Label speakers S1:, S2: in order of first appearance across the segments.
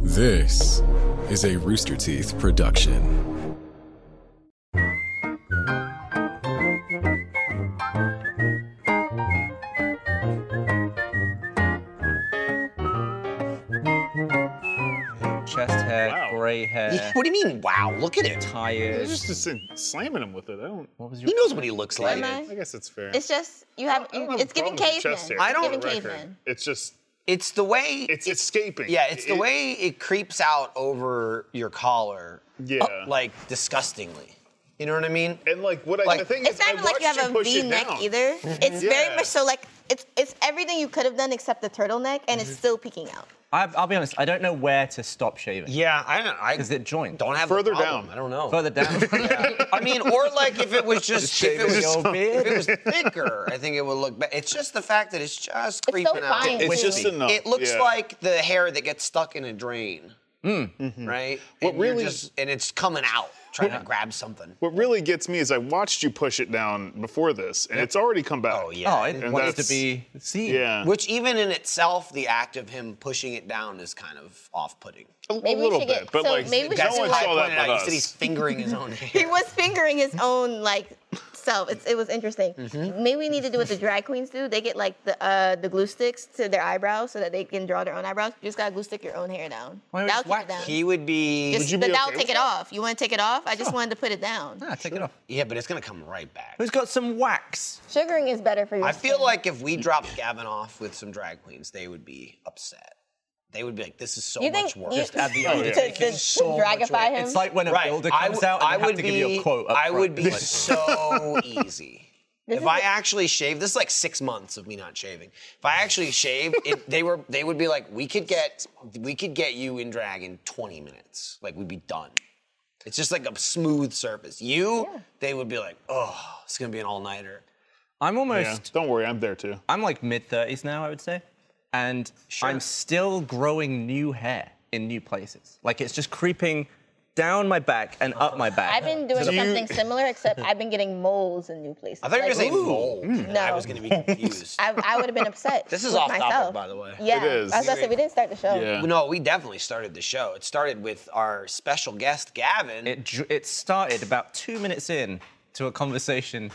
S1: This is a Rooster Teeth production.
S2: Chest hair,
S3: Wow.
S2: grey hair,
S4: What do you mean? Wow, look at it.
S2: tired.
S3: He's just, just in- slamming him with it. I don't.
S2: What was your
S4: He knows what he looks like.
S5: Am I?
S3: I guess it's fair.
S5: It's just you have,
S3: I don't
S5: you,
S3: have a
S5: it's giving
S3: problem with the chest
S5: cavemen.
S3: hair,
S4: I don't-
S3: for
S5: giving
S3: the record.
S5: cavemen.
S3: It's just
S4: It's the way.
S3: it's escaping.
S4: yeah, it's the
S3: It-
S4: way it creeps out over your collar,
S3: Yeah.
S4: like disgustingly. You know what I mean?
S3: and like what I
S4: like-
S3: the thing
S5: It's
S3: is,
S5: not
S3: I
S5: even like you
S3: watched
S5: have a
S3: push it
S5: V-neck
S3: down.
S5: either. It's very
S3: Yeah.
S5: much so like it's it's everything you could have done except the turtleneck,
S3: Mm-hmm.
S5: and it's still peeking out.
S2: I, I'll be honest. I don't know where to stop shaving.
S4: Yeah, I don't. I
S2: Is it joint?
S4: don't have the
S3: Further
S4: problem.
S3: down.
S4: I don't know.
S2: Further down.
S4: I mean, or like if it was just, if it
S2: Shaving
S4: was,
S2: your
S4: if
S2: beard.
S4: it was thicker, I think it would look better. It's just the fact that it's just
S5: It's so
S4: creeping out.
S5: fine,
S3: It's
S5: too.
S3: just enough.
S4: It looks
S3: yeah.
S4: like the hair that gets stuck in a drain, right? and you're
S3: Mm-hmm. really-
S4: just, and it's coming out, trying to grab something.
S3: What really gets me is I watched you push it down before this, and it's already come back.
S4: Oh yeah.
S2: Oh, it
S3: And
S2: wants to
S3: that's-
S2: be seen.
S3: Yeah.
S4: Which even in itself, the act of him pushing it down is kind of off-putting.
S3: a,
S5: Maybe
S3: a
S5: we
S3: little
S5: should
S3: bit,
S5: get-
S3: but
S5: so
S3: like
S5: maybe we
S3: no
S5: should
S3: one
S5: get-
S3: saw
S4: pointed
S3: that
S4: out,
S3: but
S4: you said he's
S3: us.
S4: fingering his own
S5: He
S4: hair.
S5: was fingering his own like self. It's, it was interesting.
S3: Mm-hmm.
S5: Maybe we need to do what the drag queens do. They get like the uh, the glue sticks to their eyebrows so that they can draw their own eyebrows. You just gotta glue stick your own hair down.
S2: Why don't we
S5: That'll
S2: just
S5: keep
S2: whack
S5: it down.
S4: He would be.
S5: Just-
S3: Would you be
S5: but that'll
S3: okay
S5: take
S3: with
S5: it off. You want to take it off? I just wanted to put it down.
S2: Ah, take it off.
S4: yeah, but it's gonna come right back.
S2: Who's got some wax?
S5: Sugaring is better for your
S4: I feel
S5: skin.
S4: like if we dropped Gavin off with some drag queens, they would be upset. They would be like, "This is so
S5: you think
S4: much work."
S5: you,
S4: Just add
S3: Oh, yeah.
S5: to, to, to dragify him.
S2: It's like when a builder
S4: I
S2: comes
S4: w-
S2: out and
S4: I
S2: they have
S4: would
S2: to
S4: be.
S2: give you a quote. Up
S4: I would
S2: front.
S4: be
S2: Like,
S4: so easy. if
S5: is
S4: I
S5: a-
S4: actually shaved, this is like six months of me not shaving. If I actually shaved, it, they were they would be like, "We could get we could get you in drag in 20 minutes. Like we'd be done." It's just like a smooth surface. You, they would be like, "Oh, it's gonna be an all nighter."
S2: I'm
S3: Yeah.
S2: almost.
S3: Don't worry, I'm there too.
S2: I'm like mid 30s now. I would say, and
S4: Sure.
S2: I'm still growing new hair in new places. Like it's just creeping down my back and up my back.
S5: I've been doing
S3: Do you-
S5: something similar, except I've been getting moles in new places.
S4: I thought you were
S5: Like,
S4: saying mold. and I
S5: Mm. No.
S4: was gonna be confused.
S5: I, I would have been upset.
S4: This is
S5: with
S4: off topic,
S5: myself.
S4: by the way.
S5: Yeah,
S3: It is.
S5: I was gonna say we didn't start the show.
S3: Yeah.
S4: No, we definitely started the show. It started with our special guest, Gavin.
S2: it, dr- it started about two minutes in to a conversation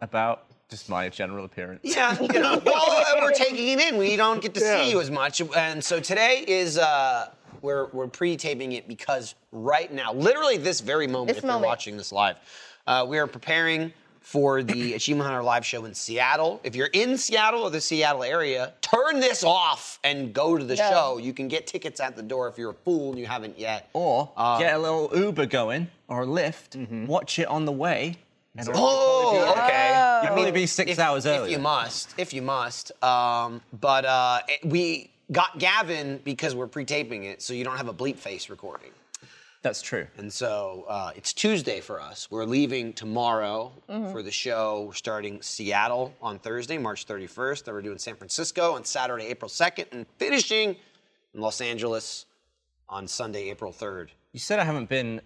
S2: about just my general appearance.
S4: yeah, you know, well, uh, we're taking it in. We don't get to
S3: Yeah.
S4: see you as much. And so today is, uh, we're, we're pre taping it because right now, literally this very moment,
S5: This
S4: if
S5: moment.
S4: you're watching this live, uh, we are preparing for the Achievement Hunter live show in Seattle. If you're in Seattle or the Seattle area, turn this off and go to the
S5: Yeah.
S4: show. You can get tickets at the door if you're a fool and you haven't yet. Um,
S2: Or
S4: Ah.
S2: get a little Uber going or a Lyft, watch it on the way. And
S4: Mm-hmm. Oh, okay.
S2: You'd probably be six
S4: if,
S2: hours
S4: if
S2: early.
S4: you must, if you must. Um, but uh, it- we got Gavin because we're pre-taping it, so you don't have a bleep face recording.
S2: That's true.
S4: And so uh, it's Tuesday for us. We're leaving tomorrow for the show. We're starting Seattle on Thursday, March 31st. Then we're doing San Francisco on Saturday, April 2nd, and finishing in Los Angeles on Sunday, April 3rd.
S2: You said I haven't been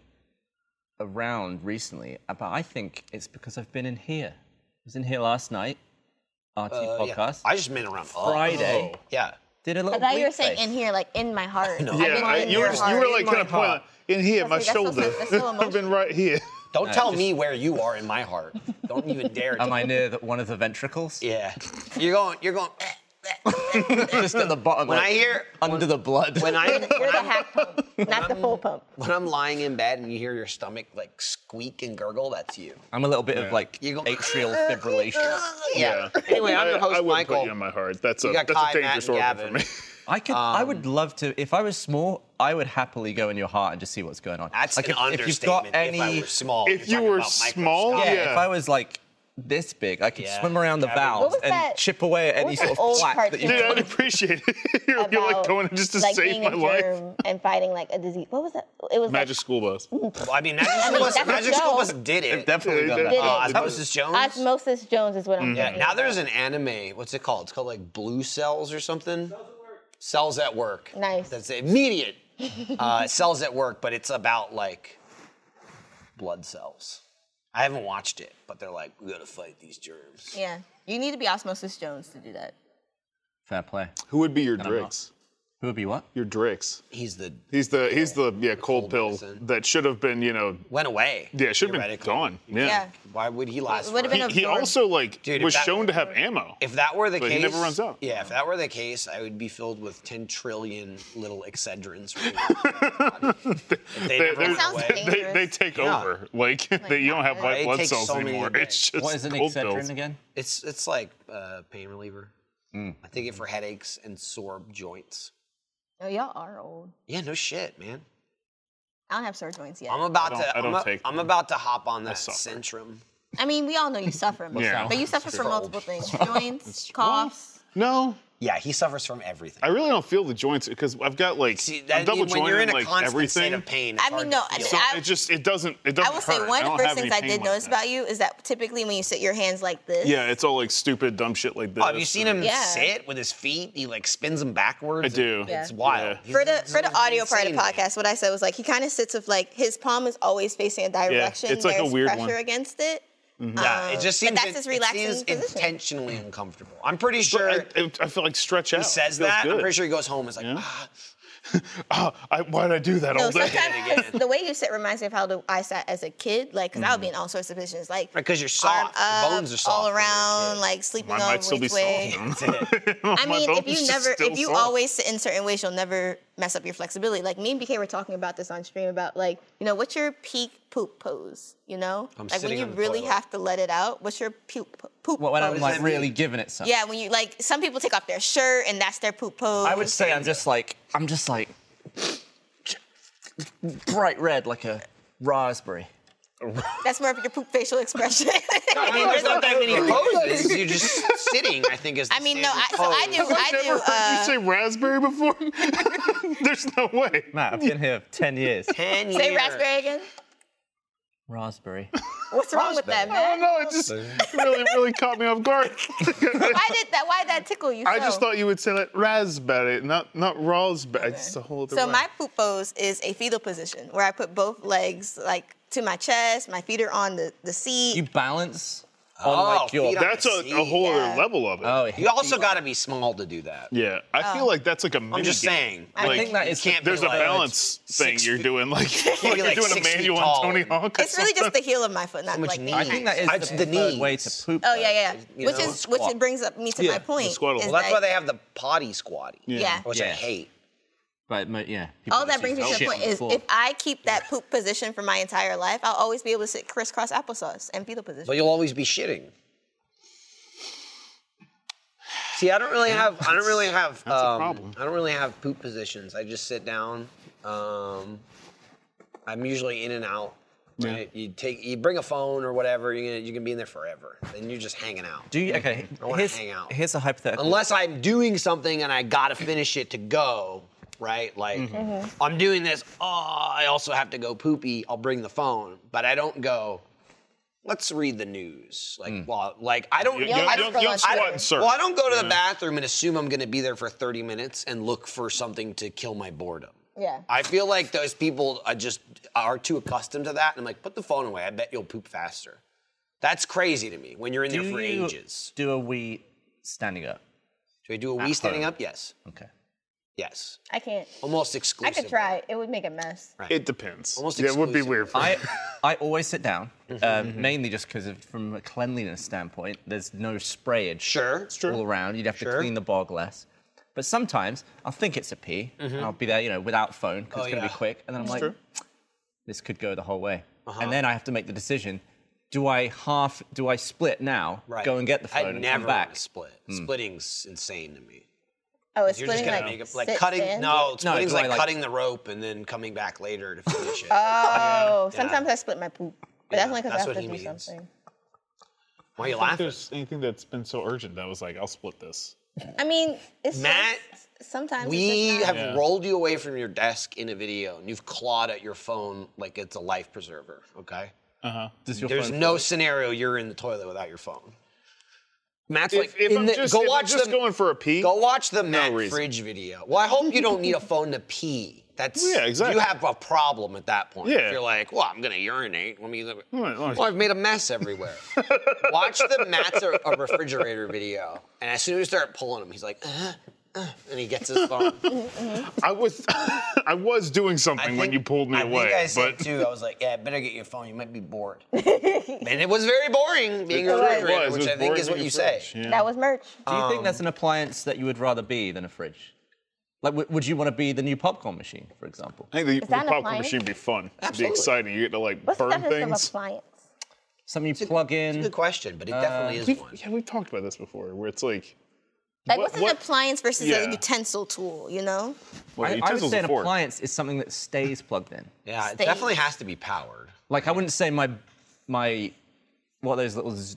S2: around recently, uh, but I think it's because I've been in here. I was in here last night, RT
S4: Uh, yeah.
S2: podcast.
S4: I just meant around us.
S2: Friday.
S4: Yeah.
S2: did a
S5: I
S2: little.
S5: thought you were
S2: bleep
S5: saying
S2: face.
S5: in here, like in my heart.
S4: No.
S5: I've
S4: Yeah,
S5: been
S3: I-
S5: in
S3: you,
S5: your
S3: were,
S5: heart.
S3: you were like
S2: my
S3: kind of
S2: heart.
S3: pointing in here, my
S5: That's so- that's so-
S3: shoulder.
S5: that's so
S3: I've been right here.
S4: Don't tell me where you are in my heart. Don't even dare.
S2: Am I near the, one of the ventricles?
S4: Yeah. You're going, you're going.
S2: Just at the bottom.
S4: When
S2: like,
S4: I hear,
S2: under the blood.
S4: when I,
S5: You're
S4: when
S5: the
S4: I'm,
S5: half pump, not the full pump.
S4: when I'm lying in bed and you hear your stomach like squeak and gurgle, that's you.
S2: I'm a little bit of like
S4: You go-
S2: atrial fibrillation.
S4: Yeah. Anyway, I'm your
S3: I, I
S4: host,
S3: wouldn't
S4: Michael.
S3: put you in my heart. That's a
S4: You got
S3: that's
S4: Kai,
S3: a
S4: Matt,
S3: dangerous
S4: and
S3: organ
S4: Gavin.
S3: for me.
S2: I could. I would
S4: Um,
S2: love to. If I was small, I would happily go in your heart and just see what's going on.
S4: That's
S2: like
S4: an
S2: if,
S4: understatement.
S2: if you've got any.
S4: if I were small,
S3: If you
S4: You're talking
S3: were
S4: about
S3: small,
S4: microscopic.
S2: yeah,
S3: yeah.
S2: if I was like this big, I could
S4: Yeah.
S2: swim around the
S4: Gavin.
S2: valves
S5: What was
S2: and
S5: that-
S2: chip away at any
S5: was
S2: sort
S5: that old
S2: of plaque that you.
S3: Dude,
S5: cartoon?
S3: I'd appreciate it. you're, you're like
S5: about,
S3: going just to
S5: like,
S3: save
S5: being
S3: my
S5: a
S3: life.
S5: germ And fighting like a disease. What was that? It was
S3: Magic School Bus.
S4: Well, I mean, Magic School
S5: mean,
S4: Bus,
S5: that's a
S4: Magic School
S5: show.
S4: Bus did it.
S2: Definitely done that.
S5: Did it.
S4: Uh, Osmosis Jones.
S5: like Osmosis Jones is what I'm
S4: Yeah,
S5: thinking
S4: now
S5: about.
S4: there's an anime. What's it called? It's called like Blue Cells or something. Cells at Work.
S5: Nice.
S4: That's immediate. uh, cells at Work, but it's about like blood cells. I haven't watched it, but they're like, we gotta fight these germs.
S5: Yeah, you need to be Osmosis Jones to do that.
S2: Fair play.
S3: Who would be your Driggs?
S2: Who would be what?
S3: You're Drake's.
S4: He's the
S3: He's the he's the yeah cold,
S4: cold
S3: pill
S4: medicine.
S3: that should have been you know
S4: went away.
S3: yeah should have been
S4: theoretically.
S3: gone yeah.
S5: Yeah.
S4: Why would he last?
S5: It would've
S4: forever?
S5: been
S3: He,
S5: a-
S3: he also like
S4: Dude, if
S3: was
S4: that-
S3: shown to have ammo.
S4: if that were the
S3: But
S4: case,
S3: he never runs out.
S4: Yeah, if that were the case, I would be filled with 10 trillion little Excedrins. right now. If they
S3: they,
S4: never
S3: they're-
S4: went
S5: Sounds
S4: away.
S3: they, they, they
S5: dangerous.
S3: take
S4: Yeah.
S3: over. Like, they, you don't have
S5: Right,
S3: white
S4: it
S3: blood
S4: takes
S3: cells
S4: so many
S3: anymore.
S4: a day.
S3: It's just
S2: What is an
S3: cold
S2: Excedrin
S3: pills.
S2: again?
S4: It's it's like uh, pain reliever.
S3: Mm.
S4: I take it
S3: Mm-hmm.
S4: for headaches and sore joints.
S5: Oh, y'all are old.
S4: Yeah, no shit, man.
S5: I don't have sore joints yet.
S4: I'm about
S3: don't-
S4: to.
S3: I
S4: I'm,
S3: don't
S4: a-
S3: take
S4: I'm
S3: them.
S4: about to hop on that
S3: suffer.
S4: Centrum.
S5: I mean, we all know you suffer,
S3: Yeah.
S5: but you suffer from multiple things: joints, coughs.
S3: No,
S4: Yeah, he suffers from everything.
S3: I really don't feel the joints because I've got like
S4: See,
S3: I'm
S4: that,
S3: double
S4: when you're
S3: jointed
S4: in a
S3: like
S4: constant
S3: everything.
S4: state of pain. it's
S5: I
S4: hard
S5: mean,
S4: to
S5: no, I
S4: feel.
S5: mean,
S3: So
S5: I-
S3: it just it doesn't it doesn't.
S5: I will say
S3: hurt.
S5: one of
S3: don't
S5: the first
S3: have any
S5: things I
S3: pain
S5: did
S3: like
S5: notice
S3: that.
S5: about you is that typically when you sit your hands like this,
S3: Yeah, it's all like stupid dumb shit like this.
S4: Oh, have you seen him
S5: Yeah.
S4: sit with his feet? He like spins them backwards.
S3: I do.
S5: Yeah.
S4: It's
S3: Yeah.
S4: wild. He's-
S5: for the
S4: he's
S5: for the
S4: an
S5: audio part of
S4: insane
S5: the
S4: man.
S5: podcast, what I said was like he kind of sits with like his palm is always facing a direction.
S3: it's like a
S5: There's
S3: weird
S5: pressure
S3: one.
S5: against it.
S4: Yeah, it just seems
S5: uh, but that's
S4: in-
S5: his
S4: it
S5: relaxing
S4: seems
S5: position.
S4: intentionally uncomfortable. I'm pretty
S3: But
S4: sure
S3: I, it- I feel like stretch out.
S4: he says
S3: It feels
S4: that. I'm
S3: good.
S4: pretty sure he goes home and is like, ah,
S3: Ah, I, why did I do that
S5: No,
S3: all day?
S5: sometimes 'cause the way you sit reminds me of how the, I sat as a kid. Like, because I
S3: Mm.
S5: would be in all sorts of positions, like
S4: Right, 'cause you're
S5: arm
S4: soft. Your bones
S5: up,
S4: are soft
S5: all
S4: when you're a
S5: around,
S4: kid.
S5: like sleeping
S3: Mine
S5: on
S3: might still be
S5: which
S3: soft.
S5: way. I mean, if you never, if you always sit in certain ways, you'll never mess up your flexibility. Like me and BK were talking about this on stream about like, you know, what's your peak poop pose? You know,
S4: I'm
S5: like when
S4: sitting
S5: you
S4: on the
S5: really
S4: toilet.
S5: have to let it out. What's your poop poop
S2: What, when
S5: pose?
S2: I'm like
S4: that
S2: really
S4: mean?
S2: giving it some.
S5: yeah, when you like, some people take off their shirt and that's their poop pose.
S2: I would say I'm just like I'm just like bright red like a raspberry.
S5: that's more of your poop facial expression.
S4: I mean, there's not that many poses. You're just sitting, I think, is the
S5: I mean, no, I,
S4: standard
S5: so I
S4: pose.
S5: do, I
S3: I've never heard you
S5: do.
S3: say
S5: Uh,
S3: raspberry before. There's no way.
S2: Matt, I've been here 10 years.
S4: Ten
S5: say
S4: years.
S5: raspberry again.
S2: raspberry.
S5: What's wrong with that,
S3: I don't
S5: man?
S3: know. It just really, really caught me off guard.
S5: Why did that? Why did that tickle you?
S3: I
S5: so?
S3: just thought you would say like raspberry, not not raspberry. It's a whole other
S5: So
S3: way.
S5: my poop pose is a fetal position where I put both legs like to my chest, my feet are on the, the seat.
S2: You balance
S4: Oh,
S2: on like your
S4: feet on-
S3: that's a, a whole
S5: Yeah.
S3: other level of it.
S2: Oh,
S4: You also got to be small to do that.
S3: yeah. I feel like that's like a.
S4: I'm
S3: mini
S4: just
S3: game.
S4: saying.
S5: I
S2: I
S3: Like,
S2: think that is
S4: can't
S3: There's
S4: be
S3: a
S4: like-
S3: balance
S4: six
S3: thing you're
S4: feet-
S3: doing, like, like
S4: be
S3: you're
S4: like
S3: doing a
S4: six feet
S3: manual
S4: tall
S3: on Tony
S4: and-
S3: Hawk. or
S5: it's really just the heel of my foot, not
S4: much
S5: like the
S4: knee.
S2: I think that
S5: ankle.
S4: I-
S2: is the,
S4: the
S2: third way to
S4: knees.
S2: poop.
S5: Oh yeah, yeah, yeah.
S4: You
S5: Which
S4: know,
S5: is which
S2: squat.
S5: brings up me to
S3: Yeah,
S5: my
S3: the
S5: point.
S3: squat a
S5: is
S3: lot.
S4: Well, that's
S5: that-
S4: why they have the potty squatty,
S5: Yeah.
S4: which I
S2: Yeah.
S4: hate.
S2: But my- yeah. people
S5: All
S2: just
S5: that brings me
S2: use
S5: to the
S2: shit
S5: point
S2: on the
S5: is
S2: floor.
S5: if I keep that poop position for my entire life, I'll always be able to sit crisscross applesauce and fetal position.
S4: But you'll always be shitting. See, I don't really have. I don't really have.
S3: That's a
S4: um,
S3: problem.
S4: I don't really have poop positions. I just sit down. Um, I'm usually in and out. Right? You take. You bring a phone or whatever. You're gonna. You can be in there forever. Then you're just hanging out.
S2: do you okay?
S4: I wanna
S2: Here's,
S4: hang out.
S2: here's a hypothetical.
S4: Unless I'm doing something and I gotta finish it to go. Right, like I'm doing this. Oh, I also have to go poopy. I'll bring the phone, but I don't go. Let's read the news. Like, well, like I don't.
S3: You, you,
S5: Yeah,
S4: I
S5: I
S3: you,
S5: don't
S3: you,
S5: feel
S3: you
S5: like
S3: squat
S5: that.
S3: and surf.
S4: well, I don't go to the bathroom and assume I'm going to be there for 30 minutes and look for something to kill my boredom.
S5: yeah.
S4: I feel like those people are just are too accustomed to that. And I'm like, put the phone away. I bet you'll poop faster. That's crazy to me when you're in
S2: do
S4: there for
S2: you
S4: ages.
S2: do a wee standing up?
S4: Do I do a wee standing
S2: home.
S4: up? Yes.
S2: Okay.
S4: Yes.
S5: I can't.
S4: Almost
S5: I
S4: exclusively.
S5: could try. it. It would make a mess.
S3: It depends.
S4: Almost
S3: yeah, it would be
S4: exclusively.
S3: weird. For
S2: I I always sit down,
S4: Mm-hmm,
S2: um, mainly just because from a cleanliness standpoint, there's no sprayage.
S4: Sure.
S2: all around. You'd have
S4: Sure.
S2: to clean the bog less. But sometimes I'll think it's a pee, and I'll be there, you know, without phone because
S4: Oh,
S2: it's going to
S4: yeah.
S2: be quick. And then I'm like,
S3: true.
S2: this could go the whole way. And then I have to make the decision: do I half? Do I split now?
S4: Right.
S2: Go and get the phone
S4: I
S2: and
S4: never
S2: come
S4: wanna
S2: back. Hmm.
S4: split. Splitting's insane to me.
S5: Oh, it's
S4: You're just
S5: splitting
S4: gonna
S5: like,
S4: make it like
S5: sit
S4: cutting.
S5: stand?
S4: No,
S2: No,
S4: splitting's
S2: do I,
S4: like,
S2: like-
S4: cutting the rope and then coming back later to finish it.
S5: Oh, sometimes I split my poop, but
S4: Yeah,
S5: that's only because
S4: that's
S5: I
S4: what
S5: have to
S4: he
S5: do
S4: means.
S5: something.
S4: Why are you
S3: I don't think
S4: laughing?
S3: there's anything that's been so urgent that was like, I'll split this.
S5: I mean, it's
S4: Matt,
S5: just, sometimes it's
S4: We
S5: just not-
S4: have
S3: Yeah.
S4: rolled you away from your desk in a video, and you've clawed at your phone like it's a life preserver. Okay.
S2: Does your
S4: There's
S2: phone
S4: no scenario you're in the toilet without your phone. Matt's like,
S3: if if
S4: in
S3: I'm
S4: the-
S3: just,
S4: go
S3: if I'm
S4: watch
S3: just
S4: the
S3: going for a pee,
S4: go watch the Matt
S3: reason.
S4: Fridge video. Well, I hope you don't need a phone to pee. That's
S3: Yeah, exactly.
S4: You have a problem at that point.
S3: Yeah.
S4: If you're like, well, I'm gonna urinate. Let me. Let me
S3: Right, right.
S4: well, I've made a mess everywhere. watch the Matt's a, a refrigerator video, and as soon as you start pulling him, he's like, uh, and he gets his phone.
S3: I was, I was doing something
S4: I
S3: when
S4: think-
S3: you pulled me
S4: I
S3: away.
S4: think I said
S3: but
S4: too. I was like, "Yeah, better get your phone. You might be bored." and it was very boring being a
S5: was.
S4: refrigerator,
S3: It was, it
S4: which
S3: was
S4: I think
S3: boring
S4: is what
S3: being
S4: you
S3: a
S4: say.
S3: fridge, yeah.
S5: That was merch.
S2: Do you think that's an appliance that you would rather be than a fridge? Like, w- would you want to be the new popcorn machine, for example?
S3: I think the, the
S5: that an
S3: popcorn
S5: appliance?
S3: machine would be fun. It'd be
S4: Absolutely.
S3: exciting. You get to like
S5: What's the
S3: burn
S5: definition
S3: things.
S5: of appliance?
S2: Something you plug in.
S4: It's
S2: Uh,
S4: a good question, but it definitely is
S3: We've,
S4: one.
S3: yeah, we've talked about this before, where it's like, What-
S5: Like, what's an
S3: what-
S5: appliance versus
S3: yeah.
S5: a utensil tool? You know,
S3: well,
S2: I, I would
S3: utensils
S2: say
S3: are
S2: an
S3: fork.
S2: appliance is something that stays plugged in.
S4: Yeah, it
S5: Stay.
S4: definitely has to be powered.
S2: Like, I wouldn't say my my what are those little z-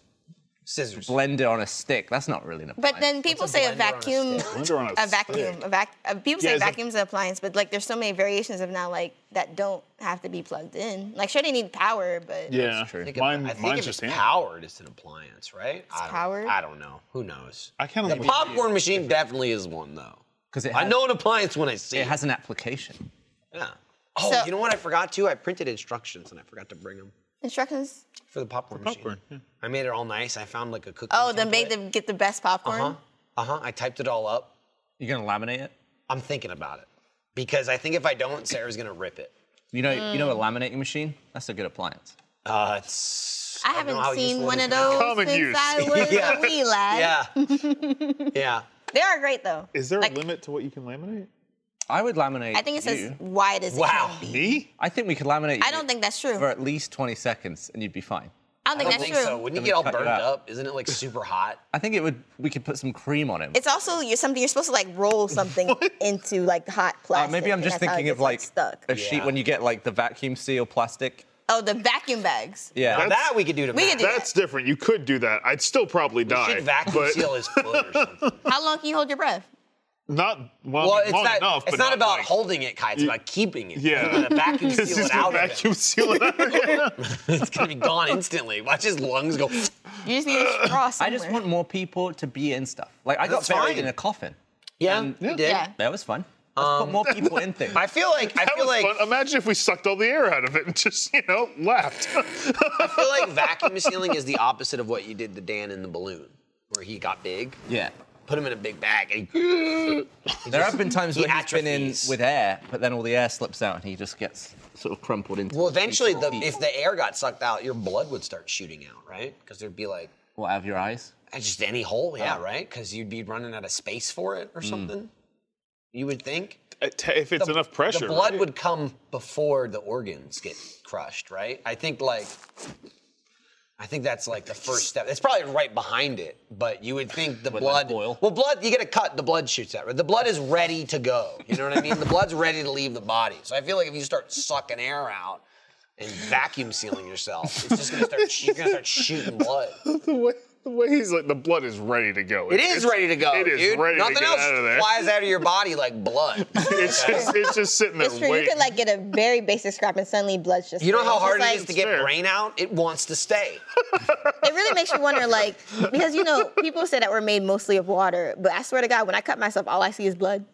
S4: Scissors.
S2: blender on a stick. That's not really an appliance.
S5: but then people say
S4: blender
S5: a
S4: on a
S5: vacuum,
S4: stick?
S3: Blender on a
S5: a vacuum,
S3: stick.
S5: a vac. uh, People
S3: Yeah,
S5: say
S3: is it-
S5: vacuum's an appliance, but like there's so many variations of now like that don't have to be plugged in. Like sure they need power, but
S3: Yeah,
S2: true.
S4: Think of-
S3: Mine,
S4: I think
S3: mine's
S4: if
S3: just
S4: it's
S3: hand.
S4: powered, it's an appliance, right? I don't,
S5: powered?
S4: I don't know. Who knows?
S3: I kinda
S4: the
S3: like-
S4: popcorn machine definitely is one though.
S2: 'Cause it
S4: I
S2: has-
S4: know an appliance when I see it.
S2: it has an application.
S4: yeah. Oh,
S5: So-
S4: you know what? I forgot too. I printed instructions and I forgot to bring them
S5: instructions.
S4: for the popcorn machine.
S3: popcorn, yeah.
S4: I made it all nice. I found like a cookie.
S5: Oh, then make them get the best popcorn.
S4: Uh huh. Uh huh. I typed it all up.
S2: You're gonna laminate it.
S4: I'm thinking about it because I think if I don't, Sarah's gonna rip it.
S2: You know, you
S5: Mm.
S2: know, a laminating machine. That's a good appliance.
S4: Uh, it's. don't
S5: I
S4: know
S5: haven't
S4: how
S5: seen
S4: useful it
S5: one
S4: is
S5: of
S4: now.
S5: those
S3: Common
S5: since
S3: use.
S5: I was
S4: Yeah.
S5: a wee lad.
S4: Yeah. yeah.
S5: They are great though.
S3: Is there
S5: Like-
S3: a limit to what you can laminate?
S2: I would laminate.
S5: I think it says
S2: you.
S5: wide as
S4: Wow.
S5: it can be.
S3: Me?
S2: I think we could laminate.
S5: I
S2: you
S5: don't think that's true.
S2: for at least 20 seconds, and you'd be fine.
S5: I don't think
S4: I
S5: that's
S4: think
S5: true.
S4: so.
S2: Then
S4: Wouldn't you
S2: we
S4: get all
S2: cut you
S4: burned
S2: out.
S4: up? Isn't it like super hot?
S2: I think it would. We could put some cream on it.
S5: It's also you're something you're supposed to like roll something into like hot
S2: Uh,
S5: plastic.
S2: maybe I'm
S5: and
S2: just
S5: that's how it
S2: thinking of
S5: gets,
S2: like
S5: like, stuck.
S2: a sheet
S4: Yeah.
S2: when you get like the vacuum seal plastic.
S5: Oh, the vacuum bags.
S2: Yeah.
S4: Now that we could do to
S5: We could do
S4: Matt.
S3: That's different. You could do that. I'd still probably die.
S4: Should vacuum
S3: but
S4: seal his foot or something.
S5: How long can you hold your breath?
S3: Not well,
S4: well,
S3: I mean,
S4: it's
S3: long
S4: not.
S3: enough.
S4: it's
S3: but
S4: not, about
S3: like-
S4: holding it, Kai. It's about keeping it.
S3: Yeah.
S4: He's gonna vacuum
S3: 'Cause
S4: seal
S3: he's
S4: it
S3: gonna
S4: out. of it.
S3: vacuum seal it out. of it.
S4: It's gonna be gone instantly. Watch his lungs go.
S5: You just need to straw
S2: I
S5: somewhere.
S2: just want more people to be in stuff. Like I got
S4: That's
S2: buried
S4: fine.
S2: in a coffin.
S4: Yeah,
S3: Um,
S2: And-
S4: he did.
S5: Yeah.
S2: That was fun. Let's put more people in things.
S4: I feel like I
S3: That
S4: feel
S3: was
S4: like
S3: fun. Imagine if we sucked all the air out of it and just you know laughed.
S4: I feel like vacuum sealing is the opposite of what you did to Dan in the balloon, where he got big.
S2: Yeah.
S4: Put him in a big bag and he,
S2: There have been times
S4: he
S2: when he's been in
S4: atrophies.
S2: with air, but then all the air slips out and he just gets sort of crumpled into.
S4: Well,
S2: a piece
S4: eventually,
S2: of
S4: the,
S2: meat.
S4: if the air got sucked out, your blood would start shooting out, right? Because there'd be like
S2: what out of your eyes?
S4: just any hole, yeah,
S2: Ah.
S4: right? Because you'd be running out of space for it or something. You would think
S3: if it's
S4: The-
S3: enough pressure,
S4: The blood
S3: right?
S4: would come before the organs get crushed, right? I think like. I think that's like the first step. It's probably right behind it, but you would think the
S2: Would, like,
S4: blood.
S2: boil?
S4: Well, blood, you get a cut, the blood shoots out. Right? The blood is ready to go. You know what I mean? the blood's ready to leave the body. So I feel like if you start sucking air out and vacuum sealing yourself, it's just gonna start. You're gonna start shooting blood.
S3: the way, the way he's like the blood is ready to go.
S4: It is ready to go.
S3: It is
S4: dude.
S3: ready
S4: Nothing
S3: to get
S4: else
S3: out of there.
S4: flies out of your body like blood.
S3: It's just, it's just sitting there
S5: It's true. You
S3: waiting.
S5: could like get a very basic scrap and suddenly blood's just.
S4: You know
S5: there.
S4: how
S5: It's just
S4: hard
S5: like,
S4: it is to get
S3: Fair.
S4: brain out? It wants to stay.
S5: It really makes you wonder, like, because you know people say that we're made mostly of water, but I swear to God, when I cut myself, all I see is blood.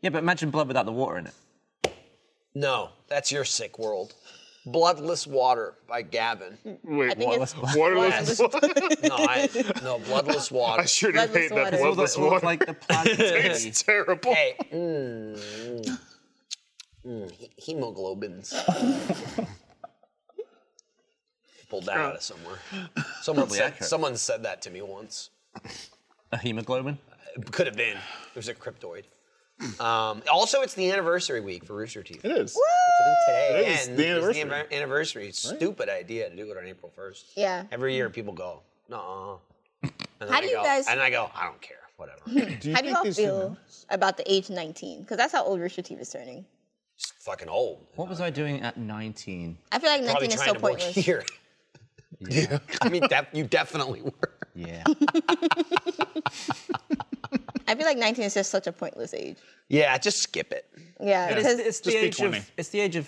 S2: Yeah, but imagine blood without the water in it.
S4: No, that's your sick world. Bloodless Water by Gavin.
S3: Wait,
S5: think
S3: what?
S5: it's-
S3: Waterless
S4: Yes.
S3: blood.
S4: No, I, no, Bloodless Water.
S3: I sure do
S5: Bloodless
S3: hate
S5: water.
S3: that
S5: It's all
S2: It
S3: bloodless
S2: looks
S3: water.
S2: like the plastic.
S3: It's terrible.
S4: Hey, mm, mm, mm, he- hemoglobins. Pulled that out of somewhere. Someone said,
S2: accurate.
S4: someone said that to me once.
S2: a hemoglobin.
S4: It could have been. It was a cryptoid. Um, also, it's the anniversary week for Rooster Teeth.
S3: It is.
S4: today
S3: It is
S4: and
S3: the
S4: Is the
S3: anniversary.
S4: anniver- anniversary. Stupid idea to do it on April 1st.
S5: Yeah.
S4: Every year people go, no.
S5: How do you guys-
S4: And I go, I don't care, whatever.
S3: Do you
S5: How
S3: think
S5: do y'all
S3: these
S5: feel about the age 19? Because that's how old Rooster Teeth is turning.
S4: it's fucking old.
S2: What was I doing at 19?
S5: I feel like
S4: Probably
S5: 19 is
S4: trying
S5: so
S4: to work
S5: pointless.
S4: here. Yeah. I mean, def- you definitely were.
S2: Yeah.
S5: I feel like 19 is just such a pointless age.
S4: Yeah, just skip it.
S5: Yeah, because
S2: it's
S3: Just
S2: the
S3: be
S2: age of.
S3: 20.
S2: It's the age of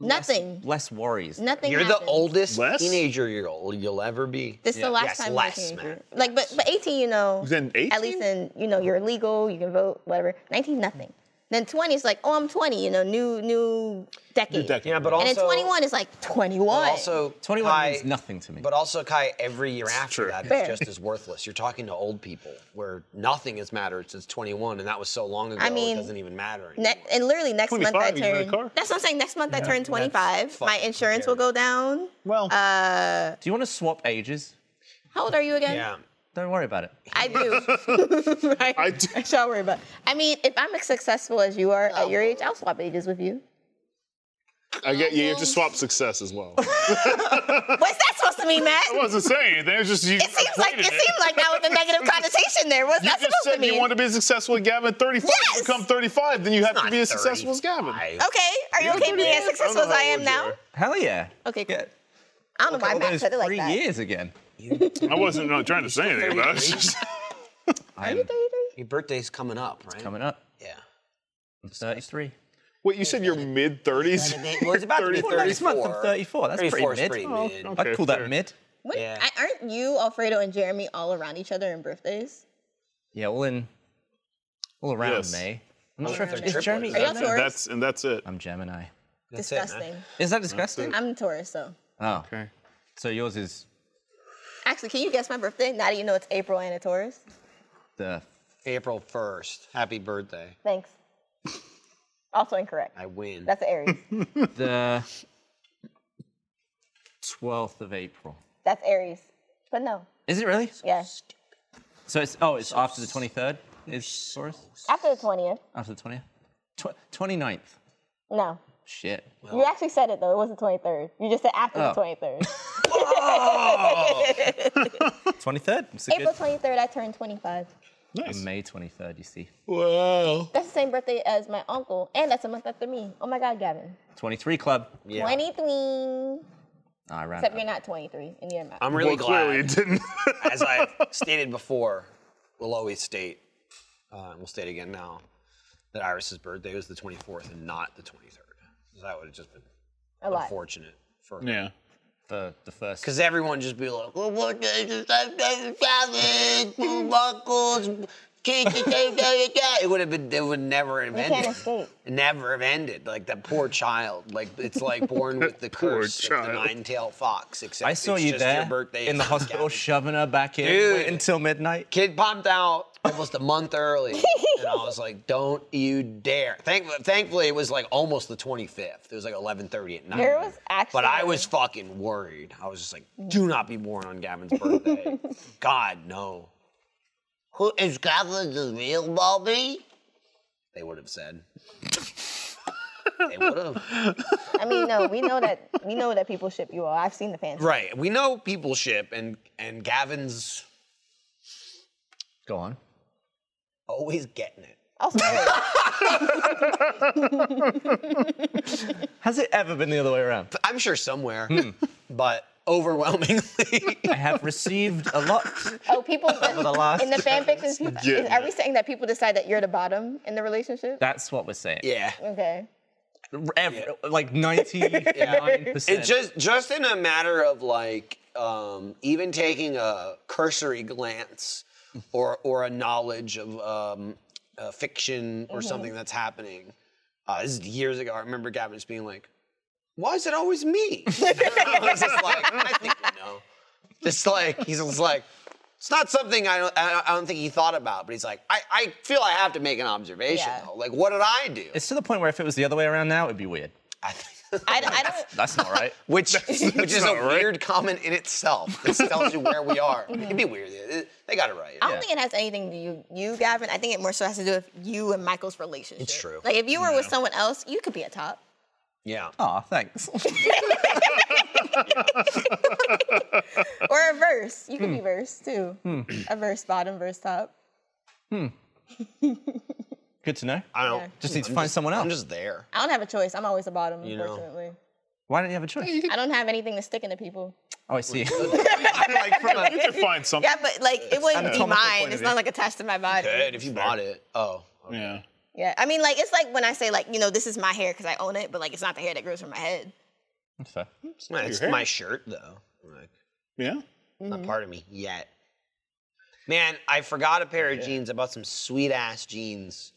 S2: less-
S5: nothing,
S2: Less worries.
S5: nothing.
S4: You're the
S5: happens.
S4: oldest
S3: Less?
S4: teenager you'll, you'll ever be.
S5: This is the last
S4: Yes,
S5: time
S4: less,
S5: you're a teenager.
S4: man.
S5: Like, but but 18, you know,
S3: Then
S5: at least
S3: 18?
S5: in you know you're legal, you can vote, whatever. 19, nothing. Then 20 is like, oh, I'm 20, you know, new new decade.
S3: decade.
S4: Yeah, but also
S5: and then 21 is like 21.
S4: but also
S2: 21
S4: Kai-
S2: means nothing to me.
S4: But also, Kai, every year after
S3: true.
S4: that
S5: Fair.
S4: is just as worthless. You're talking to old people where nothing has mattered since 21, and that was so long ago.
S5: I mean,
S4: it doesn't even matter. Anymore.
S5: Ne- and literally next month I
S3: 25, you got a
S5: turn.
S3: car?
S5: That's what I'm saying. Next month I turn 25. My
S4: fucking
S5: insurance will go down.
S3: Well,
S2: Do you want to swap ages?
S5: How old are you again?
S4: yeah.
S2: Don't worry about it.
S5: I do. right?
S3: I do.
S5: I shall worry about. I mean, if I'm as successful as you are
S4: Oh.
S5: at your age, I'll swap ages with you.
S3: I get you. You have to swap success as well. I
S5: What's that supposed to mean, Matt?
S3: wasn't saying anything. It was just you.
S5: It seems like it seemed like that was a negative connotation there. What's
S3: You
S5: that
S3: just
S5: supposed to
S3: said
S5: mean?
S3: you want to be successful at Gavin at 35.
S5: Yes!
S3: You become 35, then you have to
S4: Not
S3: be as successful as Gavin.
S4: 35.
S5: okay, are you
S3: You're
S5: okay
S3: good,
S5: being
S3: man.
S5: as successful
S3: I
S5: as
S3: don't know how
S5: I am
S3: old
S5: now?
S3: you
S2: Hell yeah.
S5: Okay, cool.
S2: Yeah.
S5: I don't know why
S2: All
S5: Matt
S2: those
S5: said it like
S2: three
S5: that.
S2: years again.
S3: I wasn't no, trying to say anything about it. It's just-
S2: I'm
S4: Your birthday's coming up, right?
S2: coming up.
S4: Yeah.
S2: I'm 33.
S3: Wait, you said you're mid 30s?
S4: Well, it's about to be
S3: 34.
S2: Well, next month I'm
S4: 34.
S2: 34. That's
S4: 34 is
S2: pretty mid.
S4: pretty mid.
S3: Oh, okay.
S2: I'd call that
S3: fair.
S2: mid.
S5: When-
S4: Yeah.
S5: I- aren't you, Alfredo, and Jeremy all around each other in birthdays?
S2: Yeah, all in, all around
S3: Yes.
S2: May. I'm not
S4: Oh,
S2: sure
S4: they're
S2: if it's
S4: triplets,
S2: Jeremy.
S4: Are
S5: y'all Taurus?
S3: That's and that's it.
S2: I'm Gemini.
S4: That's it, man.
S5: Disgusting.
S2: Is that disgusting?
S5: I'm Taurus, so.
S2: Oh,
S3: Okay.
S2: so yours is
S5: Actually, can you guess my birthday? Now that you know it's April and a Taurus.
S2: the
S4: April 1st. Happy birthday.
S5: Thanks. Also incorrect.
S4: I win.
S5: That's an Aries.
S2: the 12th of April.
S5: That's Aries. But no.
S2: Is it really?
S5: Yeah.
S2: So it's oh, it's after the 23rd. Is Taurus
S5: After the 20th.
S2: after the 20th? Tw- 29th.
S5: No.
S2: Shit.
S5: You actually said it though. It was the 23rd. You just said after
S2: Oh.
S5: the 23rd.
S2: 23rd. It's a
S5: April 23rd, I turned 25.
S2: good. May 23rd. You see,
S3: Wow.
S5: That's the same birthday as my uncle, and that's a month after me. Oh my God, Gavin.
S2: 23 Club.
S4: Yeah.
S5: 23.
S2: Ah, I ran.
S5: Except
S2: out.
S5: you're not 23, and you're not.
S4: I'm really
S3: well,
S4: glad.
S3: clearly it didn't.
S4: as I stated before, we'll always state, uh, and we'll state again now, that Iris's birthday was the 24th and not the 23rd. So that would have just been
S5: a lot.
S4: unfortunate for her.
S3: yeah.
S2: the the first.
S4: Because everyone just be like, well, what day is the Sabbath? Uncles, kids, the same day again." It would have been, it would never have
S5: You
S4: ended.
S5: can't escape.
S4: never have ended. Like that poor child. Like it's like born with the
S3: Poor
S4: curse of the
S3: child.
S4: nine-tailed fox. Except
S2: I saw
S4: it's
S2: you
S4: just
S2: there
S4: your birthday
S2: in the
S4: is
S2: hospital,
S4: Gavin.
S2: shoving her back in
S4: Dude.
S2: wait until midnight.
S4: Kid popped out almost a month early, and I was like, "Don't you dare!" Thank- thankfully, it was like almost the 25th. It was like 11:30 at night.
S5: There was actually-
S4: But I was fucking worried. I was just like, "Do not be born on Gavin's birthday." God no. Who is Gavin the real Bobby? They would have said. they would have.
S5: I mean, no, we know that we know that people ship you all. I've seen the fans.
S4: Right. We know people ship, and and Gavin's
S2: Go on.
S4: always getting it.
S5: Also,
S2: Has it ever been the other way around?
S4: I'm sure somewhere, but overwhelmingly.
S2: I have received a lot.
S5: oh, people
S2: the last
S5: in the fan fictions. people-
S3: Yeah.
S5: Are we saying that people decide that you're the bottom in the relationship?
S2: That's what we're saying.
S4: yeah.
S5: okay.
S2: Ev- Like 99%.
S4: It just just in a matter of like um, even taking a cursory glance or or a knowledge of um, uh, fiction or something that's happening. Uh, this is years ago. I remember Gavin just being like, "Why is it always me?" I was just like, "I think we know." It's like he's just like. It's not something I don't, I don't- I don't think he thought about, but he's like, I, I feel I have to make an observation.
S5: Yeah.
S4: Though. Like, what did I do?
S2: It's to the point where if it was the other way around now, it'd be weird.
S4: I think-
S5: I, I don't.
S2: That's not right.
S4: which which is a
S3: not right.
S4: weird comment in itself. It tells you where we are. It'd be weird. It- it- they got it right.
S5: I don't think it has anything to you, you, Gavin. I think it more so has to do with you and Michael's relationship.
S4: It's true.
S5: Like if you were with someone else, you could be a top.
S4: yeah.
S2: Aw, thanks.
S5: Or a verse. You could
S4: Hmm.
S5: be verse too. A verse bottom, verse top.
S2: Good to know.
S4: I don't.
S2: Just need to find someone else.
S4: I'm just there.
S5: I don't have a choice. I'm always a bottom,
S4: know.
S5: unfortunately.
S2: Why don't you have a choice?
S5: I don't have anything to stick into people.
S2: Oh, I see.
S4: like from a
S3: You could find something.
S5: Yeah, but like it wouldn't be
S2: anatomical
S5: mine.
S2: point of
S5: It's
S2: view.
S5: not like attached to my body.
S4: good if you bought it. Oh.
S2: Mm.
S4: okay.
S3: Yeah.
S5: Yeah, I mean, like it's like when I say like you know this is my hair because I own it, but like it's not the hair that grows from my head.
S2: That's fair.
S4: It's, my, it's
S3: hair.
S4: my shirt though. Like
S3: Yeah.
S5: Mm-hmm.
S4: not part of me yet. Man, I forgot a pair of jeans. I bought some sweet ass jeans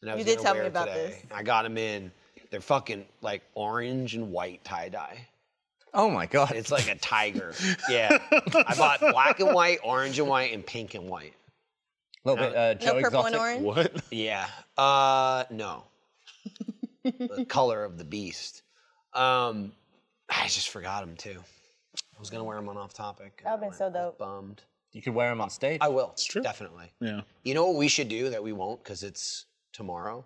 S4: And I was
S5: You did
S4: gonna
S5: tell me
S4: wear
S5: about
S4: today.
S5: this.
S4: I got them in. They're fucking like orange and white tie dye.
S2: Oh my god.
S4: It's like a tiger. yeah. I bought black and white, orange and white, and pink and white.
S2: a little bit uh, Joe
S5: No purple
S2: Exotic.
S5: and orange.
S3: What?
S4: Yeah. Uh, no. the color of the beast. Um, I just forgot them too. I was gonna wear them on off topic.
S5: That would've been so
S4: I was
S5: dope.
S4: Bummed.
S2: You could wear them on stage.
S4: I will.
S3: true.
S4: Definitely.
S3: Yeah.
S4: You know what we should do that we won't because it's tomorrow.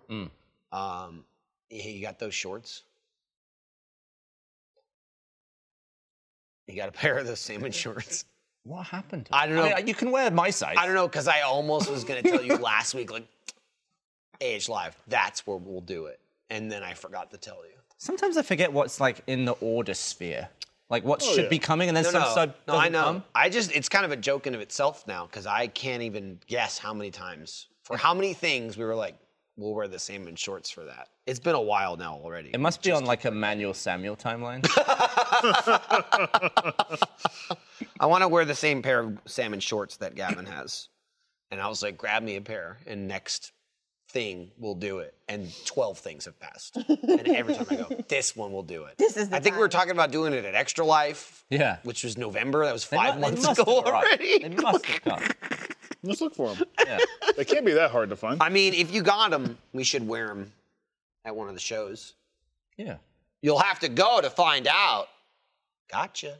S4: Um, hey, you got those shorts? You got a pair of those salmon shorts?
S2: what happened?
S4: I don't know.
S2: mean, you can wear my size.
S4: I don't know because I almost was gonna tell you last week, like AH Live, that's where we'll do it, and then I forgot to tell you.
S2: Sometimes I forget what's like in the order sphere, like what should
S3: Oh, yeah.
S2: be coming, and then
S4: No,
S2: some
S4: no,
S2: sub
S4: no I
S2: doesn't
S4: know.
S2: come.
S4: I just it's kind of a joke in of itself now because I can't even guess how many times for how many things we were like, we'll wear the salmon shorts for that. It's been a while now already.
S2: It must be on like a Manuel Samuel timeline.
S4: I want to wear the same pair of salmon shorts that Gavin has. And I was like, grab me a pair, and next thing we'll do it. And 12 things have passed. and every time I go, this one will do it.
S5: This is the
S4: I think we were talking about doing it at Extra Life,
S2: yeah.
S4: which was November. That was
S2: They
S4: five
S2: mu- they
S4: months
S2: must
S4: ago
S2: have arrived.
S4: already.
S2: They must have come.
S3: Let's look for them.
S2: Yeah.
S3: They can't be that hard to find.
S4: I mean, if you got them, we should wear them at one of the shows.
S2: Yeah.
S4: You'll have to go to find out. Gotcha.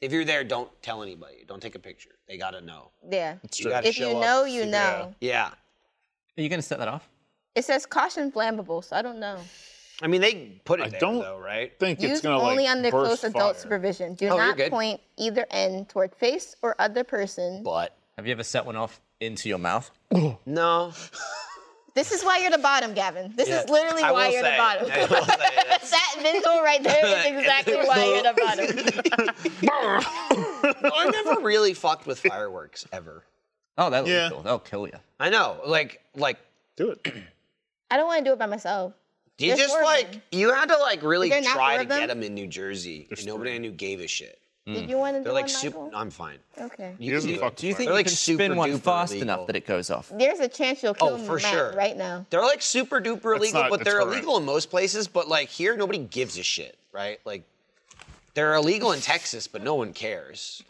S4: if you're there, don't tell anybody. Don't take a picture. They got to know.
S5: Yeah.
S4: You got to
S5: If you
S4: show up.
S5: know, you know.
S4: Yeah.
S2: Are you gonna set that off?
S5: It says caution flammable, so I don't know.
S4: I mean, they put it
S3: I
S4: there
S3: don't
S4: though, right?
S3: think it's
S5: Used
S3: gonna
S5: only
S3: like
S5: under
S3: burst
S5: close adult
S3: fire.
S5: supervision. Do
S4: Oh, you're
S5: not
S4: good.
S5: point either end toward face or other person.
S4: But
S2: Have you ever set one off into your mouth?
S4: no.
S5: This is why you're the bottom, Gavin. This is
S4: Yeah.
S5: literally
S4: I
S5: why
S4: will
S5: you're
S4: say-
S5: the bottom.
S4: I will say that.
S5: that visual right there is exactly why you're the bottom.
S4: I never really fucked with fireworks ever.
S2: Oh, that would
S3: Yeah.
S2: be cool. That'll kill you.
S4: I know, like, like.
S3: Do it.
S5: I don't want to do it by myself.
S4: Do you
S5: There's
S4: just
S5: four of
S4: like
S5: them.
S4: you had to like really
S5: there not
S4: try
S5: four
S4: to
S5: of them?
S4: get them in New Jersey? and nobody I knew gave a shit.
S5: Did you want to do
S4: They're like
S5: one,
S4: super.
S5: Michael?
S4: I'm fine.
S5: Okay.
S3: He doesn't
S4: do it.
S3: fuck
S2: Do you
S3: with
S2: think
S4: They're
S2: you
S4: like
S2: can spin
S4: super
S2: one
S4: duper
S2: fast
S4: illegal.
S2: enough that it goes off?
S5: There's a chance you'll kill
S4: Oh, for
S5: Matt
S4: sure.
S5: right now.
S4: They're like super duper illegal,
S3: not
S4: but they're
S3: deterrent.
S4: illegal in most places. But like here, nobody gives a shit, right? Like they're illegal in Texas, but no one cares.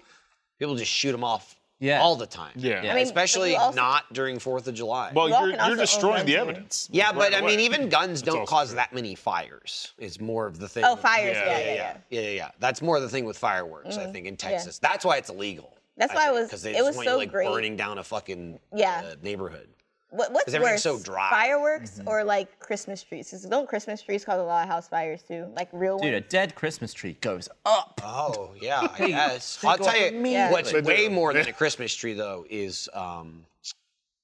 S4: People just shoot them off
S2: Yeah.
S4: all the time.
S3: Yeah. I
S2: mean,
S5: but
S4: especially
S5: you also-
S4: not during Fourth of July.
S3: Well,
S5: You all
S3: you're,
S5: can
S3: you're
S5: also own
S3: destroying the
S5: guns here.
S3: evidence.
S4: yeah,
S3: like,
S4: but
S3: right
S4: I mean,
S3: away.
S4: even guns
S3: also
S4: don't cause
S3: true.
S4: that many fires. Is more of the thing.
S5: Oh,
S4: with-
S5: fires.
S3: Yeah,
S5: Yeah, yeah,
S3: yeah,
S5: yeah. Mm-hmm.
S4: Yeah, yeah, yeah. That's more the thing with fireworks, I think, in Texas. That's why it's illegal.
S5: That's why it was-
S4: because they
S5: it
S4: just
S5: was
S4: want you,
S5: so
S4: like
S5: great.
S4: burning down a fucking
S5: Yeah.
S4: uh, neighborhood.
S5: What, what's
S4: 'Cause everything's
S5: worse,
S4: so dry. Mm-hmm.
S5: fireworks or like Christmas trees? 'Cause don't Christmas trees cause a lot of house fires too? Like real
S2: Dude, a
S5: ones.
S2: dead Christmas tree goes up.
S4: Oh yeah, I guess.
S2: they
S4: I'll
S2: go
S4: tell
S2: up
S4: you
S2: immediately.
S4: what's
S3: They do.
S4: way more than a Christmas tree though is um,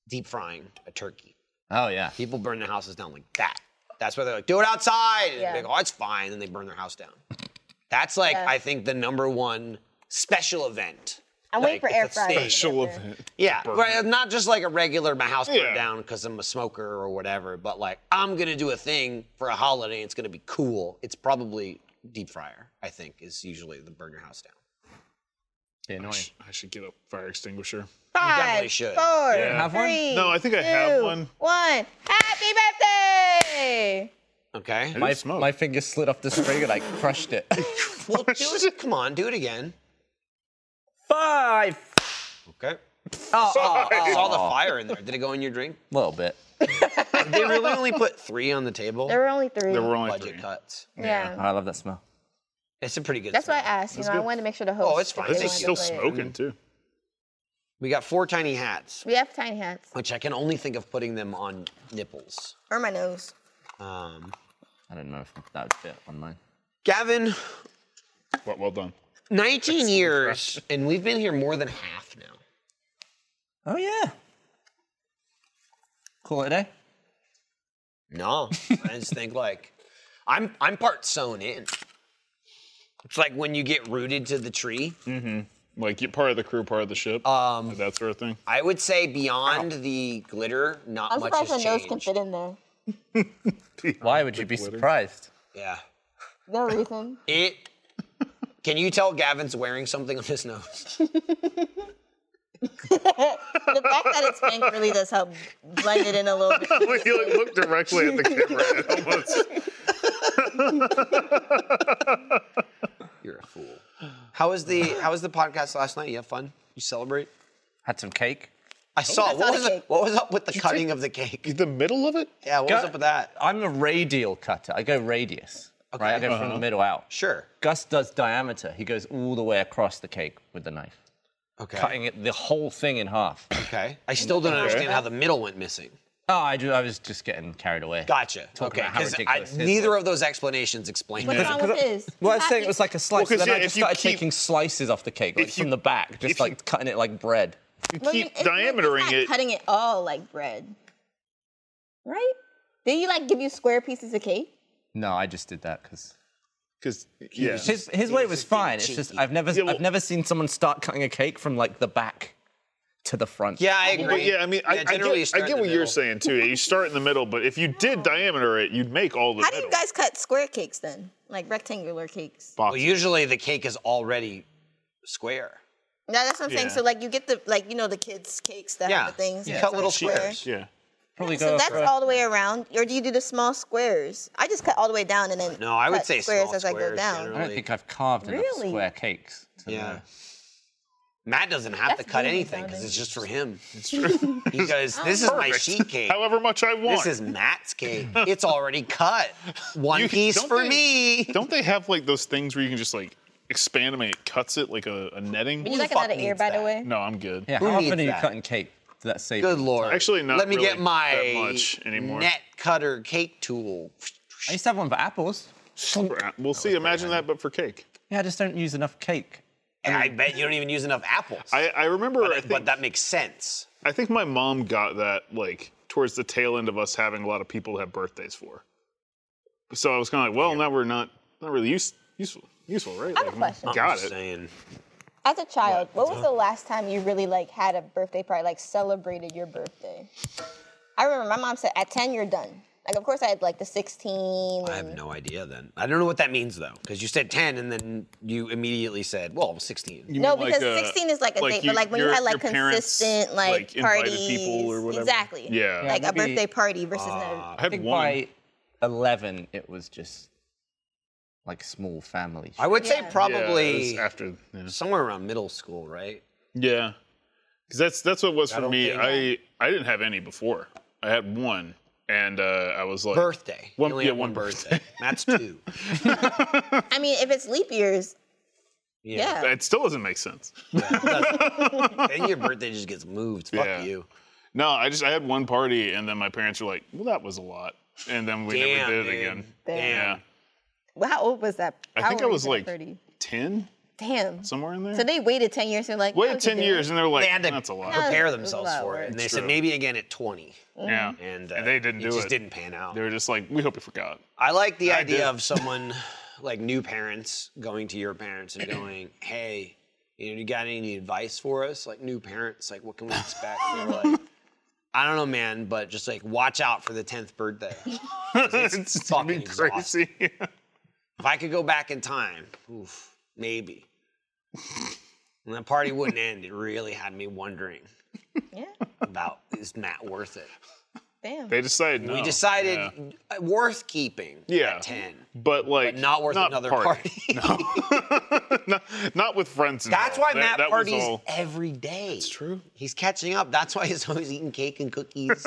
S4: deep frying a turkey.
S2: Oh yeah.
S4: People burn their houses down like that. That's why they're like, do it outside. And
S5: Yeah.
S4: they go, oh, it's fine. And they burn their house down. That's like,
S5: Yeah.
S4: I think, the number one special event.
S5: I'm waiting
S4: like,
S5: for air
S4: it's a
S5: fryers.
S4: stage.
S3: Special event.
S4: Yeah, right. Not just like a regular, my house burned
S3: Yeah.
S4: down because I'm a smoker or whatever, but like, I'm going to do a thing for a holiday and it's going to be cool. It's probably deep fryer, I think, is usually the burn your house down.
S2: Be annoying.
S3: I should get a fire extinguisher.
S5: Five,
S4: definitely should.
S5: four,
S3: Yeah.
S2: Have one?
S5: three,
S3: No, I think I have
S5: two,
S3: one.
S5: One. Happy birthday!
S4: Okay.
S2: My,
S3: Ooh, smoke.
S2: my finger slid off the spring and I crushed it.
S4: Well, do it. Come on, do it again.
S2: Five.
S4: Okay.
S2: Oh, oh,
S4: I saw the
S2: oh.
S4: fire in there. Did it go in your drink?
S2: A little bit.
S4: They really only put three on the table.
S5: There were only three.
S3: There were only
S4: budget
S3: three.
S4: cuts.
S5: yeah.
S2: Oh, I love that smell.
S4: It's a pretty good.
S5: That's why I
S4: smell.
S5: asked. You know, I wanted to make sure the host.
S4: Oh, it's fine.
S5: if
S3: This
S5: they
S3: is
S4: It's
S5: wanted
S3: still
S5: to play it.
S3: smoking too.
S4: we got four tiny hats,
S5: We have tiny hats
S4: which I can only think of putting them on nipples.
S5: or my nose.
S4: Um,
S2: I don't know if that would fit on mine.
S4: Gavin,
S3: Well, well done.
S4: 19 years, and we've been here more than half now.
S2: Oh yeah. Call it a day.
S4: No, I just think like I'm I'm part sewn in. It's like when you get rooted to the tree.
S3: Like you're part of the crew, part of the ship. Um, that sort of thing.
S4: I would say beyond the glitter, not
S5: I'm
S4: much
S5: surprised
S4: has
S5: her nose can
S4: changed.
S5: fit in there.
S2: Why would you be surprised?
S4: Yeah,
S5: No reason.
S4: it. Can you tell Gavin's wearing something on his nose?
S5: The fact that it's pink really does help blend it in a little bit.
S3: when you like, look directly at the camera, it almost.
S4: You're a fool. How was the How was the podcast last night? You have fun? You celebrate?
S2: Had some cake.
S4: I saw.
S5: saw
S4: what
S5: the
S4: was it,
S5: cake.
S4: What was up with the cutting of the cake?
S3: The middle of it?
S4: Yeah, what was
S2: Gu-
S4: up with that?
S2: I'm a radial cutter. I go radius. Right? I go from the middle out.
S4: Sure.
S2: Gus does diameter. He goes all the way across the cake with the knife,
S4: Okay.
S2: cutting it the whole thing in half. oh,
S4: Okay. I still don't understand how the middle went missing.
S2: I, do, I was just getting carried away.
S4: Gotcha.
S2: Talking
S4: okay.
S2: about how ridiculous his
S4: neither
S2: was.
S4: of those explanations explain
S5: What's
S4: it.
S5: wrong with his?
S2: Well, I was saying it was like a slice.
S3: Well, 'cause
S2: then
S3: yeah,
S2: I just
S3: if you
S2: started
S3: keep-
S2: taking slices off the cake, like
S3: if
S2: from
S3: you-
S2: the back,
S3: if
S2: just
S3: you-
S2: like cutting it like bread.
S5: Well, you-
S3: Keep
S5: it's- it's
S3: diametering
S5: not
S3: it.
S5: Cutting it all like bread, right? Did you like give you square pieces of cake?
S2: No, I just did that because
S3: Because yeah,
S2: his, his way was fine. It's just
S4: cheeky.
S2: I've never
S3: well-
S2: I've never seen someone start cutting a cake from like the back to the front.
S4: Yeah, I agree.
S3: but yeah, I mean, I, I
S4: generally you
S3: get, I
S4: start in
S3: get
S4: the
S3: what you're
S4: middle.
S3: saying too. You start in the middle, but if you did diameter it, you'd make all the.
S5: How do you
S3: middle.
S5: guys cut square cakes then? Like rectangular cakes?
S4: Well, usually the cake is already square.
S5: No, that's what I'm saying.
S3: Yeah.
S5: So like you get the like you know the kids cakes that
S4: Yeah.
S5: have the things.
S4: You
S5: that's,
S4: cut
S5: like,
S4: little
S5: square.
S4: squares.
S3: Yeah.
S2: probably
S5: So
S2: go
S5: that's
S2: for a-
S5: all the way around, or do you do the small squares? I just cut all the way down and then
S4: No, I would
S5: cut
S4: say
S5: squares
S4: small
S5: as I go
S4: squares
S5: down.
S2: I don't
S4: Really?
S2: think I've carved enough
S5: Really?
S2: square cakes. To
S4: Yeah.
S2: know.
S4: Matt doesn't have
S5: That's
S4: to cut
S5: really
S4: anything because
S5: exciting.
S4: it's just for him. he goes,
S5: Oh,
S4: "This is my
S3: Perfect.
S4: sheet cake.
S3: However much I want.
S4: This is Matt's cake. It's already cut. One
S3: You-
S4: piece
S3: don't
S4: for
S3: they-
S4: me."
S3: Don't they have like those things where you can just like expand them and it cuts it like a, a netting?
S5: Would you
S4: the
S5: like another
S4: fuck
S5: ear,
S4: needs
S5: by the
S4: that?
S5: way?
S3: No, I'm good.
S2: Yeah,
S4: Who
S2: how
S4: needs
S2: often are you
S4: that?
S2: cutting cake for that saving?
S4: Good lord.
S3: Actually, not
S4: Let me
S3: really
S4: get my
S3: that much anymore.
S4: net cutter cake tool.
S2: I used to have one for apples.
S3: Crap. uh, We'll see. Imagine that, but for cake.
S2: Yeah, I just don't use enough cake.
S4: I bet you don't even use enough apples.
S3: I, I remember.
S4: but,
S3: I,
S4: but
S3: think,
S4: that makes sense.
S3: I think my mom got that like towards the tail end of us having a lot of people have birthdays for. So I was kind of like, well, now we're not not really use, useful useful, right?
S5: have a
S3: Like,
S5: question.
S3: Got
S4: Just
S3: it.
S4: saying.
S5: As a child, what was the last time you really like had a birthday party, like celebrated your birthday? I remember my mom said, "At ten, you're done." Like, of course, I had like the 16.
S4: I have
S5: and-
S4: no idea then. I don't know what that means though, because you said 10 and then you immediately said, well, 16.
S3: You
S5: No,
S3: mean
S5: because
S3: uh,
S5: 16 is like a date, but like when you
S3: your-
S5: had, like,
S3: your parents,
S5: consistent, like,
S3: invited
S5: parties.
S3: people or whatever.
S5: Exactly.
S3: Yeah. Ah.
S5: like a
S2: maybe-
S5: birthday party versus
S3: I
S5: no.
S2: I
S3: had
S2: think
S3: one.
S2: by 11, it was just like small family.
S4: I would say
S5: Yeah.
S3: Yeah, it was
S4: probably
S3: after. Yeah.
S4: somewhere around middle school, right?
S3: Yeah, because that's that's what it was for
S4: don't
S3: me.
S4: think-
S3: I I didn't have any before. I had one, and uh, I was like,
S4: Birthday. You
S3: One-
S4: only
S3: yeah,
S4: have
S3: one
S4: birthday. That's two.
S5: I mean, if it's leap years, yeah.
S3: It still doesn't make sense.
S4: and your birthday just gets moved. Fuck
S3: Yeah.
S4: you.
S3: No, I just I had one party, and then my parents were like, "Well, that was a lot," and then we
S4: Damn,
S3: never did it
S4: dude.
S3: again.
S4: Damn.
S3: Yeah,
S5: Well, how old was that?
S3: I
S5: How
S3: think I
S5: old
S3: was
S5: you at
S3: like
S5: 30?
S3: ten
S5: damn.
S3: somewhere in there.
S5: So they waited 10 years. They're like, "Oh,
S3: Waited
S5: it's a
S3: ten
S5: deal."
S3: years, and they're like,
S4: They had to
S3: "That's a lot."
S5: Yeah.
S4: prepare
S5: it was a
S4: themselves
S5: lot
S4: for it. And
S5: worse.
S4: they said maybe again at 20.
S3: Yeah,
S4: And, uh,
S3: they didn't do
S4: just
S3: it.
S4: didn't pan out.
S3: They were just like, "We hope you forgot."
S4: I like the
S3: I
S4: idea
S3: did.
S4: of someone like new parents going to your parents and going, "Hey, you know, you got any advice for us? Like new parents, like what can we expect?" And they were like, "I don't know, man, but just like watch out for the tenth birthday.
S3: it's gonna be
S4: fucking exhausting.
S3: crazy.
S4: If I could go back in time, oof, maybe." And that party wouldn't end. It really had me wondering
S5: Yeah.
S4: about is Matt worth it?
S5: Damn.
S3: they decided no.
S4: We decided
S3: Oh, Yeah.
S4: uh, worth keeping
S3: Yeah.
S4: at ten,
S3: But like,
S4: but not worth another
S3: party.
S4: party.
S3: not, not with friends.
S4: That's why
S3: involved.
S4: Matt
S3: that, that was
S4: parties
S3: all-
S4: every day. It's
S3: true.
S4: He's catching up. That's why he's always eating cake and cookies.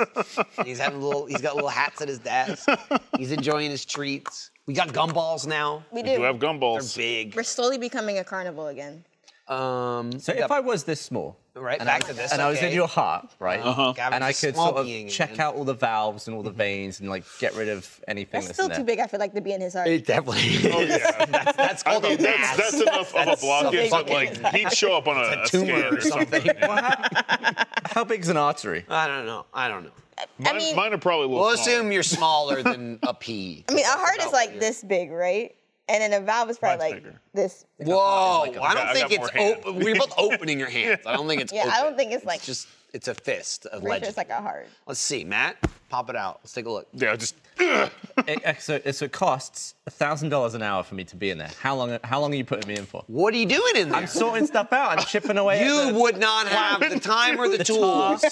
S4: And he's having little. He's got little hats at his desk. He's enjoying his treats. We got gumballs now.
S3: We
S5: We
S3: do have
S5: do.
S4: They're
S3: gumballs.
S4: big.
S5: We're slowly becoming a carnival again.
S4: Um,
S2: So if I was this small,
S4: Right,
S2: and,
S4: back
S2: I,
S4: to this,
S2: and I was in
S4: okay.
S2: your heart, right,
S4: Gavin's
S2: and I
S4: a
S2: could
S4: small
S2: sort of
S4: being
S2: check
S4: again.
S2: out all the valves and all the veins and like get rid of anything
S5: That's
S2: that's,
S5: still
S2: in
S5: too
S2: there.
S5: big, I feel like, to be in his heart.
S4: It definitely.
S3: Oh, yeah.
S4: that's, that's
S3: I
S4: called
S3: mean,
S4: a
S3: that's,
S4: mass.
S3: that's enough of a
S4: That's
S3: blockage that
S4: something.
S3: like he'd show up on a,
S4: a
S3: a
S4: tumor
S3: scan
S4: or something.
S2: How big's an artery?
S4: I don't know. I don't know.
S3: Mine,
S5: mean-
S3: mine are probably a little
S4: We'll
S3: smaller.
S4: assume you're smaller than a pea.
S5: I mean, a heart is like this big, right? And then a valve is probably
S3: Mine's
S5: like
S3: bigger.
S5: this.
S4: Whoa! I I don't
S3: I
S4: think
S3: got more
S4: it's
S3: hand.
S4: open. We're both opening your hands. I don't think it's
S5: Yeah,
S4: open.
S5: I don't think it's like-
S4: just It's a fist of
S5: Pretty sure
S4: legend.
S5: it's like a heart.
S4: Let's see, Matt, pop it out. Let's take a look.
S3: Yeah, just
S2: It, it- so, so it costs thousand dollars an hour for me to be in there. How long? How long are you putting me in for?
S4: What are you doing in there?
S2: I'm sorting stuff out. I'm chipping away. at
S4: you
S2: the-
S4: would not have the time or the, tools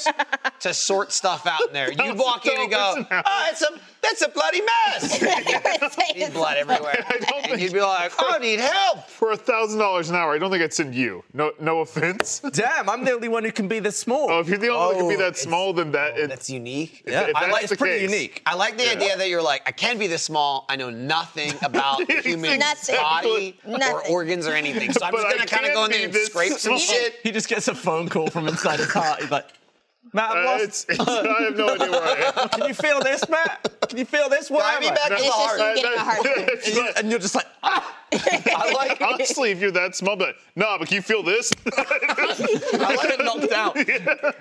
S4: to sort stuff out in there. You'd walk in and go,
S3: $1,000 an hour.
S4: "Oh, it's a that's a bloody mess." There's blood everywhere, and you'd be like, "Oh, "I need help."
S3: for a thousand dollars an hour. I don't think I'd send you. No, no offense.
S2: Damn, I'm the only one who can be this small.
S3: Oh, if you're the only one who can be
S4: Oh,
S3: that small, then that it,
S4: That's unique.
S2: yeah,
S3: if
S2: I
S3: that's
S2: like, it's
S3: the
S2: pretty
S3: case-
S2: unique.
S4: I like the idea that you're like, I can be this small. I know nothing about the human
S5: Nothing.
S4: body or
S5: Nothing.
S4: organs or anything. So I'm
S3: But
S4: just
S3: I
S4: gonna kind
S3: can
S4: of go in
S3: be
S4: there and
S3: this
S4: scrape some
S3: small.
S4: shit.
S2: He just gets a phone call from inside his heart. He's like, Matt,
S3: uh,
S2: I've lost.
S3: it's, it's, I have no idea where I am.
S2: Can you feel this, Matt? Can you feel this? Where
S4: Drive
S2: am
S4: me
S2: I?"
S4: back
S3: No.
S4: to the
S5: It's just you
S4: heart.
S5: getting a heart.
S2: And you- And you're just like, ah!
S4: I like,
S3: Honestly, if you're that small, but nah, but can you feel this?
S4: I like,
S2: knocked out.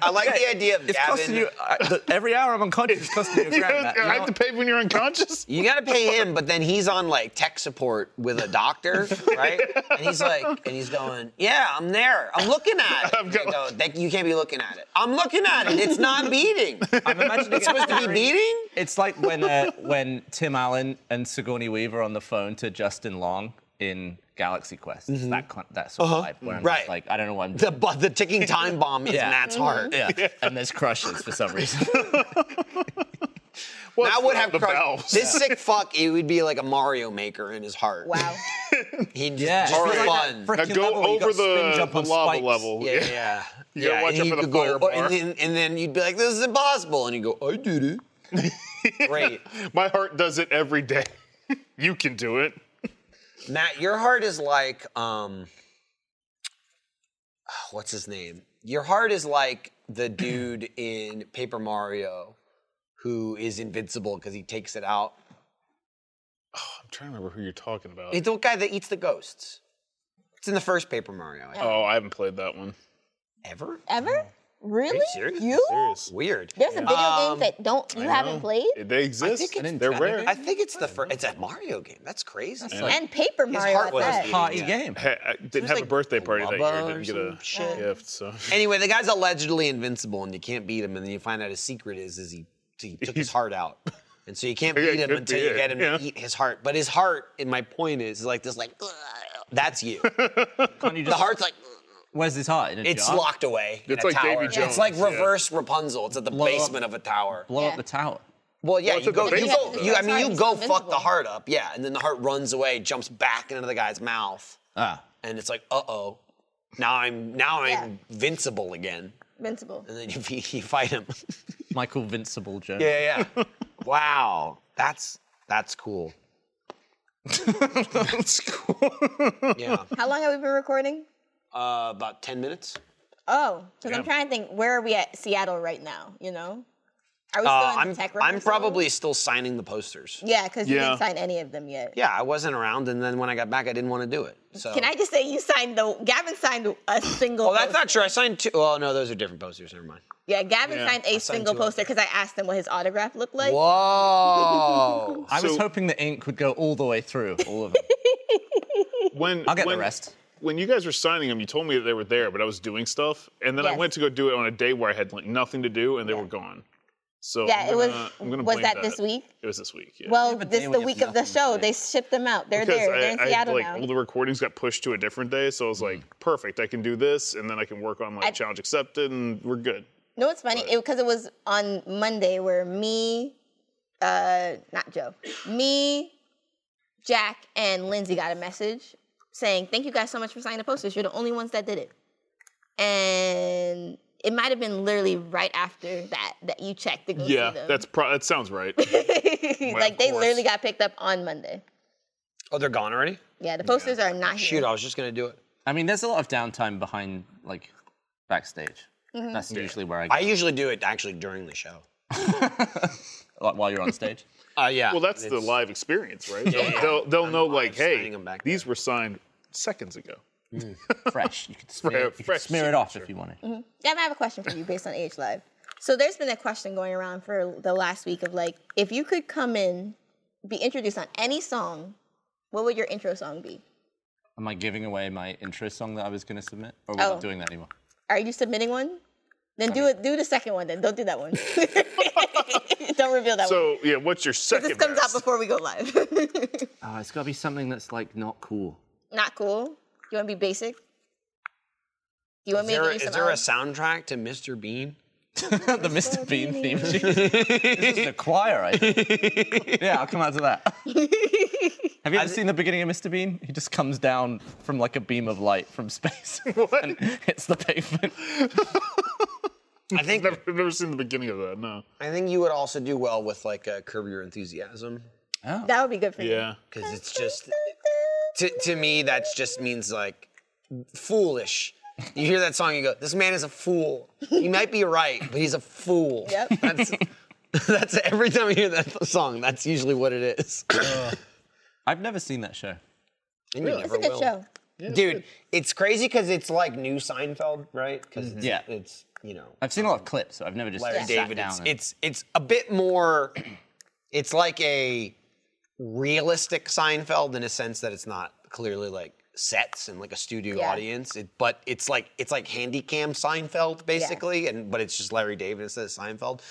S4: I like the idea of
S2: It's costing
S4: Gavin.
S2: you, I, the, every hour I'm unconscious, it's costing you a
S3: You
S2: grand,
S3: know,
S2: Matt. You
S3: I
S2: know?
S3: have to pay when you're unconscious.
S4: You gotta pay him, but then he's on like tech support with a doctor, right? And he's like, and he's going, yeah, I'm there. I'm looking at it.
S3: I've got-
S4: They go, "That- you can't be looking at it. I'm looking at it. It's not beating.
S2: I'm imagining
S4: It's supposed to be beating?
S2: It's like when uh, when Tim Allen and Sigourney Weaver are on the phone to Justin Long in Galaxy Quest. It's that con- that sort of vibe where I'm
S4: Mm-hmm. Uh-huh. Right.
S2: just like, I don't know what I'm
S4: The,
S2: doing.
S4: bu- the ticking time bomb is
S2: Yeah.
S4: Matt's heart.
S2: Mm-hmm. yeah. and there's crushes for some reason.
S3: Well,
S4: Matt
S3: it's
S4: would
S3: not
S4: have
S3: the
S4: crushed-
S3: valves.
S4: This sick fuck, it would be like a Mario Maker in his heart.
S5: Wow.
S4: He'd just,
S2: Yeah,
S4: just
S2: All
S4: for
S2: right.
S4: fun.
S2: Frick-
S3: now
S2: freaking
S3: go
S2: level where you
S3: over
S2: got spin
S3: the,
S2: jump
S3: the
S2: on
S3: lava
S2: spikes.
S3: level.
S4: Yeah, yeah, yeah.
S3: You gotta
S4: Yeah,
S3: watch
S4: and
S3: out
S4: he
S3: for the
S4: could go,
S3: fire
S4: "Oh,"
S3: bar.
S4: And then, and then you'd be like, this is impossible. And you go, I did it. Great.
S3: My heart does it every day. you can do it.
S4: Matt, your heart is like um what's his name? Your heart is like the dude in Paper Mario who is invincible because he takes it out.
S3: I'm trying to remember who you're talking about.
S4: It's the guy that eats the ghosts. It's in the first Paper Mario. I-
S3: oh, I haven't played that one.
S4: Ever?
S5: Ever? Really?
S4: serious?
S5: You?
S3: Serious.
S4: Weird.
S5: There's some video games that don't you haven't played?
S3: They exist.
S2: it's-
S3: They're
S2: I
S3: rare.
S2: think
S4: I think it's the first. It's a Mario game. That's crazy.
S5: and Paper Mario
S4: heart
S5: at
S4: was
S5: that.
S4: beating.
S2: Party
S4: Yeah.
S2: game.
S3: Hey, I didn't have
S4: like
S3: a birthday party that year.
S4: guava
S3: Didn't get
S4: or
S3: a
S4: some shit.
S3: gift, so
S4: Anyway, the guy's allegedly invincible, and you can't beat him. And then you find out his secret is is he, he took his heart out, and so you can't
S3: Yeah,
S4: beat him
S3: could
S4: until
S3: be
S4: you
S3: it,
S4: get him
S3: yeah.
S4: to eat his heart. But his heart, and my point is, is like this, like that's you.
S2: Can't you
S4: The
S2: just,
S4: heart's like
S2: where's his heart? In a
S4: it's
S2: jar?
S4: locked away. in
S3: It's
S4: a
S3: like
S4: tower.
S3: Davy Jones,
S4: It's like
S3: yeah.
S4: reverse Rapunzel. It's at the
S2: Blow up-
S4: basement of a tower.
S2: Blow up
S5: Yeah.
S2: the tower.
S4: Well, yeah,
S3: it's
S4: you
S3: at the
S4: go, you
S3: basement
S4: go,
S3: of the
S4: you, I
S5: tower.
S4: mean, you
S5: It's
S4: go
S5: invincible.
S4: fuck the heart up, yeah, and then the heart runs away, jumps back into the guy's mouth,
S2: Ah.
S4: and it's like, uh oh, now I'm now I'm
S5: Yeah.
S4: invincible again,
S5: Invincible.
S4: and then you, you fight him.
S2: Michael Vincible Jones.
S4: Yeah, yeah. wow, that's that's cool.
S3: that's cool.
S4: Yeah,
S5: How long have we been recording?
S4: uh, about ten minutes.
S5: Oh, because
S3: Yeah.
S5: I'm trying to think, where are we at Seattle right now? You know, are we still
S4: Uh,
S5: in
S4: I'm
S5: tech
S4: I'm
S5: rehearsal?
S4: probably still signing the posters.
S5: yeah, because you
S3: Yeah.
S5: didn't sign any of them yet.
S4: Yeah, I wasn't around, and then when I got back, I didn't want to do it. So
S5: Can I just say you signed the Gavin signed a single.
S4: Oh, that's
S5: poster.
S4: not true. I signed two. Oh no, those are different posters. Never mind.
S5: Yeah, Gavin
S3: Yeah,
S5: signed a single
S4: two of
S5: poster because I asked him what his autograph looked like.
S4: Whoa.
S2: I was
S3: So-
S2: hoping the ink would go all the way through, all of them.
S3: When
S2: I'll get the
S3: when-
S2: rest.
S3: When you guys were signing them, you told me that they were there, but I was doing stuff, and then I
S5: Yes.
S3: went to go do it on a day where I had like nothing to do, and they were gone. So
S5: Yeah,
S3: I'm
S5: it was-
S3: gonna- I'm gonna
S5: was
S3: blame
S5: that this week?
S3: It was this week. Yeah.
S5: Well,
S2: but
S5: this
S2: they
S5: the
S2: would
S5: week
S2: have
S5: of the
S2: nothing
S5: show.
S2: to
S5: They shipped them out. They're
S3: because
S5: there. They're in
S3: I, I,
S5: Seattle
S3: like
S5: now.
S3: all the recordings got pushed to a different day, so I was
S2: Mm-hmm.
S3: like, perfect. I can do this, and then I can work on like
S5: I-
S3: challenge accepted, and we're good.
S5: No, it's funny because it, was on Monday where me, uh, not Joe, me, Jack, and Lindsay got a message saying, "Thank you guys so much for signing the posters. You're the only ones that did it." And it might have been literally right after that that you checked to go
S3: Yeah,
S5: see them.
S3: that's pro- that sounds right.
S5: like they
S3: course.
S5: literally got picked up on Monday.
S4: Oh, they're gone already.
S5: Yeah, the posters are not here.
S4: Shoot, I was just gonna do it.
S2: I mean, there's a lot of downtime behind, like, backstage. That's usually where I
S4: I
S2: get,
S4: usually do it actually during the show.
S2: like, while you're on stage.
S4: Uh, yeah.
S3: well, that's the live experience, right? They'll-
S4: yeah.
S3: They'll they'll know like, hey,
S4: signing 'em back
S3: these
S4: there.
S3: were signed seconds ago.
S2: Fresh. You could smear, you could
S3: fresh
S2: smear it off if you wanted.
S5: Gavin, I have a question for you based on Age Live. So there's been a question going around for the last week of like, if you could come in, be introduced on any song, what would your intro song be?
S2: Am I giving away my intro song that I was going to submit? Or are we
S5: Oh.
S2: not doing that anymore?
S5: Are you submitting one? Then do it. Do the second one. Then don't do that one. don't reveal that one.
S3: So yeah, what's your second?
S5: Oh. This comes out
S3: best?
S5: before we go live.
S2: Oh, it's got to be something that's like not cool.
S5: Not cool. You want to be basic? You want
S4: Is
S5: me to
S4: there,
S5: give you some?
S4: is there a
S5: hours?
S4: soundtrack to Mr. Bean?
S2: the Mr. Bean theme. tune. this is the choir, I think. Yeah, I'll come out to that. Have you ever seen the beginning of Mr. Bean? He just comes down from like a beam of light from space and hits the pavement.
S4: I think
S3: Never, I've never seen the beginning of that. No.
S4: I think you would also do well with like uh, Curb Your Enthusiasm
S5: that would be good for you.
S3: Yeah.
S4: because it's just to, to me that just means like foolish. You hear that song, you go, "This man is a fool. He might be right, but he's a fool."
S5: Yep.
S4: That's that's every time I hear that song. That's usually what it is.
S2: I've never seen that show.
S4: And you
S5: It's
S4: never
S5: a good
S4: will.
S5: show.
S4: Dude, it's crazy because it's like new Seinfeld, right? Because it's,
S2: Yeah.
S4: it's you know
S2: I've seen a lot of clips, so I've never just
S4: Larry
S2: sat
S4: David.
S2: down.
S4: It's,
S2: and-
S4: it's it's a bit more. It's like a realistic Seinfeld in a sense that it's not clearly like sets and like a studio
S5: Yeah.
S4: audience, it, but it's like it's like handycam Seinfeld basically, and but it's just Larry David instead of Seinfeld.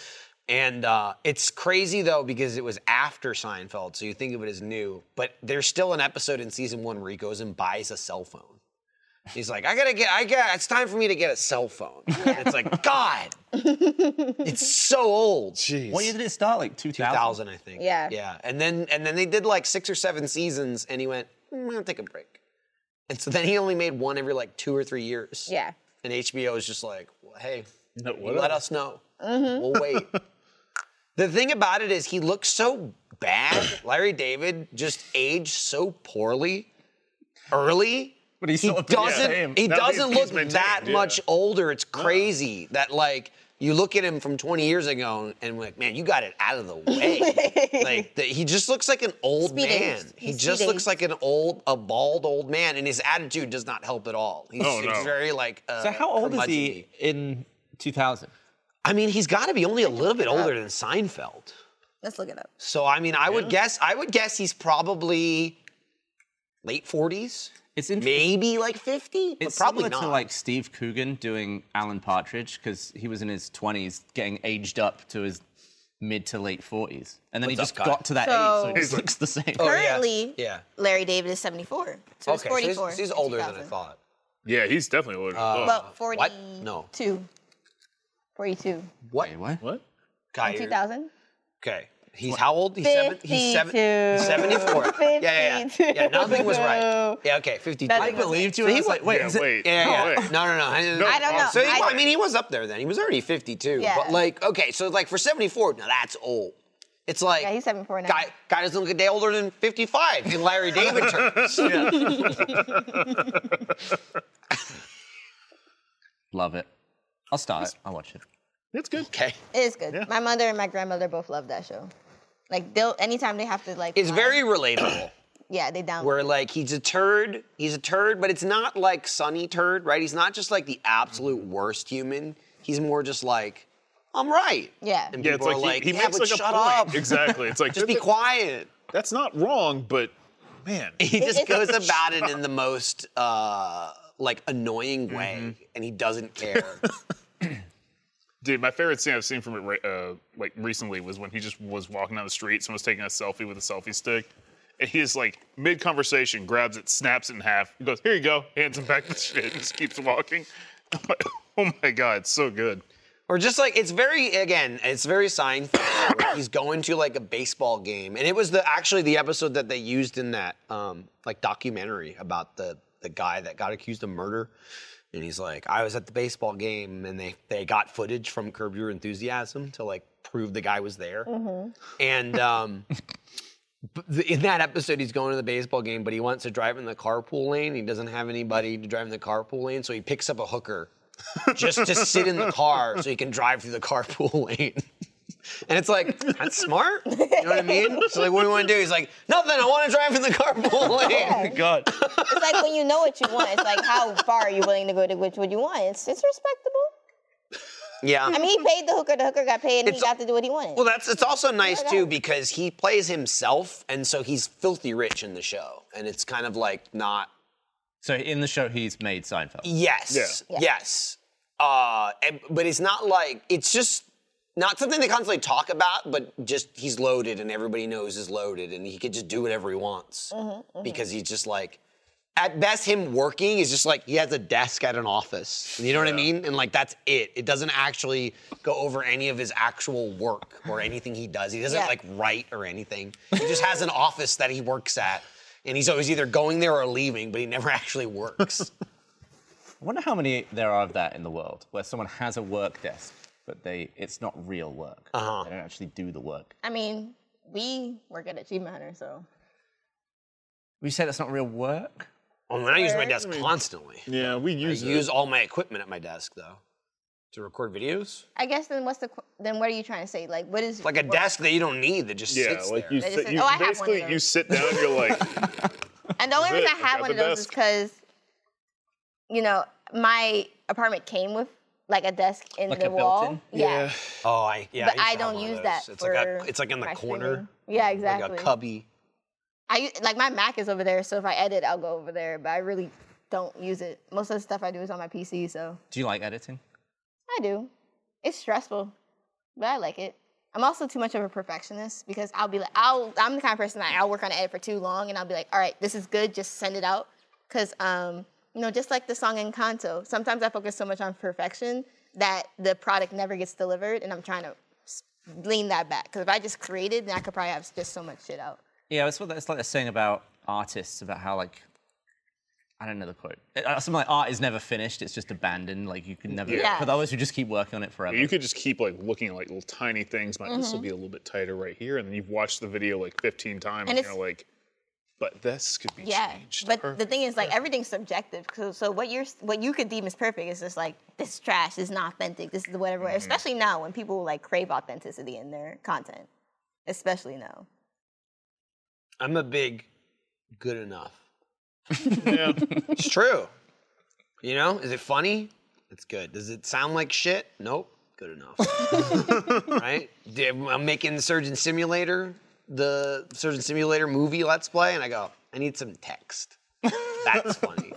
S4: And uh, it's crazy though because it was after Seinfeld, so you think of it as new, but there's still an episode in season one where he goes and buys a cell phone. He's like, I gotta get, I got, it's time for me to get a cell phone. And it's like, God, it's so old. Jeez.
S2: What year did it start? Like 2000?
S4: 2000, I think.
S5: Yeah.
S4: Yeah. And then, and then they did like six or seven seasons and he went, "Mm, I'll take a break. And so then he only made one every like two or three years.
S5: Yeah.
S4: And HBO is just like, well, hey, let us know.
S5: Mm-hmm.
S4: We'll wait. the thing about it is he looks so bad. Larry David just aged so poorly early.
S2: But he's
S4: He
S2: sort of been the same.
S4: doesn't. He
S3: Now he's-
S4: doesn't
S3: he's
S4: look
S3: maintained,
S4: that
S3: yeah.
S4: much older. It's crazy that like you look at him from 20 years ago and we're like, man, you got it out of the way. like the, he just looks like an old
S5: Speed
S4: man.
S5: aged.
S4: He
S5: He's
S4: just
S5: speed
S4: looks
S5: aged.
S4: like an old, a bald old man, and his attitude does not help at all. He's,
S3: Oh,
S4: he's
S3: no.
S4: very like. Uh,
S2: so how old is
S4: curmudgeonly.
S2: he in 2000?
S4: I mean, he's got to be only a little bit older than Seinfeld.
S5: Let's look it up.
S4: So I mean, I would guess. I would guess he's probably late 40s,
S2: It's interesting.
S4: maybe like 50, but
S2: It's
S4: probably
S2: probably
S4: not.
S2: to like Steve Coogan doing Alan Partridge because he was in his 20s, getting aged up to his mid to late 40s, and then he
S4: What's
S2: just
S4: up,
S2: got to that age, so
S5: So-
S2: he just looks the same.
S4: Oh, yeah.
S5: Currently,
S4: Yeah.
S5: Larry David is 74. So he's
S4: okay, so he's-
S5: 44.
S4: he's,
S5: in
S4: older than I
S5: 2000.
S4: thought.
S3: Yeah, he's definitely older.
S4: Uh,
S3: Oh.
S5: Well,
S4: What?
S5: 42.
S4: No.
S5: 42.
S4: What?
S2: Wait, what?
S3: what?
S4: Guy, you're-
S5: 2000?
S4: Okay. He's how old? He's seven. He's seven. He's 74. Yeah, yeah, yeah. Yeah, nothing was right. Yeah, okay, 52.
S5: Nothing I was believed
S2: Believed you? I was like, wait,
S3: Yeah,
S2: is it-
S3: wait.
S4: Yeah,
S3: no,
S4: yeah.
S3: wait.
S4: No, no, no.
S5: I don't know.
S4: So he,
S5: I-
S4: I mean, he was up there then. He was already 52.
S5: Yeah.
S4: But like, okay, so like for 74, now that's old. It's like
S5: Yeah, he's 74 now.
S4: guy guy doesn't look a day older than 55 in Larry David terms.
S2: Love it. I'll start it. I'll watch it.
S3: That's good.
S4: Okay.
S5: It is good. My mother and my grandmother both love that show. Like they'll anytime they have to like
S4: It's
S5: find-
S4: very relatable.
S5: yeah they down
S4: where like he's a turd, he's a turd, but it's not like Sunny turd, right? He's not just like the
S3: Mm-hmm.
S4: absolute worst human. He's more just like, I'm right.
S5: yeah
S4: And
S3: Yeah, it's
S4: people
S3: like
S4: are
S3: he,
S4: like,
S3: he
S4: yeah,
S3: makes
S4: but
S3: like a
S4: shut
S3: point.
S4: up.
S3: Exactly. It's like
S4: Just be
S3: that-
S4: quiet.
S3: That's not wrong, but man,
S4: He just
S5: it's-
S4: goes about it in the most uh, like annoying way,
S3: Mm-hmm.
S4: and he doesn't care.
S3: dude, my favorite scene I've seen from it re- uh, like recently was when he just was walking down the street. Someone was taking a selfie with a selfie stick. And he just like mid conversation grabs it, snaps it in half, goes, Here you go, hands him back the shit, and just keeps walking. I'm like, oh my God, it's so good.
S4: Or just like it's very again, it's very Seinfeld. where he's going to like a baseball game, and it was the actually the episode that they used in that um, like documentary about the the guy that got accused of murder, and he's like, I was at the baseball game, and they they got footage from Curb Your Enthusiasm to like prove the guy was there, and. Um, b- In that episode, he's going to the baseball game, but he wants to drive in the carpool lane. He doesn't have anybody to drive in the carpool lane, so he picks up a hooker just to sit in the car so you can drive through the carpool lane. And it's like, that's smart. You know what I mean? So like, what do you want to do? He's like, nothing. I want to drive in the carpool lane.
S2: God.
S5: it's like when you know what you want it's like how far are you willing to go to which would you want it's it's respectable
S4: Yeah.
S5: I mean he paid the hooker the hooker got paid and
S4: Mm-hmm. It's-
S5: he got to do what he wanted
S4: well, that's it's also nice
S5: Yeah,
S4: too
S5: that-
S4: because he plays himself, and so he's filthy rich in the show, and it's kind of like not
S2: So in the show, he's made Seinfeld.
S4: yes,
S5: Yeah.
S4: yes. Uh, and- but it's not like it's just not something they constantly talk about. But just he's loaded, and everybody knows he's loaded, and he can just do whatever he wants
S5: Mm-hmm,
S4: because he's just like. At best, him working is just like he has a desk at an office. You know what I mean? And like that's it. It doesn't actually go over any of his actual work or anything he does. He doesn't
S5: Yeah.
S4: like write or anything. He just has an office that he works at, and he's always either going there or leaving, but he never actually works.
S2: I wonder how many there are of that in the world, where someone has a work desk, but they it's not real work.
S4: Uh-huh.
S2: They don't actually do the work.
S5: I mean, we work at Achievement Hunter, so
S2: We say that's not real work.
S4: Oh, man, I use my desk constantly.
S3: Yeah, we
S4: I
S3: use it.
S4: use all my equipment at my desk though to record videos.
S5: I guess then what's the qu- then what are you trying to say? Like what is
S4: Like a
S5: work?
S4: desk that you don't need that just
S3: Yeah,
S4: sits
S3: like
S4: there.
S3: you,
S5: They just
S3: sit,
S5: said,
S3: you
S5: "Oh, I have one of
S3: basically you
S5: those."
S3: sit down and you're like,
S5: And the only
S3: That's
S5: reason
S3: it.
S5: I had
S3: Got
S5: one of
S3: the
S5: those is
S3: desk.
S5: because, you know, my apartment came with like a desk in
S2: Like
S5: the
S2: a
S5: wall.
S2: built-in?
S5: Yeah.
S4: oh, I yeah.
S5: But
S4: used to
S5: I
S4: have
S5: don't
S4: one of
S5: use
S4: those.
S5: that.
S4: It's like a,
S5: for
S4: it's like in the
S5: my
S4: corner,
S5: streaming. Yeah,
S4: like
S5: exactly.
S4: a cubby.
S5: I u- like my Mac is over there, so if I edit, I'll go over there. But I really don't use it. Most of the stuff I do is on my PC, so
S2: Do you like editing?
S5: I do. It's stressful, but I like it. I'm also too much of a perfectionist because I'll be like, I'll, I'm the kind of person that I'll work on an edit for too long and I'll be like, all right, this is good, just send it out. Because, um, you know, just like the song Encanto, sometimes I focus so much on perfection that the product never gets delivered and I'm trying to s- lean that back. Because if I just created, then I could probably have just so much shit out.
S2: Yeah, it's what it's like they're saying about artists about how like I don't know the quote. Uh, Something like art is never finished; it's just abandoned. Like you can never.
S5: Yeah.
S2: But others who just keep working on it forever.
S3: you could just keep like looking at like little tiny things. Like
S5: Mm-hmm.
S3: this will be a little bit tighter right here, and then you've watched the video like 15 times, and,
S5: And
S3: you're
S5: it's-
S3: like, but this could be
S5: Yeah,
S3: changed.
S5: but the
S3: Perfect.
S5: thing is, like everything's subjective. So, so what you're what you could deem as perfect is just like this is trash, this is not authentic, this is whatever. Especially now when people like crave authenticity in their content. Especially now.
S4: I'm a big good enough.
S3: yeah.
S4: It's true. You know, is it funny? It's good. Does it sound like shit? Nope. Good enough. right? Did- I'm making Surgeon Simulator, the Surgeon Simulator movie Let's Play, and I go, I need some text. That's funny.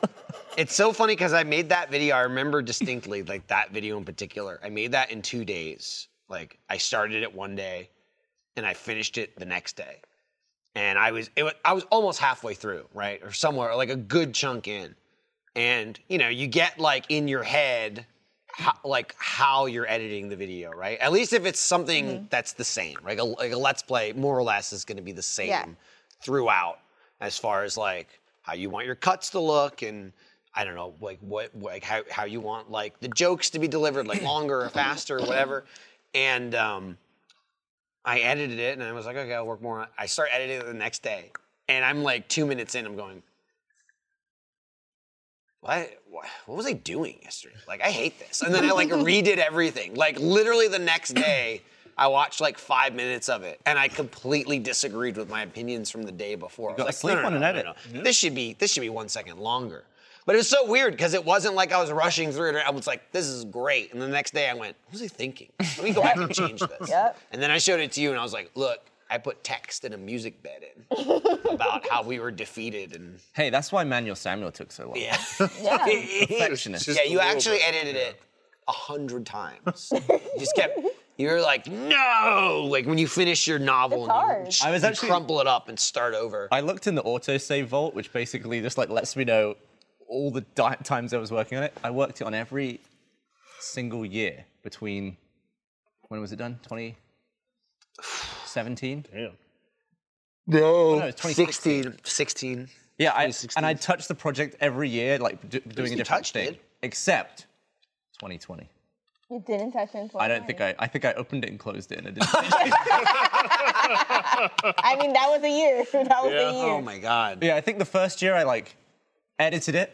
S4: It's so funny because I made that video. I remember distinctly, like that video in particular. I made that in two days. Like I started it one day, and I finished it the next day and I was, it was I was almost halfway through, right, or somewhere like a good chunk in, and you know you get like in your head, how, like how you're editing the video, right? At least if it's something that's the same, right? A, like a let's play, more or less, is going to be the same
S5: Yeah.
S4: throughout, as far as like how you want your cuts to look and. I don't know, like what, like how, how you want like the jokes to be delivered, like longer or faster or whatever. And um, I edited it and I was like, okay, I'll work more. on it. I start editing it the next day. And I'm like two minutes in, I'm going, what, what, what was I doing yesterday? Like, I hate this. And then I like redid everything. Like, literally the next day, I watched like five minutes of it and I completely disagreed with my opinions from the day before. I
S2: gotta
S4: was
S2: sleep
S4: like, no, no,
S2: on
S4: no,
S2: an
S4: no,
S2: edit.
S4: no, no. This should be this should be one second longer. But it was so weird because it wasn't like I was rushing through it. I was like, this is great. And the next day I went, what was I thinking? Let me go back and change this.
S5: Yep.
S4: And then I showed it to you and I was like, look, I put text and a music bed in about how we were defeated and
S2: hey, that's why Manuel Samuel took so long.
S4: yeah.
S5: Yeah.
S2: Perfectionist.
S4: Yeah, you
S3: a little
S4: actually
S3: bit,
S4: edited it a hundred times. you just kept. You were like, no! Like when you finish your novel,
S5: It's
S4: and you-
S5: hard.
S2: I was
S4: you
S2: actually-
S4: crumple it up and start over.
S2: I looked in the autosave vault, which basically just like lets me know all the di- times I was working on it. I worked it on every single year between when was it done? 2017.
S3: yeah.
S2: No, it was 2016.
S4: 16, 16.
S2: Yeah, I, and I touched the project every year, like d- doing a
S4: you
S2: different
S4: touched
S2: thing,
S4: it.
S2: except 2020.
S5: You didn't touch in
S2: I don't think I. I think I opened it and closed it, and I didn't.
S5: I mean, that was a year. That was
S3: Yeah.
S5: a year.
S4: Oh my god.
S2: yeah, I think the first year I like edited it,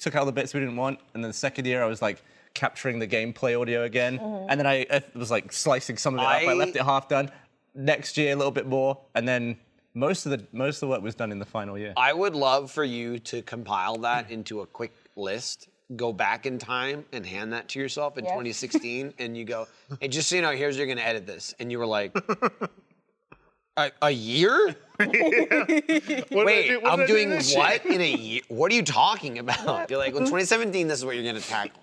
S2: took out the bits we didn't want, and then the second year I was like capturing the gameplay audio again, and then I, uh was like slicing some of it up.
S4: I-
S2: I left it half done. Next year a little bit more, and then most of the most of the work was done in the final year.
S4: I would love for you to compile that into a quick list. Go back in time and hand that to yourself in
S5: Yes.
S4: 2016, and you go, "Hey, just so you know, here's you're gonna edit this," and you were like, "A, a year?
S3: What did I
S4: Wait,
S3: do- what did
S4: I'm
S3: I do
S4: doing
S3: this year?
S4: what in a year? What are you talking about? You're like, well, 2017, this is what you're gonna tackle.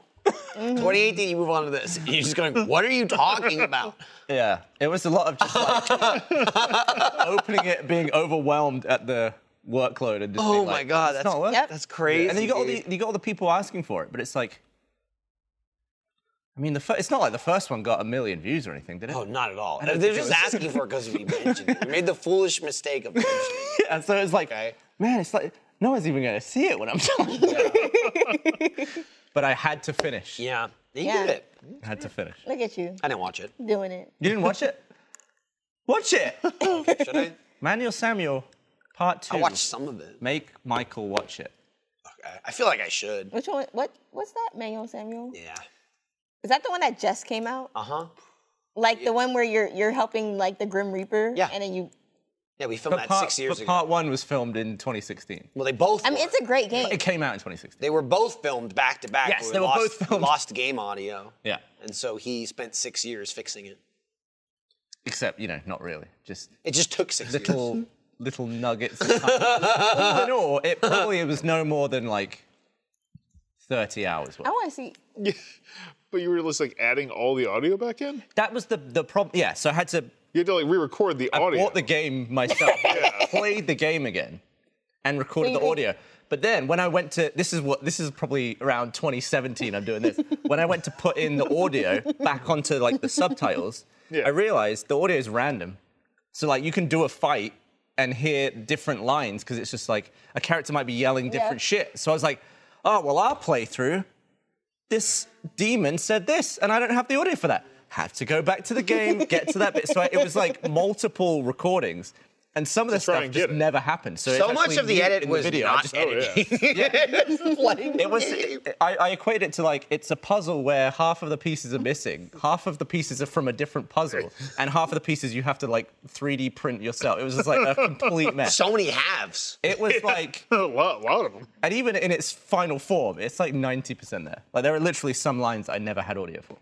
S4: 2018, you move on to this. You're just going, what are you talking about?
S2: Yeah, it was a lot of just like opening it, being overwhelmed at the workload, and just
S6: Oh
S2: being
S6: my
S2: like,
S6: god,
S2: "It's
S6: that's
S2: not worth
S5: Yep.
S2: it."
S6: that's crazy.
S2: And then you
S4: oh,
S2: got all the
S6: dude.
S2: you got all the people asking for it, but it's like, I mean, the fir- it's not like the first one got a million views or anything, did it?
S4: Oh, not at all.
S2: don't
S4: They're
S2: think
S4: just
S2: it was-
S4: asking for it because we mentioned it. We made the foolish mistake of mentioning it.
S2: and so it's like,
S4: Okay.
S2: man, it's like no one's even gonna see it when I'm telling you. but I had to finish.
S4: Yeah, you
S5: Yeah.
S4: did it.
S2: I had to finish.
S5: Look at you
S4: I didn't watch it.
S5: doing it.
S2: You didn't watch it? Watch it.
S4: Should I?
S2: Manuel Samuel, part two.
S4: I watched some of it.
S2: Make Michael watch it.
S4: Okay. I feel like I should.
S5: Which one? What? What's that? Manuel Samuel?
S4: Yeah.
S5: Is that the one that just came out?
S4: Uh huh.
S5: Like the one where you're you're helping like the Grim Reaper?
S4: Yeah.
S5: And then you.
S4: Yeah, we filmed
S2: But
S4: that
S2: part,
S4: six years
S2: but
S4: ago.
S2: part one was filmed in 2016.
S4: well, they both.
S5: I mean,
S4: were.
S5: it's a great game.
S2: It came out in 2016.
S4: They were both filmed back to back.
S2: Yes,
S4: but we
S2: they were
S4: lost,
S2: both filmed.
S4: Lost game audio.
S2: Yeah.
S4: And so he spent six years fixing it.
S2: Except, you know, not really. Just
S4: It just took six years.
S2: little little nuggets. of time. all in all, it probably was no more than like 30 hours. worth.
S5: I want to see.
S3: But you were just like adding all the audio back in.
S2: That was the the problem. Yeah, so I had to
S3: You had to like re-record the
S2: I
S3: audio.
S2: bought the game myself, played the game again, and recorded
S5: So you
S2: the
S5: could-
S2: audio. But then when I went to this is what this is probably around 2017. I'm doing this. when I went to put in the audio back onto like the subtitles,
S3: Yeah.
S2: I realized the audio is random. So like you can do a fight and hear different lines because it's just like a character might be yelling different shit. So I was like, oh well, our playthrough, this demon said this, and I don't have the audio for that. Had to go back to the game, get to that bit. So it was like multiple recordings, and some of the
S3: try
S2: stuff
S3: and
S2: just
S3: get it.
S2: never happened. So,
S4: So much of the edit was
S2: I
S4: not
S2: just- oh,
S4: edited.
S2: it was. I, I equate it to like it's a puzzle where half of the pieces are missing, half of the pieces are from a different puzzle, and half of the pieces you have to like 3D print yourself. It was just like a complete mess.
S4: So many halves.
S2: It was like,
S3: a lot, a lot of them.
S2: and even in its final form, it's like 90% there. Like there are literally some lines I never had audio for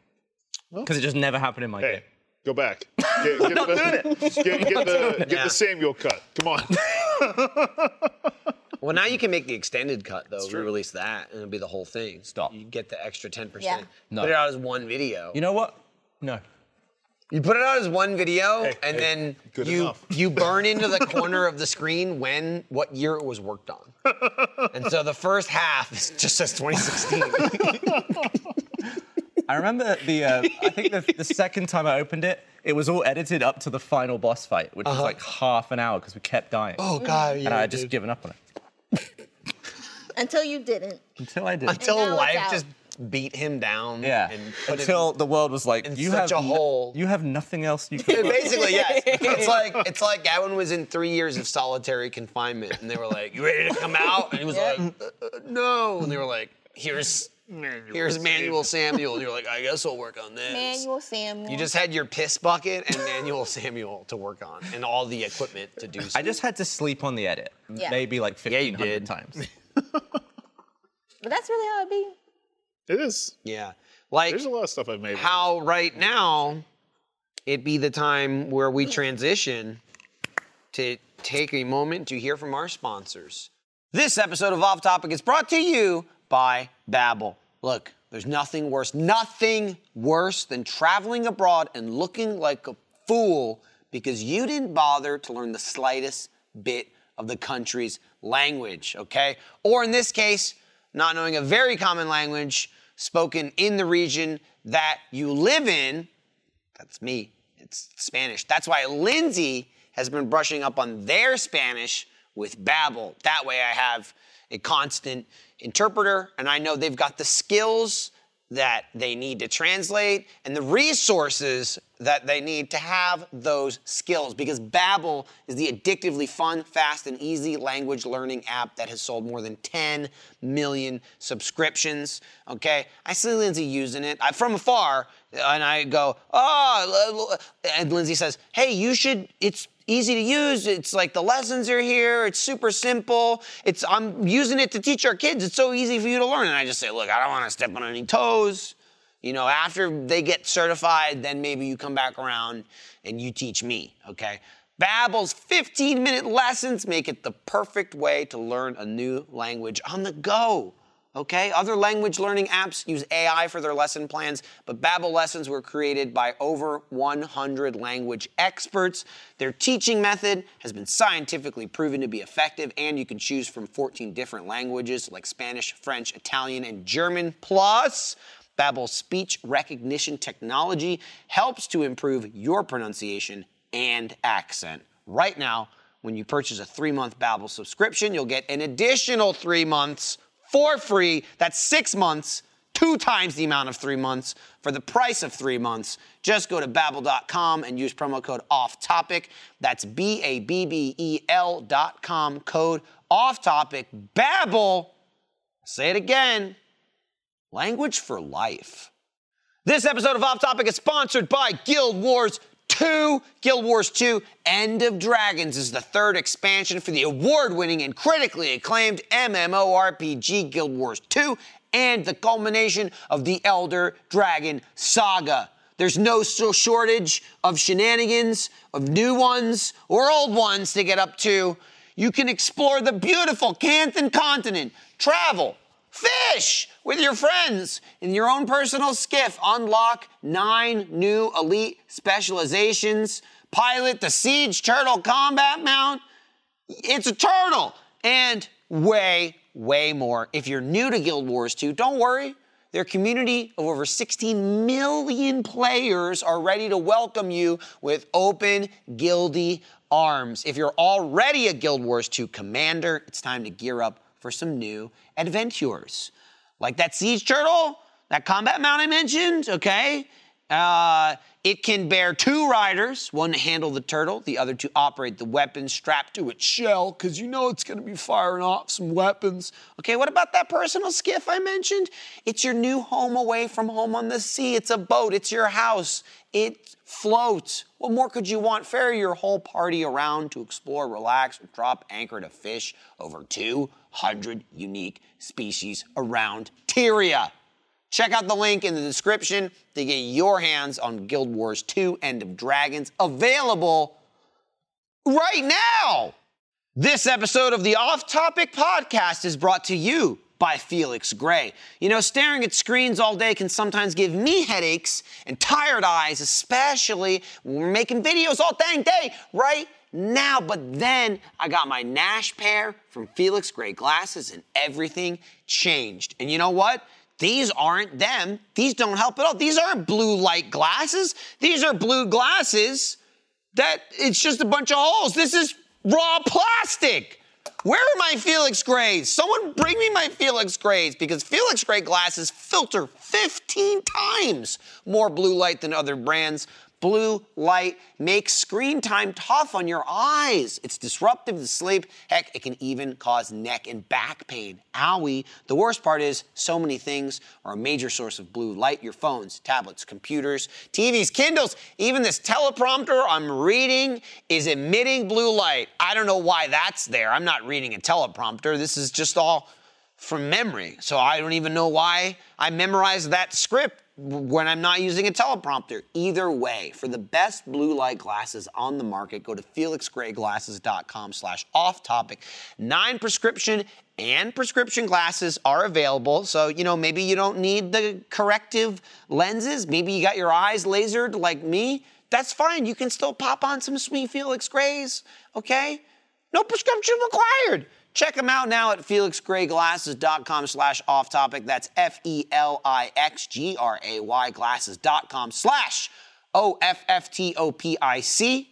S2: because it just never happened in my game.
S3: Hey, go back. Get, get the, Get, get the, get
S4: Yeah.
S3: the Samuel cut. Come on.
S4: Well, now you can make the extended cut though. We release that, and it'll be the whole thing. Stop. You get the extra ten
S5: Yeah.
S4: percent.
S2: No.
S4: Put it out as one video.
S2: You know what? No.
S4: You put it out as one video, and
S3: hey,
S4: then
S3: good
S4: you
S3: enough.
S4: you burn into the corner of the screen when what year it was worked on. and so the first half is just says 2016.
S2: I remember the. Uh, I think the, the second time I opened it, it was all edited up to the final boss fight, which was like half an hour because we kept dying,
S4: Uh-huh. oh God!
S2: and
S4: Yeah,
S2: I had just given up on it
S5: Until you didn't.
S2: until I did.
S5: And
S4: until
S5: now it's
S4: life
S5: out.
S4: just beat him down.
S2: yeah.
S4: And put
S2: Until the world was like,
S4: in
S2: you
S4: such
S2: have
S4: a hole."
S2: You have nothing else you
S4: It,
S2: can. do."
S4: basically, yes. It's like it's like Gavin was in three years of solitary confinement, and they were like, "You ready to come out?" And he was like, uh, uh, "No." And they were like, "Here's here's Manuel Samuel." And you're like, "I guess I'll work on this."
S5: Manuel Samuel.
S4: You just had your piss bucket and Manuel Samuel to work on, and all the equipment to do. So.
S2: I just had to sleep on the edit,
S5: Yeah.
S2: maybe like
S4: you
S2: 1500
S4: did.
S2: times.
S5: But that's really how it be.
S3: It is.
S4: yeah, like
S3: There's a lot of stuff I've made. with
S4: how right now it be the time where we transition to take a moment to hear from our sponsors. This episode of Off Topic is brought to you by Babbel. Look, there's nothing worse, nothing worse than traveling abroad and looking like a fool because you didn't bother to learn the slightest bit of the country's language, okay? Or in this case, not knowing a very common language spoken in the region that you live in. That's me. It's Spanish. That's why Lindsay has been brushing up on their Spanish with Babbel. That way I have a constant interpreter and I know they've got the skills that they need to translate and the resources that they need to have those skills because Babbel is the addictively fun, fast and easy language learning app that has sold more than 10 million subscriptions, okay? I see Lindsay using it. I from afar and I go, oh, and Lindsay says, hey, you should, it's easy to use. It's like the lessons are here. It's super simple. It's, I'm using it to teach our kids. It's so easy for you to learn. And I just say, look, I don't want to step on any toes. You know, after they get certified, then maybe you come back around and you teach me, okay? Babbel's 15-minute lessons make it the perfect way to learn a new language on the go. Okay? Other language learning apps use AI for their lesson plans, but Babbel lessons were created by over 100 language experts. Their teaching method has been scientifically proven to be effective, and you can choose from 14 different languages like Spanish, French, Italian, and German. Plus, Babbel's speech recognition technology helps to improve your pronunciation and accent. Right now, when you purchase a three-month Babbel subscription, you'll get an additional three months for free. That's six months, two times the amount of three months for the price of three months. Just go to babbel.com and use promo code off topic. That's B-A-B-B-E-L E dot com code off topic. Babbel. Say it again. Language for life. This episode of Off Topic is sponsored by Guild Wars 2. Guild Wars 2 End of Dragons is the third expansion for the award winning and critically acclaimed MMORPG Guild Wars 2 and the culmination of the Elder Dragon saga. There's no so- shortage of shenanigans, of new ones, or old ones to get up to. You can explore the beautiful Canthan continent, travel, Fish with your friends in your own personal skiff. Unlock nine new elite specializations. Pilot the Siege Turtle Combat Mount. It's a turtle. And way, way more. If you're new to Guild Wars 2, don't worry. Their community of over 16 million players are ready to welcome you with open guildy arms. If you're already a Guild Wars 2 commander, it's time to gear up for some new adventures. Like that siege turtle, that combat mount I mentioned, okay? Uh, it can bear two riders, one to handle the turtle, the other to operate the weapon strapped to its shell, because you know it's going to be firing off some weapons. Okay, what about that personal skiff I mentioned? It's your new home away from home on the sea. It's a boat, it's your house, it floats. What more could you want? Ferry your whole party around to explore, relax, or drop anchor to fish over 200 unique species around Tyria. Check out the link in the description to get your hands on Guild Wars 2 End of Dragons available right now. This episode of the Off Topic Podcast is brought to you by Felix Gray. You know, staring at screens all day can sometimes give me headaches and tired eyes, especially when we're making videos all dang day, right? Now, but then I got my Nash pair from Felix Gray glasses and everything changed. And you know what? These aren't them. These don't help at all. These aren't blue light glasses. These are blue glasses that it's just a bunch of holes. This is raw plastic. Where are my Felix Grays? Someone bring me my Felix Grays because Felix Gray glasses filter 15 times more blue light than other brands. Blue light makes screen time tough on your eyes. It's disruptive to sleep. Heck, it can even cause neck and back pain. Owie. The worst part is so many things are a major source of blue light your phones, tablets, computers, TVs, Kindles, even this teleprompter I'm reading is emitting blue light. I don't know why that's there. I'm not reading a teleprompter. This is just all from memory. So I don't even know why I memorized that script w- when I'm not using a teleprompter. Either way, for the best blue light glasses on the market, go to felixgrayglasses.com slash off topic. Nine prescription and prescription glasses are available. So, you know, maybe you don't need the corrective lenses. Maybe you got your eyes lasered like me. That's fine. You can still pop on some sweet Felix Grays, okay? No prescription required. Check them out now at felixgrayglasses.com slash off topic. That's E F-E-L-I-X-G-R-A-Y glasses.com slash O-F-F-T-O-P-I-C.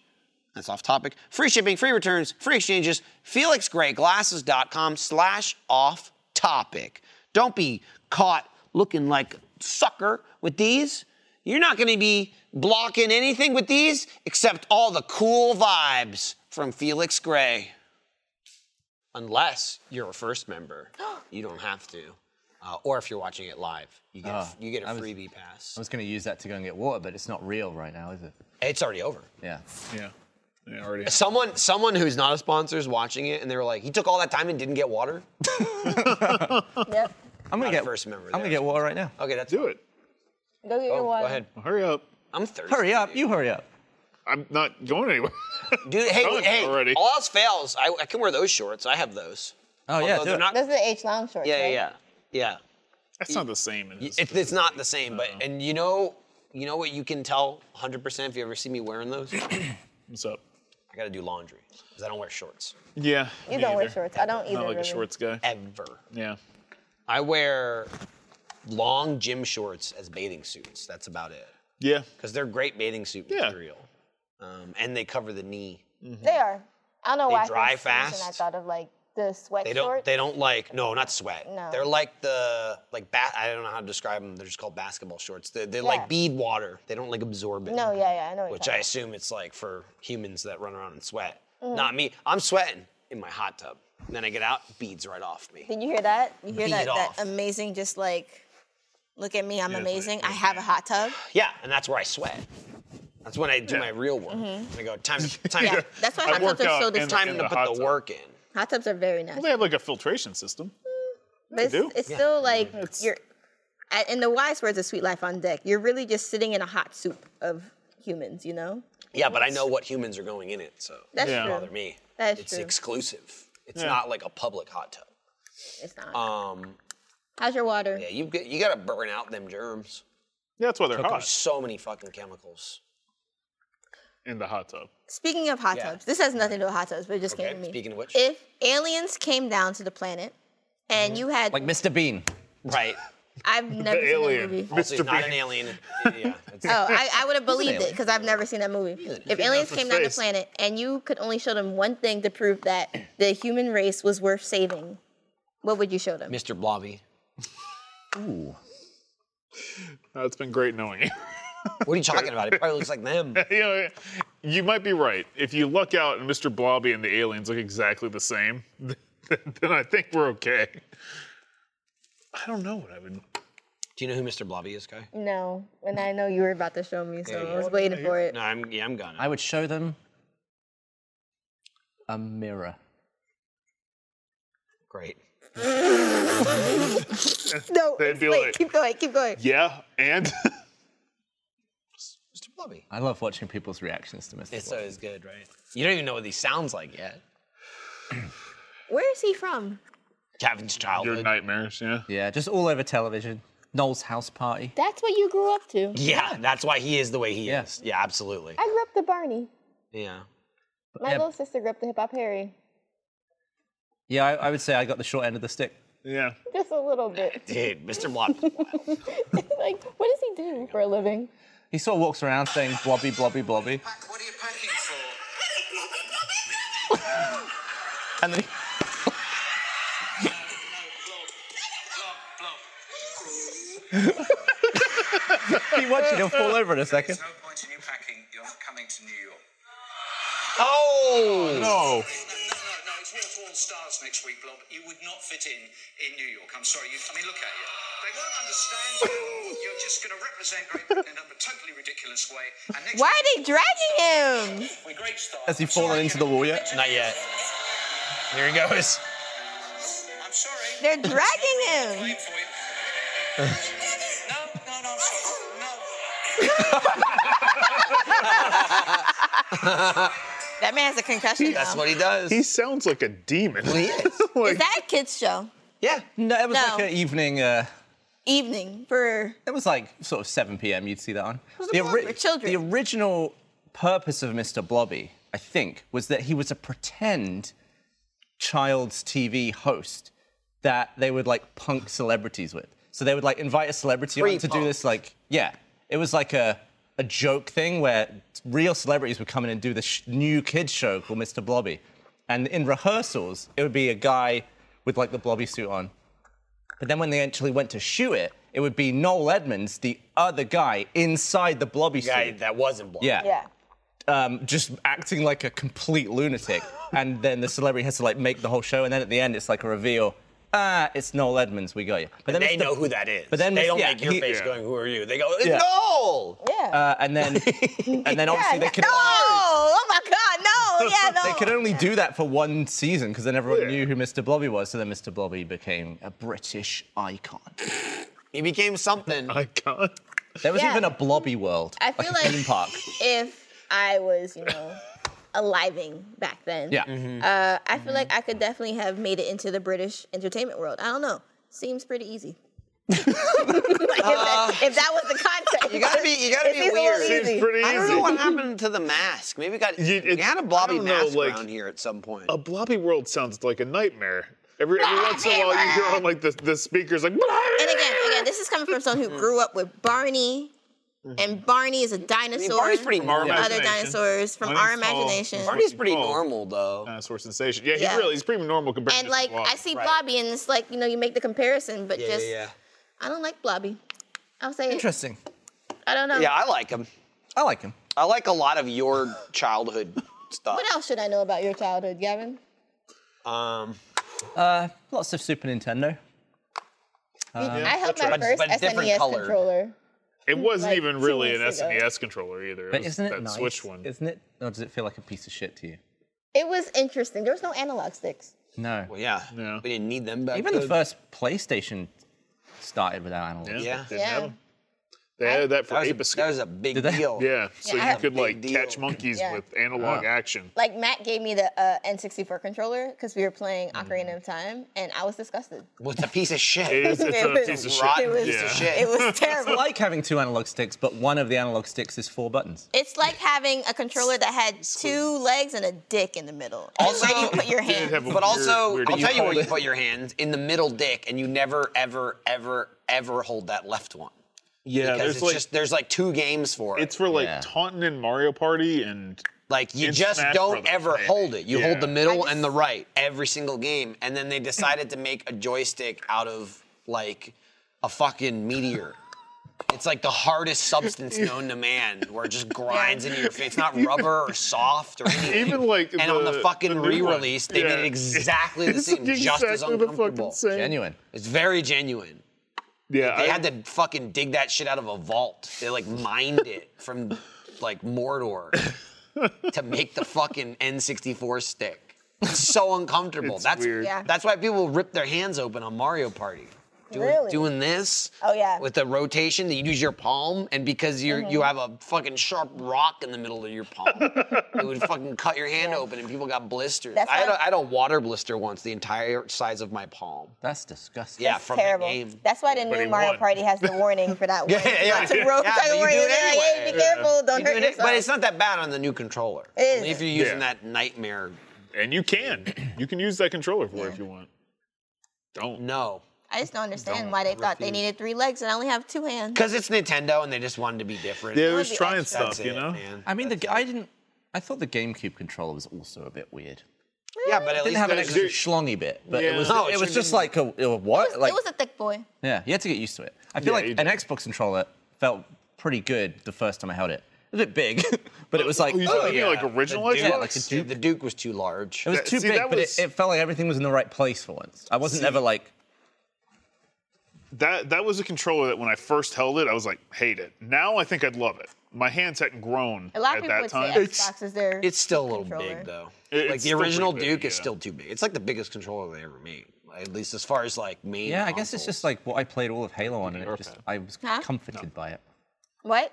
S4: That's off topic. Free shipping, free returns, free exchanges. felixgrayglasses.com slash off topic. Don't be caught looking like a sucker with these. You're not going to be blocking anything with these except all the cool vibes from Felix Gray unless you're a first member, you don't have to. Uh, or if you're watching it live, you get a, you get a
S2: was-
S4: freebie
S2: Uh, I
S4: pass.
S2: was going to use that to go and get water, but it's not real right now, is it?
S4: It's already over.
S2: Yeah.
S3: Yeah. Yeah, already.
S4: Someone someone who's not a sponsor is watching it, and they were like, "He took all that time and didn't get water."
S5: Yep.
S2: I'm going
S4: Not
S2: to
S4: a
S2: get
S4: first member
S2: I'm going to
S4: there.
S2: get water right now.
S4: Okay, that's
S3: Do it.
S5: Go get your
S4: Oh,
S5: water.
S4: go ahead.
S3: Hurry up.
S4: I'm thirsty.
S2: Hurry up. You hurry up.
S3: I'm not going anywhere.
S4: dude. Hey,
S3: Done
S4: hey.
S3: already.
S4: All else fails. I, I can wear those shorts. I have those.
S2: Oh yeah,
S4: Although
S2: do
S4: they're
S2: it.
S4: not.
S5: Those are the H long shorts.
S4: yeah, yeah,
S5: right?
S4: yeah. Yeah.
S3: That's not the same. As,
S4: It's, it's not the same, but and you know, you know what you can tell 100% if you ever see me wearing those? I
S3: what's up?
S4: got to do laundry because I don't wear shorts
S3: Yeah.
S5: You
S3: me
S5: don't wear
S3: either.
S5: shorts. I don't either.
S3: Not like a
S5: really.
S3: shorts guy.
S4: ever.
S3: Yeah.
S4: I wear long gym shorts as bathing suits. That's about it.
S3: Yeah.
S4: Because they're great bathing suit
S3: Yeah.
S4: material. Um, and they cover the knee.
S5: They are. I don't know why. I
S4: dry
S5: think Samson, I
S4: fast.
S5: thought of like the sweat
S4: They don't
S5: shorts.
S4: they don't like no, not sweat.
S5: No.
S4: They're like the like bat I don't know how to describe them. They're just called basketball shorts. They're, they're
S5: Yeah.
S4: like bead water. They don't like absorb it.
S5: No, yeah, yeah, I know. What
S4: Which
S5: you're
S4: I assume it's like for humans that run around and sweat.
S3: Mm-hmm.
S4: Not me. I'm sweating in my hot tub. And then I get out, beads right off me.
S5: Did you hear that? You hear
S4: Beat
S5: that, that
S4: off.
S5: amazing, just like, look at me, I'm
S3: it's like-
S5: amazing. I have a hot tub.
S4: Yeah, and that's where I sweat. That's when I do
S3: Yeah. Mm-hmm.
S4: my real work. I go time to time.
S5: Yeah,
S4: to-
S5: that's why
S3: I
S5: hot
S3: work
S5: tubs are
S3: out
S5: so
S3: in the-
S4: time
S5: disgusting.
S4: to
S3: the
S4: put
S3: hot
S4: the
S3: tub.
S4: work in.
S5: Hot tubs are very nice.
S3: Well, they have like a filtration system.
S5: But it's,
S3: do.
S5: it's still
S4: Mm-hmm.
S5: like you're, I- in the wise words of Sweet Life on Deck, you're really just sitting in a hot soup of humans, you know?
S4: Yeah, but I know what humans are going in it, so it
S5: That's
S3: Yeah.
S5: true.
S4: doesn't bother me.
S5: That's
S4: it's
S5: true.
S4: exclusive. It's
S3: Yeah.
S4: not like a public hot tub.
S5: It's not.
S4: Um,
S5: How's your water?
S4: yeah, you get, you gotta burn out them germs.
S3: Yeah, that's why they're
S4: There's
S3: hot
S4: so many fucking chemicals.
S3: in the hot tub.
S5: Speaking of hot
S4: Yeah.
S5: tubs, this has nothing to do with hot tubs, but it just
S4: Okay,
S5: came to me.
S4: speaking of which.
S5: If aliens came down to the planet and
S4: Mm-hmm.
S5: you had,
S2: Like Mr. Bean.
S4: Right.
S5: I've never seen
S3: alien.
S5: that movie.
S4: also, he's
S3: Mr.
S4: not
S3: Bean.
S4: an alien. Yeah. it's-
S5: Oh, I, I would have believed it
S4: alien.
S5: because I've never seen that movie. If
S3: came
S5: aliens
S3: down from
S5: came down to
S3: space.
S5: planet and you could only show them one thing to prove that the human race was worth saving, what would you show them?
S4: Mr. Blobby.
S3: No, it's been great knowing you.
S4: What are you talking about? It probably looks like them.
S3: you, know, you might be right. If you luck out and Mr. Blobby and the aliens look exactly the same, then I think we're okay. I don't know what I would.
S4: Do you know who Mr. Blobby is, Kai?
S5: No, and I know you were about to show me, so
S4: Yeah,
S5: I was waiting for it.
S4: No, I'm yeah, I'm gonna.
S2: I would show them a mirror.
S4: Great.
S5: No,
S3: They'd be
S5: wait,
S3: like-
S5: keep going, keep going.
S3: Yeah, and
S4: Mr. Blobby.
S2: I love watching people's reactions to Mr.
S4: It's
S2: Bean.
S4: always good, right? You don't even know what he sounds like yet.
S5: Where is he from?
S4: Kevin's
S3: your
S4: childhood.
S3: nightmares. Yeah.
S2: yeah, just all over television. Noel's house party.
S5: That's what you grew up to.
S4: Yeah, that's why he is the way he
S2: Yeah.
S4: is. Yeah, absolutely.
S5: I grew up to Barney.
S4: Yeah.
S5: My
S2: Yeah.
S5: little sister grew up to Hip Hop Harry.
S2: Yeah, I, I would say I got the short end of the stick.
S3: Yeah.
S5: Just a little bit.
S4: Dude, Mr. Blobby.
S5: like, what does he do for a living?
S2: He sort of walks around saying blobby, blobby, blobby.
S6: What are you packing for?
S2: And then he, keep watching, he'll fall over in a second.
S6: There's no point in you packing. You're not coming to New York.
S4: oh!
S3: Oh,
S6: No, no, no, no. It's War to All Stars next week, Blob. You would not fit in in New York. I'm sorry. You, I mean, look at you. They won't understand you. You're just going to represent Great Britain in a totally ridiculous way. And next
S5: Why are they dragging him?
S6: week, with great style.
S2: Has he
S6: I'm sorry,
S2: fallen
S6: you
S2: into the
S6: know,
S2: wall yet?
S4: Not yet. Here he goes.
S6: I'm sorry.
S5: They're dragging him.
S6: Wait for you. no, no, no. I'm sorry. No.
S5: That man has a concussion.
S4: That's
S5: now.
S4: what he does.
S3: he sounds like a demon.
S4: he is.
S5: Is that a kids show?
S4: Yeah.
S2: No, it was
S5: No.
S2: like an evening. Uh,
S5: Evening for
S2: It was like sort of 7 p.m. You'd see that on. The,
S5: blog for children.
S2: the original purpose of Mr. Blobby, I think, was that he was a pretend child's TV host that they would like punk celebrities with. So they would like invite a celebrity on to do
S4: Pre-punk.
S2: this like yeah, it was like a a joke thing where real celebrities would come in and do this sh- new kids show called Mr. Blobby, and in rehearsals it would be a guy with like the Blobby suit on. But then when they actually went to shoot it, it would be Noel Edmonds, the other guy inside the blobby
S4: Guy
S2: suit.
S4: that wasn't Blobby.
S2: Yeah. Um, just acting like a complete lunatic. and then the celebrity has to like make the whole show. And then at the end, it's like a reveal. Ah, it's Noel Edmonds. We got you. But then
S4: They
S2: Mr.
S4: know who that is.
S2: But then
S4: they
S2: Mr.
S4: don't
S2: yeah,
S4: make your
S2: he-
S4: face
S3: yeah.
S4: going, who are you? They go, it's
S2: Yeah.
S4: Noel!
S5: Yeah.
S2: Uh, and then and then
S5: yeah.
S2: obviously they
S5: no!
S2: could
S5: Oh my God! No! Yeah, no.
S2: they could only do that for one season because then everyone
S3: Yeah.
S2: knew who Mr. Blobby was. So then Mr. Blobby became a British icon.
S4: He became something.
S3: Icon.
S2: There was
S5: Yeah.
S2: even a Blobby world.
S5: I feel
S2: a
S5: like-
S2: theme park.
S5: If I was, you know, aliving back then,
S2: Yeah.
S5: Mm-hmm. uh, I feel like I could definitely have made it into the British entertainment world. I don't know. Seems pretty easy. Like, if, that, if that was the context,
S4: You gotta be, you gotta
S5: It
S4: be
S5: seems a little
S4: weird.
S5: easy.
S3: Seems pretty
S4: I don't know
S3: easy.
S4: what happened to the mask. Maybe we got
S3: You-
S4: we
S3: it's-
S4: had a blobby
S3: I don't know,
S4: mask
S3: like-
S4: around here at some point.
S3: A blobby world sounds like a nightmare. Every, every once in a while, you hear on like the, the speakers like.
S5: and again, again, this is coming from someone who grew up with Barney, and Barney is a
S4: I mean,
S5: dinosaur.
S4: Barney's pretty normal.
S3: Yeah.
S5: Other
S3: Imagination.
S5: dinosaurs from
S3: Barney's
S5: our
S3: tall.
S5: imagination.
S3: Barney-
S4: Barney's pretty
S3: Oh.
S4: normal though.
S3: Dinosaur sensation. Yeah, he's
S5: Yeah.
S3: really he's pretty normal compared
S5: And
S3: to just
S5: like
S3: Blobby.
S5: I see
S4: Right.
S5: Blobby, and it's like you know you make the comparison, but
S4: yeah,
S5: just
S4: yeah,
S5: I don't like Blobby. I'll say it.
S2: Interesting.
S5: I don't know.
S4: yeah. Yeah, I like him.
S2: I like him.
S4: I like a lot of your childhood stuff.
S5: What else should I know about your childhood, Gavin?
S4: Um,
S2: Lots of Super Nintendo.
S5: I held
S3: that's
S5: my
S3: right.
S5: first
S4: But- but different
S5: SNES
S4: colored.
S5: controller.
S3: It wasn't
S5: like,
S3: even
S5: two
S3: really an
S5: weeks ago.
S3: SNES controller either. It
S2: But
S3: was
S2: isn't it
S3: that
S2: nice?
S3: Switch one.
S2: Isn't it? Or does it feel like a piece of shit to you?
S5: It was interesting. There was no analog sticks.
S2: No.
S4: well, yeah.
S3: Yeah.
S4: We didn't need them back
S2: Even
S4: then.
S2: the first PlayStation started without analog.
S3: Uh, Yeah.
S4: Yeah.
S3: Didn't have
S5: Yeah.
S3: 'em. They had that for
S4: That was, a,
S3: Apes.
S4: that was a big
S2: Did they-
S4: deal.
S3: yeah, so
S5: Yeah, I
S3: you
S5: had a
S3: could
S4: big
S3: like
S4: deal.
S3: catch monkeys
S5: Yeah.
S3: with analog action.
S5: Like Matt gave me the uh, N64 controller because we were playing Ocarina of Time, and I was disgusted.
S4: What's a piece of
S3: It
S4: shit?
S3: is, it's
S5: It
S3: a
S5: was
S3: piece of
S4: rotten.
S3: shit.
S5: It was,
S3: Yeah. Piece of
S4: shit.
S5: it was terrible.
S2: I like having two analog sticks, but one of the analog sticks is four buttons.
S5: It's like having a controller that had two legs and a dick in the middle.
S4: Also-
S5: and where you put your
S3: Didn't
S5: hand.
S3: have a
S4: But also,
S3: weird- weird
S4: I'll tell you
S3: deal.
S4: where you put your hands in the middle dick, and you never, ever, ever, ever hold that left one.
S3: Yeah,
S4: Because
S3: there's
S4: it's
S3: like
S4: just there's like two games for it.
S3: it's for like
S2: Yeah.
S3: Taunton and Mario Party and
S4: Like you
S3: in
S4: just
S3: Smash
S4: don't
S3: Brothers,
S4: ever
S3: maybe.
S4: hold it. You hold
S3: Yeah.
S4: the middle
S5: I
S4: and the right every single game. And then they decided to make a joystick out of like a fucking meteor. It's like the hardest substance known to man, where it just grinds into your face. It's not rubber or soft or anything.
S3: even like
S4: and on the fucking
S3: new one.
S4: re-release, they
S3: Yeah.
S4: made it exactly the
S3: It's
S4: same, just as
S3: exactly the fucking
S4: uncomfortable.
S3: same.
S2: Genuine.
S4: It's very genuine.
S3: Yeah,
S4: They
S3: I-
S4: had to fucking dig that shit out of a vault. They like mined it from like Mordor to make the fucking N64 stick. It's so uncomfortable.
S3: It's
S4: that's
S3: weird.
S5: Yeah.
S4: that's why people rip their hands open on Mario Party. Doing,
S5: Really?
S4: doing this.
S5: Oh, yeah. Mm-hmm.
S4: With the rotation that you use your palm, and because you are you have a fucking sharp rock in the middle of your palm, it would fucking cut your hand open, and people got blisters.
S5: That's
S4: I had,
S5: why-
S4: a, I had a water blister once, the entire size of my palm.
S2: That's disgusting.
S4: Yeah,
S5: That's
S4: from
S5: terrible.
S4: that game.
S5: That's why the
S3: But
S5: new
S3: he
S5: Mario
S3: won.
S5: Party has the warning for that one.
S4: Yeah, yeah,
S5: Not to
S4: yeah.
S5: roll-
S4: Yeah,
S5: don't
S4: but you
S5: worry,
S4: do it
S5: they're like, hey,
S4: anyway.
S5: be careful, don't
S4: You do
S5: hurt
S4: it,
S5: yourself.
S4: but it's not that bad on the new controller.
S5: It is.
S4: Only if you're using
S3: Yeah.
S4: that nightmare.
S3: and you can you can use that controller for it if you want. Don't.
S4: No.
S5: I just don't understand
S4: Don't
S5: why they thought they
S4: refuse.
S5: needed three legs and I only have two hands.
S4: Because it's Nintendo and they just wanted to be different.
S3: They're
S5: would
S3: just
S5: be
S3: trying
S5: extra.
S3: stuff,
S4: That's
S3: you
S4: it,
S3: know.
S4: man.
S2: I mean, the, g- I didn't. I thought the GameCube controller was also a bit weird.
S4: Yeah, but at
S2: Didn't
S4: least
S2: have an
S4: there's-
S2: extra schlongy bit, but it
S3: Yeah.
S2: was
S4: No,
S2: it
S4: it
S2: was
S4: shouldn't
S2: just
S4: be.
S2: like a, a what?
S5: It was-
S2: like
S5: it was a thick boy.
S2: yeah, you had to get used to it. I feel
S3: Yeah,
S2: like
S3: you
S2: an Xbox controller felt pretty good the first time I held it. It was a bit big, but it was like
S3: Oh, you
S2: oh,
S3: talking
S2: yeah.
S3: like original
S4: the Duke,
S2: Yeah, like a
S4: the,
S2: Duke.
S4: Duke was too large.
S2: It was
S3: That-
S2: too
S3: see,
S2: big,
S3: that
S2: but
S3: was-
S2: it, it felt like everything was in the right place for once. I wasn't ever like
S3: That that was a controller that when I first held it, I was like, hate it. Now I think I'd love it. My hands hadn't grown
S5: A lot
S3: at
S5: of people
S3: that
S5: would
S3: time.
S5: say Xbox is their
S4: It's still a little
S5: controller.
S4: big though.
S3: It-
S4: like
S3: it's
S4: the
S3: still pretty
S4: original
S3: big,
S4: Duke is
S3: yeah.
S4: still too big. It's like the biggest controller they ever made. At least as far as like main.
S2: yeah. I guess it's
S4: consoles.
S2: just like what I played all of Halo on, and it just I was
S5: Huh?
S2: comforted by it.
S5: What?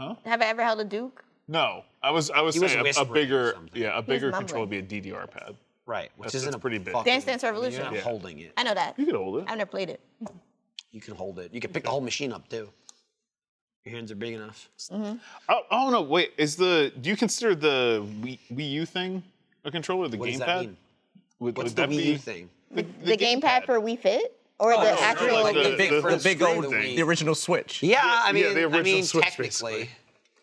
S3: Huh?
S5: Have I ever held a Duke?
S3: No, I was I was
S4: was
S3: saying a, a
S4: whispering or
S3: bigger
S4: something.
S3: yeah a bigger
S5: mumbling.
S3: controller would be a DDR pad.
S4: right, which
S3: That's-
S4: isn't
S3: that's
S4: a
S3: pretty big.
S4: fucking-
S5: Dance Dance
S4: I mean,
S5: Revolution.
S4: You're not
S5: Yeah.
S4: holding it.
S5: I know that.
S3: You could hold it.
S5: I've never played it.
S4: You can hold it. You can pick the whole machine up too. Your hands are big enough.
S3: Oh, oh no, wait. Is the do you consider the Wii, Wii U thing a controller? The
S4: What does that
S3: gamepad?
S4: mean?
S3: Would,
S4: What's
S3: would
S4: the
S3: that
S4: Wii
S3: be-
S4: U thing?
S3: The, Oh,
S5: The, gamepad for Wii Fit or the
S4: no,
S5: actual
S4: no,
S3: like
S4: the-
S2: big,
S4: the-
S2: the big
S4: the
S2: old,
S4: Wii.
S2: the original Switch.
S4: Yeah, I mean,
S3: yeah, the
S4: I
S3: original
S4: mean,
S3: Switch,
S4: technically,
S3: basically.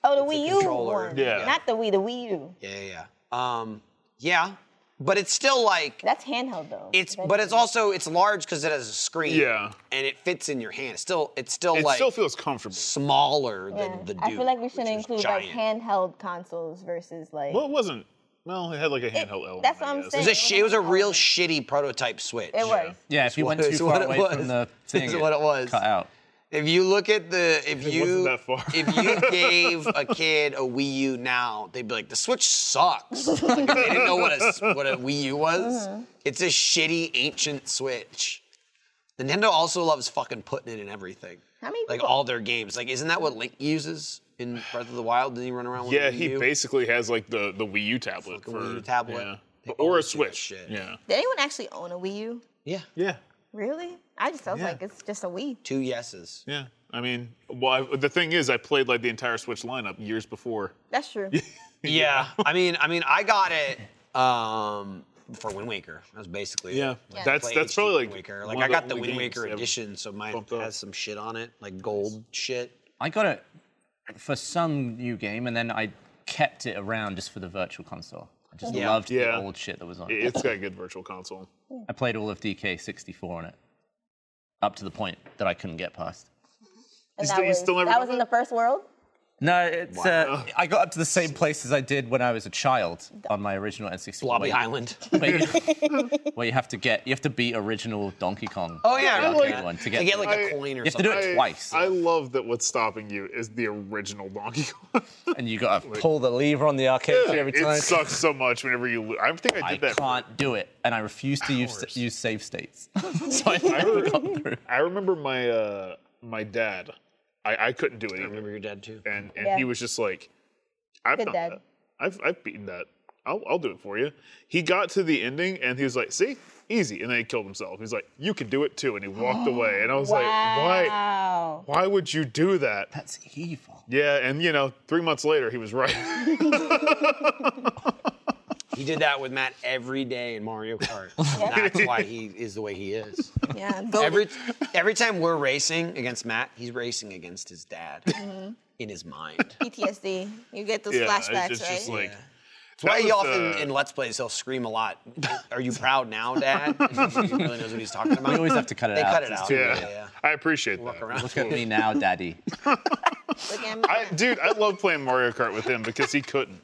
S5: Oh, the Wii U
S4: controller.
S5: one.
S3: Yeah.
S5: Not the Wii, the Wii U.
S4: yeah, yeah, yeah. Um, yeah, but it's still like
S5: That's handheld though.
S4: it's,
S5: That's-
S4: but it's also it's large because it has a screen.
S3: Yeah.
S4: and it fits in your hand. It's still, it's still
S3: It
S4: like
S3: still feels comfortable.
S4: smaller
S5: Yeah.
S4: than the. Duke,
S5: I feel like we should
S4: which was
S5: include like
S4: giant.
S5: handheld consoles versus like.
S3: Well, it wasn't. Well, it had like a handheld element.
S5: that's
S3: I
S5: what I'm
S3: guess.
S4: It
S5: saying.
S4: was a, sh- it was a real shitty prototype Switch.
S5: it was.
S2: Yeah, if you went
S4: what-
S2: too
S4: it's
S2: far
S4: what it
S2: away
S4: was.
S2: from the
S4: It's
S2: thing,
S4: what it was.
S2: cut out.
S4: If you look at the if
S3: It
S4: you
S3: wasn't that far.
S4: if you gave a kid a Wii U now, they'd be like, the Switch sucks. Like, they didn't know what a s- what a Wii U was. It's a shitty ancient Switch. Nintendo also loves fucking putting it in everything.
S5: How many
S4: Like
S5: people-
S4: all their games. Like, isn't that what Link uses in Breath of the Wild? Did he run around with
S3: Yeah,
S4: a Wii
S3: he
S4: U?
S3: basically has like the the Wii U tablet.
S4: Fucking
S3: for-
S4: Wii U tablet.
S3: yeah.
S4: They
S3: Or a
S4: always do that
S3: Switch.
S4: shit.
S3: Yeah.
S5: Did anyone actually own a Wii U?
S4: Yeah.
S3: Yeah.
S5: Really? I just felt
S3: Yeah.
S5: like it's just a we.
S4: Two yeses.
S3: Yeah. I mean, well, I, the thing is, I played like the entire Switch lineup years before.
S5: That's true.
S4: Yeah. I mean, I mean, I got it um, for Wind Waker. That was basically it.
S3: Yeah.
S4: Like,
S5: Yeah.
S4: I
S3: That's
S4: play
S3: that's
S4: HD
S3: probably
S4: Wind
S3: like
S4: Waker.
S3: one
S4: Like
S3: of
S4: I got the
S3: only
S4: Wind
S3: games
S4: Waker
S3: I've-
S4: edition, so mine
S3: bumped up.
S4: has some shit on it, like gold shit.
S2: I got it for some new game, and then I kept it around just for the virtual console. I just
S4: Yeah.
S2: loved
S3: Yeah.
S2: the old shit that was on
S3: it-
S2: it.
S3: It's got a good virtual console.
S2: I played all of DK 64 on it, up to the point that I couldn't get past.
S5: And
S3: still-
S5: that
S3: you
S5: was,
S3: still never
S5: that
S3: got
S5: was in
S3: that?
S5: the first world?
S2: No, it's uh, I got up to the same place as I did when I was a child on my original N64.
S4: Blobby
S2: where you-
S4: Island.
S2: where you- where you have to get, you have to beat original Donkey Kong.
S4: Oh yeah,
S2: the
S4: I
S2: arcade
S4: like,
S2: one to
S4: to
S2: get,
S4: get like
S3: I-
S4: a
S2: you
S4: coin or
S2: have to
S4: something.
S2: do it twice,
S3: I love that what's stopping you is the original Donkey Kong.
S2: and you got to pull the lever on the arcade every time.
S3: it sucks so much whenever you. lo- I think I
S2: I
S3: did that. for-
S2: can't do it, and I refuse to use,
S3: Hours.
S2: use save states. so I never got through.
S3: I remember my uh, my dad. I, I couldn't do it
S4: I
S3: either,
S4: remember your dad too.
S3: and and
S5: Yeah.
S3: he was just like, "I've
S5: Good
S3: done
S5: dad.
S3: that. I've I've beaten that. I'll I'll do it for you." He got to the ending and he was like, "See, easy," and then he killed himself. He's like, "You can do it too," and he walked away. And I was like, "Why?
S5: Wow.
S3: Why would you do that?"
S2: That's evil.
S3: Yeah, and you know, three months later, he was right.
S4: He did that with Matt every day in Mario Kart. And That's why he is the way he is.
S5: Yeah. Go
S4: Every every time we're racing against Matt, he's racing against his dad
S3: Mm-hmm.
S4: in his mind.
S5: PTSD. You get those
S3: yeah, it's-
S5: flashbacks,
S3: it's just
S5: right?
S3: like.
S4: That's why
S3: That
S4: he
S3: was,
S4: often
S3: uh,
S4: in Let's Plays he'll scream a lot. Are you proud now, Dad? he really knows what he's talking about.
S2: We always have to cut it
S4: They
S2: out.
S4: cut it
S2: It's
S4: out.
S2: too
S3: Yeah,
S4: yeah, yeah.
S3: I appreciate that.
S4: around.
S2: Look at me now, daddy.
S5: Look at
S3: I,
S5: me.
S3: dude, I love playing Mario Kart with him because he couldn't.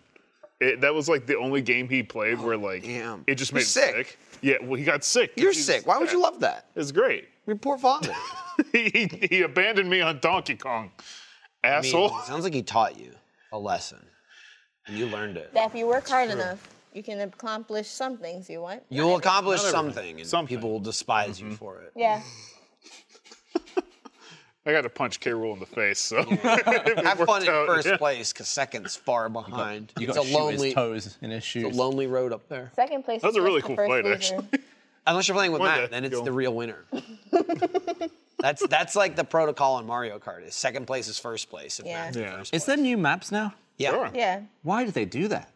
S3: It, that was like the only game he played where like
S4: damn.
S3: it just
S4: You're
S3: made him
S4: sick.
S3: sick. Yeah, well, he got sick. 'cause
S4: You're
S3: he's-
S4: sick. Why would you love that?
S3: It's great.
S4: Your poor father.
S3: he, he he abandoned me on Donkey Kong,
S4: I mean,
S3: asshole.
S4: it sounds like he taught you a lesson, and you learned it.
S5: That if you work hard enough, you can accomplish some things you want.
S4: You'll accomplish
S3: everything.
S4: something, and
S3: Something.
S4: people will despise you for it.
S5: Yeah.
S3: I got to punch K. Rule in the face. So
S4: Have fun in
S3: out,
S4: first
S3: yeah.
S4: place, cause second's far behind.
S2: You
S4: it's
S2: got to
S4: a
S2: shoot
S4: lonely,
S2: his toes in his
S4: a
S2: shoes.
S4: lonely road up there.
S5: Second place.
S3: That was a
S5: is
S3: really
S5: just the
S3: cool
S5: first
S3: fight,
S5: loser.
S3: actually.
S4: Unless you're playing with
S3: One
S4: Matt,
S3: day,
S4: then it's
S3: you'll-
S4: the real winner. that's that's like the protocol on Mario Kart. Is second place is first place. If
S5: Yeah.
S4: Matt's in
S3: Yeah.
S4: first
S2: Is there new maps now?
S4: Yeah.
S3: Sure.
S5: Yeah.
S2: Why do they do that?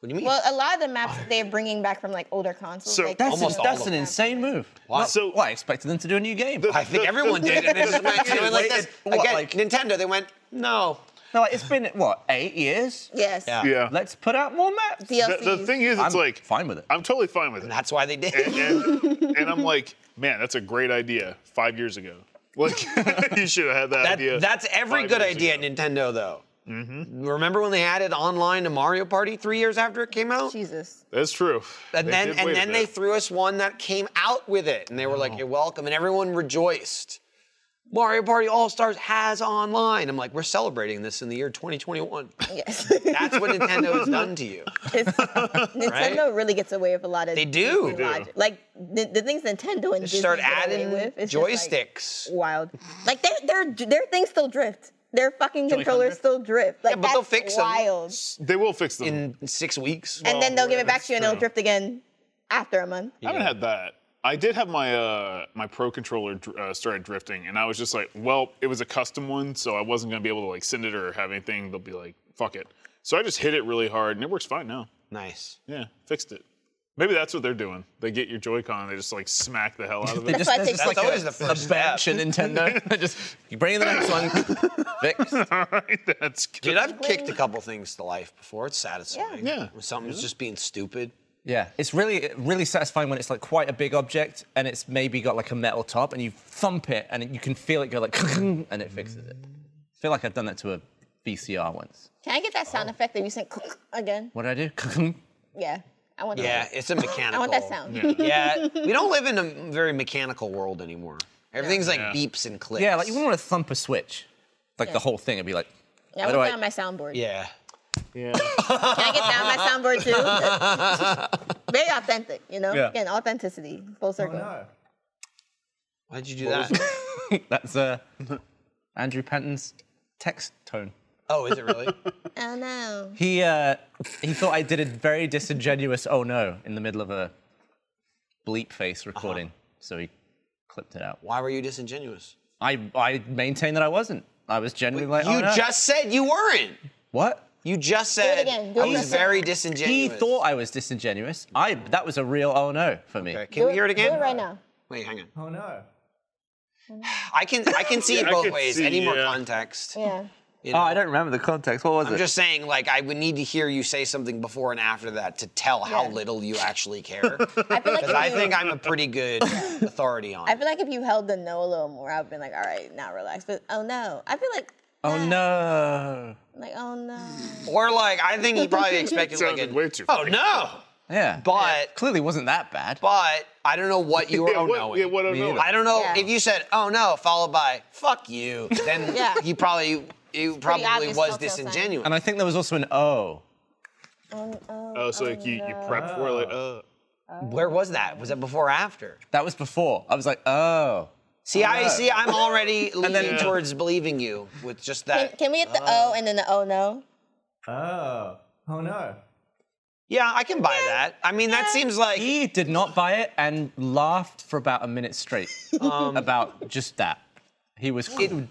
S4: What do you mean?
S5: Well, a lot of the maps they're bringing back from like older consoles.
S3: So-
S5: like,
S2: That's,
S4: Almost
S2: an-
S4: all
S2: that's
S4: of
S2: an
S4: them.
S2: insane move.
S4: Why?
S2: Not-
S3: So-
S2: well, I expected them to do a new game.
S4: I think everyone did. And it's just went, they went like this.
S2: What,
S4: Again,
S2: like-
S4: Nintendo, they went, no.
S2: No, like, it's been, what, eight years?
S5: yes.
S4: Yeah.
S3: yeah.
S2: Let's put out more maps.
S5: DLCs.
S3: The, the thing is, it's
S2: I'm
S3: like
S2: fine with it.
S3: I'm totally fine with it.
S4: That's why they did.
S3: and, and, and I'm like, man, that's a great idea. Five years ago, like you should have had that,
S4: That-
S3: idea.
S4: that's every
S3: five
S4: good
S3: years
S4: idea
S3: ago. Mm-hmm.
S4: at Nintendo, though. Remember when they added online to Mario Party three years after it came out?
S5: Jesus.
S3: That's true.
S4: And
S3: They
S4: then
S3: did
S4: and
S3: wait a
S4: then they
S3: bit.
S4: threw us one that came out with it, and they were like, "You're welcome," and everyone rejoiced. Mario Party All Stars has online. I'm like, we're celebrating this in the year 2021.
S5: Yes.
S4: That's what Nintendo has done to you.
S5: It's- Nintendo really gets away with a lot of
S4: They do.
S5: Disney logic. Like the, the things Nintendo and
S4: They
S5: Disney
S4: start
S5: get away
S4: adding
S5: with, it's just, like,
S4: joysticks.
S5: wild. Like their their their things still drift. Their fucking controllers
S2: drift?
S5: still drift. Like
S4: Yeah, but they'll
S5: that's
S4: fix 'em.
S5: wild.
S3: They will fix them.
S4: in six weeks.
S5: and then
S3: Well,
S5: they'll give it back
S3: that's
S5: to you, and it'll
S3: true.
S5: drift again after a month.
S3: I haven't had that. I did have my uh, my pro controller dr- uh, started drifting, and I was just like, well, it was a custom one, so I wasn't gonna be able to like send it or have anything. They'll be like, fuck it. So I just hit it really hard, and it works fine now.
S4: nice.
S3: Yeah, fixed it. Maybe that's what they're doing. They get your Joy-Con, they just like smack the hell out of
S2: They
S3: it.
S2: just,
S5: why I
S2: there's
S5: take-
S2: just like
S4: That's always
S2: a,
S4: the first
S2: a bench in Nintendo. They just you bring in the next one. Fixed.
S3: All right, that's good.
S4: Dude, I've kicked a couple things to life before. It's satisfying.
S3: Yeah. Yeah.
S4: When something's just being stupid.
S2: Yeah, it's really really satisfying when it's like quite a big object and it's maybe got like a metal top and you thump it and you can feel it go like and it fixes it. I feel like I've done that to a VCR once.
S5: Can I get that
S4: Oh.
S5: sound effect that you sent again?
S2: What did I do?
S5: Yeah, I want that.
S4: Yeah, it's a mechanical.
S5: I want that sound.
S4: Yeah, we don't live in a very mechanical world anymore. Everything's like
S3: Yeah.
S4: beeps and clicks.
S2: Yeah, like you wouldn't want to thump a switch, like the whole thing. It'd be like,
S5: I
S2: How
S5: want
S2: do
S5: that
S2: I-
S5: on my soundboard.
S4: Yeah.
S5: Can I get that on my soundboard too? Very authentic, you know.
S2: Yeah.
S5: Again, authenticity, full circle.
S4: Why'd you do that?
S2: that's uh, Andrew Panton's text tone.
S4: Oh, is it really?
S5: Oh no.
S2: He uh, he thought I did a very disingenuous "oh no" in the middle of a bleep face recording, so he clipped it out.
S4: Why were you disingenuous?
S2: I I maintain that I wasn't. I was genuinely like, oh,
S4: you
S2: no.
S4: just said you weren't.
S2: what?
S4: You just said
S5: again, do it
S4: I was
S5: again.
S4: very
S2: He
S4: disingenuous.
S2: thought I was disingenuous. I that was a real oh no for me.
S4: Okay, Can we hear it again?
S5: Do it right now.
S4: Wait, hang on.
S2: Oh no.
S4: I can I can see it
S3: I
S4: both
S3: can
S4: ways.
S3: see,
S4: Any more
S3: yeah.
S4: context?
S5: Yeah.
S4: you
S2: Oh,
S4: know?
S2: I don't remember the context. What was
S4: I'm
S2: it?
S4: just saying, like, I would need to hear you say something before and after that to tell how
S5: Yeah.
S4: little you actually care.
S5: I feel like if
S4: Because I
S5: you-
S4: think I'm a pretty good authority on
S5: I
S4: it.
S5: feel like if you held the no a little more, I've been like, all right, now relax. But oh no, I feel like
S2: oh no.
S5: like oh no.
S4: Or like, I think he probably expected like
S3: Sounded
S4: a,
S3: way too
S4: oh no,
S2: Yeah.
S4: but
S2: clearly wasn't that bad.
S4: but I don't know what you were
S3: Yeah,
S4: oh
S3: what-
S4: knowing.
S3: yeah, what oh
S2: Me
S3: knowing?
S2: either.
S4: I don't know
S5: Yeah.
S4: if you said oh no followed by fuck you, then
S5: Yeah.
S4: you probably you probably
S5: obvious
S4: was
S5: telltale sign.
S4: disingenuous.
S2: and I think there was also an oh.
S5: Oh, oh,
S3: Oh, so like you, you prepped for like, uh,
S4: Where was that? Was that before or after?
S2: That was before. I was like, oh.
S4: See, I see. I'm already leaning
S2: then- Yeah.
S4: towards believing you with just
S5: Can,
S4: that.
S5: can we get the oh and then the oh no?
S2: Oh. Oh no.
S4: yeah, I can buy that. I mean, that seems like
S2: He did not buy it and laughed for about a minute straight about just that. He was
S4: Um, it,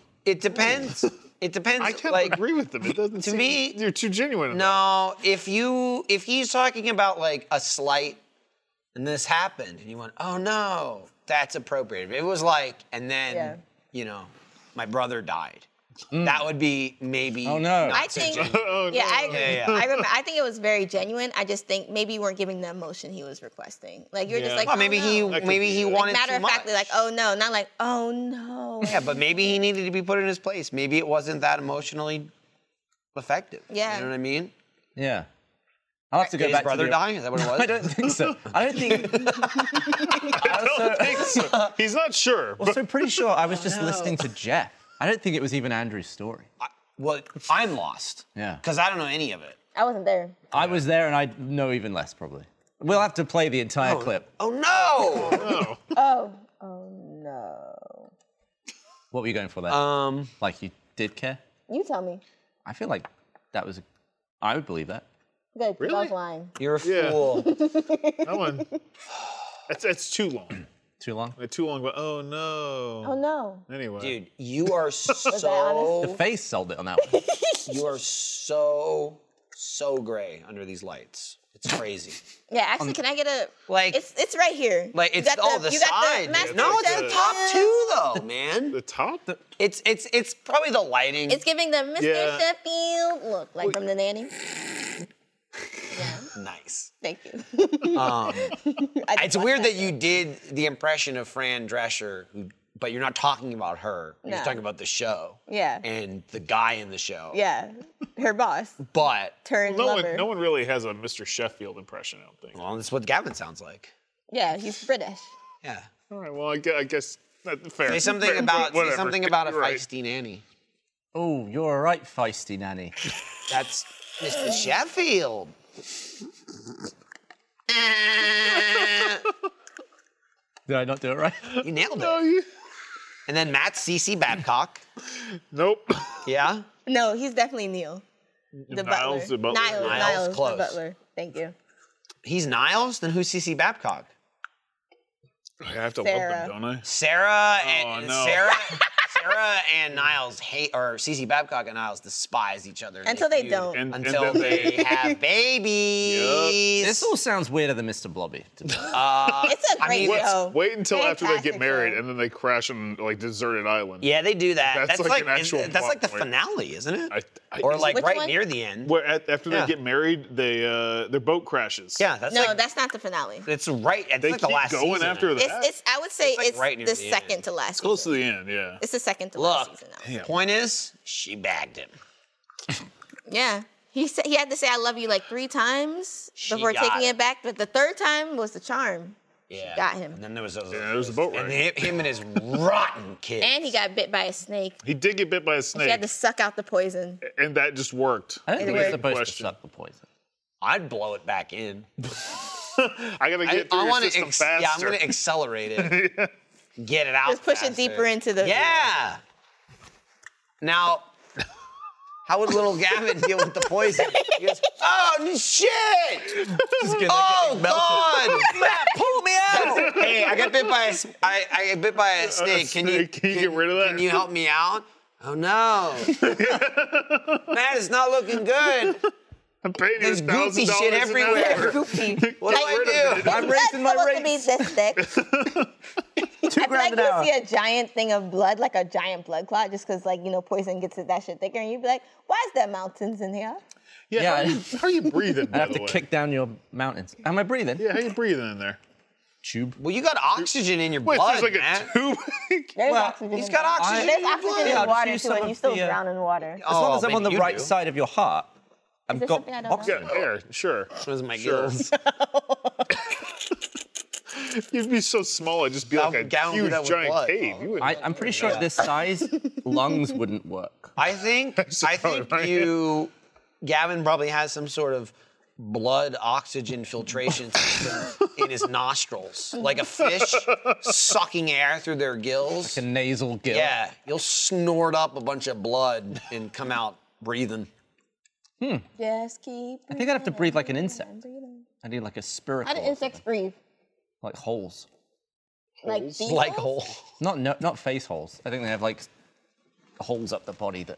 S4: it depends. It depends.
S3: I can't
S4: like,
S3: agree with them. It doesn't
S4: to
S3: seem,
S4: me-
S3: you're too genuine. in that.
S4: No, if you if he's talking about like a slight, and this happened, and you went, oh no, that's appropriate. If it was like, and then
S5: Yeah.
S4: you know, my brother died. That would be maybe.
S2: Mm. Oh, no.
S5: I think.
S3: Oh,
S5: Yeah, I
S3: no.
S5: agree.
S4: Yeah, yeah.
S5: I remember. I think it was very genuine. I just think maybe you weren't giving the emotion he was requesting. Like you're just
S3: Yeah.
S5: like,
S4: Well,
S5: oh,
S4: maybe
S5: no.
S4: he
S3: That could
S4: maybe
S3: be
S4: he
S3: it.
S4: wanted
S5: matter
S4: too
S5: of factly
S4: much.
S5: like, oh no, not like, oh no.
S4: Yeah, but maybe he needed to be put in his place. Maybe it wasn't that emotionally effective.
S5: Yeah.
S4: You know what I mean?
S2: Yeah. I'll have to go
S4: Did
S2: back
S4: his brother
S2: to the,
S4: die? Is that what it was?
S2: I don't think so. I don't think.
S3: I don't think so. He's not sure. but
S2: Also, pretty sure I was just listening to Jeff. I don't think it was even Andrew's story.
S4: Well, I'm lost.
S2: Yeah.
S4: Because I don't know any of it.
S5: I wasn't there.
S2: I was there, and I know even less probably. We'll have to play the entire clip.
S4: Oh no!
S5: Oh, oh no.
S2: What were you going for there?
S4: um,
S2: like you did care?
S5: You tell me.
S2: I feel like that was. A, I would believe that.
S5: Good. 'cause I
S3: Really?
S5: was lying.
S4: you're a
S3: Yeah.
S4: fool.
S3: that one, that's, that's too long.
S2: Too long.
S3: Like, Too long. But oh no.
S5: Oh no.
S3: Anyway.
S4: Dude, you are
S2: The
S4: so
S2: face sold it on that one.
S4: you are so so gray under these lights. It's crazy.
S5: Yeah, actually, can I get a
S4: Like
S5: It's it's right here.
S4: like
S5: You
S4: it's
S5: got
S4: oh the,
S5: you got
S4: side.
S5: master
S4: no, it's
S5: chef.
S4: the top two though, man.
S3: The top.
S4: It's it's it's probably the lighting.
S5: It's giving the Mr.
S3: Yeah.
S5: Sheffield look, like from the nanny. Yeah,
S4: nice.
S5: thank you.
S4: Um,
S5: I just
S4: it's
S5: watched
S4: weird that
S5: that.
S4: you did the impression of Fran Drescher, who, but you're not talking about her. You're just
S5: No.
S4: talking about the show.
S5: Yeah.
S4: And the guy in the show.
S5: Yeah, her boss
S4: But
S5: turned
S3: no
S5: lover.
S3: one, no one really has a Mr. Sheffield impression. I don't think.
S4: well, that's what Gavin sounds like.
S5: Yeah, he's British.
S4: Yeah.
S3: All right. Well, I guess, I guess that, fair.
S4: Say something
S3: Fair,
S4: about say
S3: whatever.
S4: something about a
S3: You're right.
S4: feisty nanny.
S2: oh, you're all right, feisty nanny.
S4: That's Mr. Sheffield.
S2: Did I not do it right?
S4: you nailed
S3: Oh,
S4: it.
S3: you-
S4: And then Matt CC Babcock.
S3: Nope.
S4: Yeah.
S5: No, he's definitely Neil, the
S3: Niles, the
S5: butler.
S3: butler.
S5: Niles,
S4: Niles,
S5: Niles,
S4: close.
S5: the butler. Thank you.
S4: He's Niles. Then who's CC Babcock?
S3: I have to
S5: Sarah.
S3: love them, don't I?
S4: Sarah and
S3: Oh, no.
S4: Sarah. Sarah and Niles hate, or CC Babcock and Niles despise each other. and
S5: Until they
S4: feud
S5: don't.
S3: And- and
S4: Until
S3: then
S4: they,
S3: they-
S4: have babies.
S2: This all sounds weirder than Mr. Blobby. To be honest.
S5: It's a
S4: Uh, I mean,
S5: great
S4: what's-
S5: show.
S3: Wait until after they get
S5: Oh. Fantastic
S3: married
S5: show.
S3: and then they crash on like deserted island.
S4: Yeah, they do that. That's,
S3: That's like
S4: like,
S3: an actual
S4: is- that's
S3: plot
S4: like the
S3: point.
S4: finale, isn't it?
S3: I, I,
S4: or like
S5: Which
S4: right
S5: one?
S4: near the end.
S3: Where at, after
S4: Yeah.
S3: they get married, they uh, their boat crashes.
S4: yeah, that's
S5: no,
S4: like
S5: that's not the finale.
S4: it's right. It's
S3: they
S4: like the
S3: keep
S4: last
S3: going
S4: season.
S3: after that.
S5: It's, it's. I would say
S4: It's,
S5: it's,
S4: like, right near
S5: the
S4: the
S5: second
S4: end.
S5: to last.
S3: close to
S5: season.
S3: the end. Yeah.
S5: It's the second to last
S4: Look,
S5: season. now.
S4: point is, she bagged him.
S5: Yeah. He said he had to say "I love you" like three times
S4: She
S5: before
S4: got
S5: taking
S4: it.
S5: it. back, but the third time was the charm,
S4: Yeah,
S5: got him.
S4: And then there was those,
S3: Yeah, there was the boat
S4: and
S3: ride.
S4: hi- him and his rotten kid.
S5: and he got bit by a snake.
S3: He did get bit by a
S5: She had
S3: snake,
S5: to suck out the poison.
S3: and that just worked.
S2: I don't think it's
S5: Anyway.
S2: supposed
S3: Question.
S2: to suck the poison.
S4: I'd blow it back in.
S3: I gotta
S4: I,
S3: get through
S4: I
S3: your
S4: want to.
S3: system
S4: Ex-
S3: faster.
S4: yeah, I'm gonna accelerate it. Get it out.
S5: Just push it
S4: faster.
S5: deeper into the.
S4: Yeah. Now, how would little Gavin deal with the poison? He goes, oh shit!
S2: He's gonna
S4: Oh God! Matt, pull me out! hey, I got bit by a, s- I, I got bit by a snake. Can you
S3: snake. Can you get rid of that?"
S4: Can you help me out? Oh no, man, it's not looking good.
S3: I'm paying you
S4: There's goopy
S3: $1,000
S4: shit
S3: an
S4: everywhere.
S3: hour.
S5: Goopy.
S4: What do I do?
S2: I'm
S5: That's
S2: raising my
S5: supposed to be
S2: rates.
S5: this thick.
S2: Two
S5: I feel like
S2: grand an
S5: you
S2: hour.
S5: see a giant thing of blood, like a giant blood clot, just because like you know poison gets it that shit thicker, and you'd be like, "Why is there mountains in here?"
S3: Yeah,
S2: Yeah,
S3: How, are
S2: I-
S3: you, how are you breathing?
S2: I
S3: by
S2: have
S3: the
S2: to
S3: way?
S2: kick down your mountains. Am I breathing?
S3: Yeah, how you breathing in there?
S2: Tube.
S4: Well, you got oxygen in your
S3: Wait,
S4: blood,
S3: there's like
S4: man.
S3: a tube.
S5: There's
S2: Well,
S5: oxygen.
S4: he's
S5: in
S4: got
S5: there.
S4: oxygen in
S5: There's
S4: his
S5: oxygen
S4: blood.
S5: in
S2: Yeah,
S5: the
S2: just
S5: water
S2: use
S5: too,
S2: some
S5: and
S2: of
S5: you still
S2: the, uh,
S5: drown in water.
S2: As long as I'm
S4: Oh, maybe
S2: on the
S4: you
S2: right
S4: do.
S2: side of your heart, I've
S5: there
S2: got
S5: something I don't know?
S2: oxygen.
S3: yeah, air, sure.
S4: Those are my
S3: sure.
S4: gills.
S3: You'd be so small, I'd just be
S4: Gown-
S3: like a
S4: gown
S3: huge
S4: that with
S3: giant
S4: blood.
S3: cave. You
S2: I,
S3: wouldn't.
S2: I'm pretty sure at this size, lungs wouldn't work.
S4: I think I
S3: probably
S4: think
S3: right.
S4: you, Gavin, probably has some sort of blood oxygen filtration system in his nostrils, like a fish sucking air through their gills.
S2: A nasal gill.
S4: yeah, you'll snort up a bunch of blood and come out breathing.
S5: Just keep.
S2: I think I'd have to breathe like an insect.
S5: breathing.
S2: I need like a spiracle,
S5: How do insects breathe?
S2: like holes.
S5: Like beetles?
S4: Like whole.
S2: Not no, not face holes. I think they have like holes up the body that.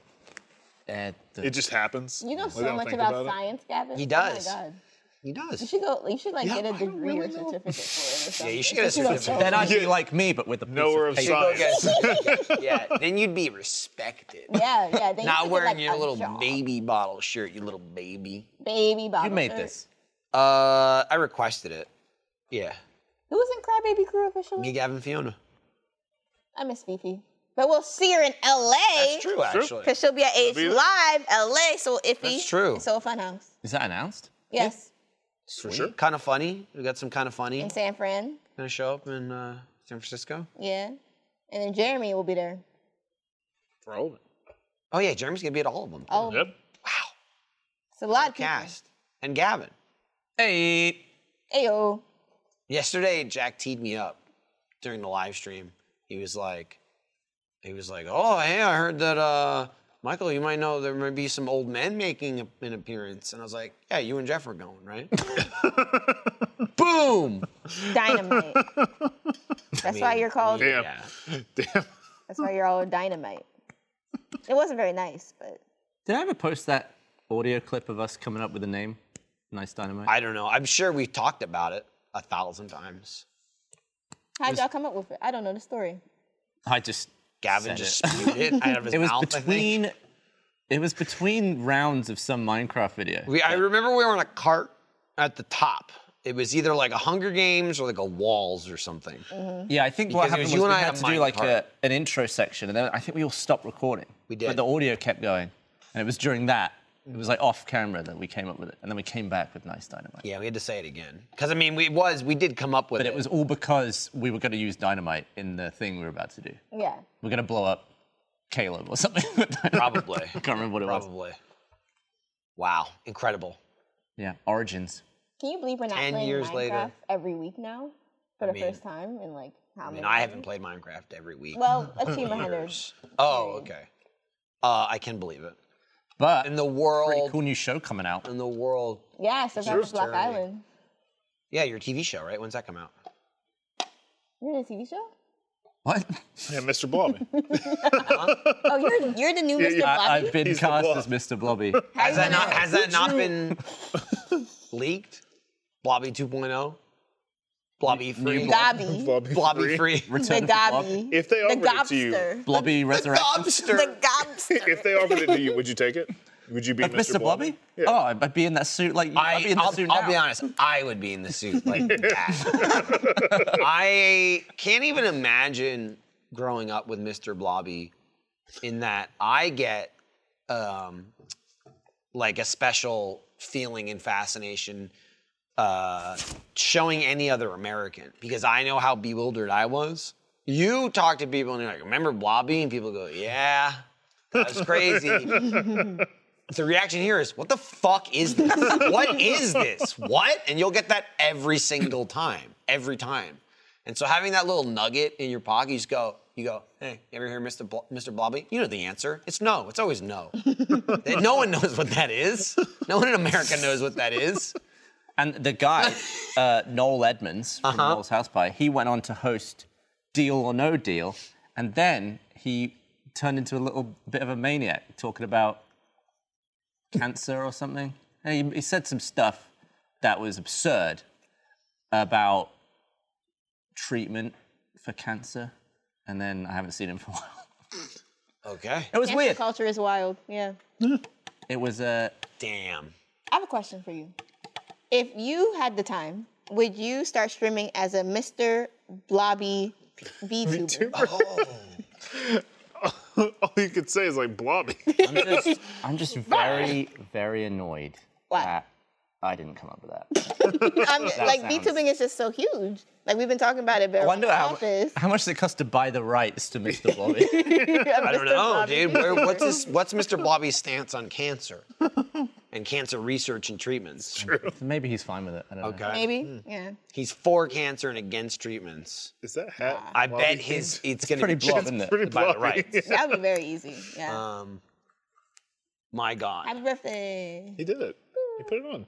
S2: air the,
S3: It just happens.
S5: You know
S3: We
S5: so
S3: don't
S5: much
S3: think
S5: about,
S3: it.
S5: science, Gavin.
S4: He does.
S5: Oh my god.
S4: He
S5: You
S4: does.
S5: should go. You should like
S4: Yeah,
S5: get a
S4: I don't
S5: degree
S4: really
S5: or
S4: know.
S5: certificate for it. Or something.
S4: Yeah, you should get a
S5: Just like,
S4: certificate.
S2: then I'd be
S3: Yeah.
S2: like me, but with a piece
S3: Knower of
S2: of paper.
S3: science.
S4: yeah, then you'd be respected.
S5: Yeah, yeah. Then you should
S4: Not
S5: get,
S4: wearing
S5: like,
S4: your
S5: a
S4: little
S5: job.
S4: baby bottle shirt, you little baby.
S5: baby bottle.
S2: You made
S5: shirt.
S2: this.
S4: Uh, I requested it. Yeah.
S5: Who was in Crybaby Crew
S4: Me,
S5: officially?
S4: Gavin, Fiona.
S5: I miss Fifi. But we'll see her in LA.
S4: That's true, actually.
S5: Because she'll be at Age
S3: be there.
S5: Live LA, so iffy.
S4: That's true.
S5: So Funhouse.
S2: Is that announced?
S5: Yes.
S4: For sure. Kind of funny. We got some kind of funny.
S5: In San Fran.
S4: Gonna show up in uh, San Francisco.
S5: Yeah. And then Jeremy will be there.
S3: For all of it.
S4: Oh yeah, Jeremy's gonna be at all of them.
S5: Oh,
S3: Yep.
S5: it's a lot of
S4: Cast and Gavin.
S2: Hey.
S5: people. Ayo.
S4: Yesterday, Jack teed me up during the live stream. He was like, he was like, oh hey, I heard that uh, Michael, you might know there might be some old men making a- an appearance, and I was like, yeah, you and Jeff are going, right? Boom.
S5: Dynamite. That's why you're called.
S3: Damn.
S4: Yeah.
S3: Damn.
S5: That's why you're all dynamite. It wasn't very nice, but
S2: Did I ever post that audio clip of us coming up with a name? Nice dynamite.
S4: I don't know. I'm sure we've talked about it a thousand times.
S5: how'd y'all come up with it? I don't know the story.
S2: I just
S4: Gavin
S2: said
S4: just
S2: it.
S4: spewed it out of his
S2: It was
S4: mouth. I think.
S2: between. It was between rounds of some Minecraft video.
S4: We, I remember we were on a cart at the top. It was either like a Hunger Games or like a Walls or something.
S2: Yeah, I think what
S4: Because it
S2: happened
S4: was
S2: was,
S4: you
S2: we
S4: and I
S2: had
S4: and
S2: to do like
S4: Minecart.
S2: a, an intro section, and then I think we all stopped recording. We
S4: did.
S2: But the audio kept going, and it was during that. It was like off camera that we came up with it, and then we came back with Nice Dynamite.
S4: Yeah, we had to say it again because I mean, we it was we did come up with
S2: But
S4: it.
S2: it was all because we were going to use dynamite in the thing we were about to do.
S5: Yeah.
S2: We're going to blow up Caleb or something.
S4: Probably.
S2: I can't remember what it was.
S4: probably. Wow, incredible.
S2: Yeah, Origins.
S5: Can you believe we're not
S4: 10
S5: playing
S4: years
S5: Minecraft
S4: later.
S5: every week now for the
S4: mean-
S5: first time in like how
S4: I
S5: many?
S4: mean, I
S5: years?
S4: haven't played Minecraft every week.
S5: Well, achievement hunters.
S4: oh, okay. Uh, I can believe it.
S2: But
S4: In the
S2: pretty
S4: world,
S2: cool new show coming out.
S4: in the world.
S5: Yeah, Survivors Block
S4: Eternity.
S5: Island.
S4: Yeah, your TV show, right? When's that come out?
S5: You're in a TV show?
S2: What?
S3: Yeah, Mr. Blobby.
S5: Oh, you're you're the new Mr.
S3: yeah,
S2: I,
S5: Blobby.
S2: I've been
S3: He's the
S2: cast
S3: blob.
S2: as Mr. Blobby.
S4: Has that not has that
S3: Would
S4: not
S3: you-
S4: been leaked? Blobby 2.0, Blobby free,
S5: Dobby.
S3: Blobby.
S4: Blobby free.
S5: The
S2: Return of the Blob.
S5: Dobby.
S3: If they offered
S5: the
S3: it to you,
S5: Gobster.
S2: Blobby Resurrection.
S5: The
S4: Lobster.
S5: Gobster.
S3: If they offered it to you, would you take it? Would you be
S2: Of Mr. Blobby?
S3: Yeah.
S2: Oh, I'd I'd be in that suit. Like I, would be
S4: I,
S2: in that
S4: I'll,
S2: suit
S4: I'll
S2: now.
S4: be honest. I would be in the suit like that. I can't even imagine growing up with Mr. Blobby, in that I get um, like a special feeling and fascination uh, showing any other American because I know how bewildered I was. You talk to people and you're like, "Remember Blobby?" and people go, "Yeah, that was crazy." the reaction here is, what the fuck is this? what is this? What? And you'll get that every single time, every time. And so having that little nugget in your pocket, you just go, you go, hey, you ever hear Mr. Bl- Mr. Blobby? You know the answer. It's no. It's always no. no one knows what that is. No one in America knows what that is.
S2: And the guy, uh, Noel Edmonds from Noel's House Pie, he went on to host Deal or No Deal, and then he turned into a little bit of a maniac talking about cancer or something. And he, he said some stuff that was absurd about treatment for cancer, and then I haven't seen him for a while.
S4: Okay.
S2: It was
S5: Cancel
S2: weird.
S5: culture is wild. Yeah.
S2: It was uh, a.
S4: Damn.
S5: I have a question for you. If you had the time, would you start streaming as a Mr. Blobby VTuber?
S3: All you could say is like blobby.
S2: I'm just, I'm just very, very annoyed
S5: Why?
S2: that I didn't come up with that.
S5: I'm, like
S2: sounds-
S5: VTubing is just so huge. Like we've been talking about it, but
S2: I wonder how,
S5: office.
S2: how much does it cost to buy the rights to Mr. Blobby.
S4: I don't know, Oh, dude. Where, what's this, What's Mr. Blobby's stance on cancer and cancer research and treatments?
S2: Maybe he's fine with it. I don't know.
S4: Okay.
S5: Maybe. Yeah.
S4: He's for cancer and against treatments.
S3: Is that
S5: Ah,
S3: hat?
S4: I
S3: blobby?
S4: bet his it's gonna
S2: Pretty
S4: be
S2: blob, isn't it?
S3: Pretty
S4: by
S3: blobby.
S4: the right.
S5: That would be very easy. Yeah.
S4: Um, my God.
S5: Happy birthday.
S3: He did it. He put it on.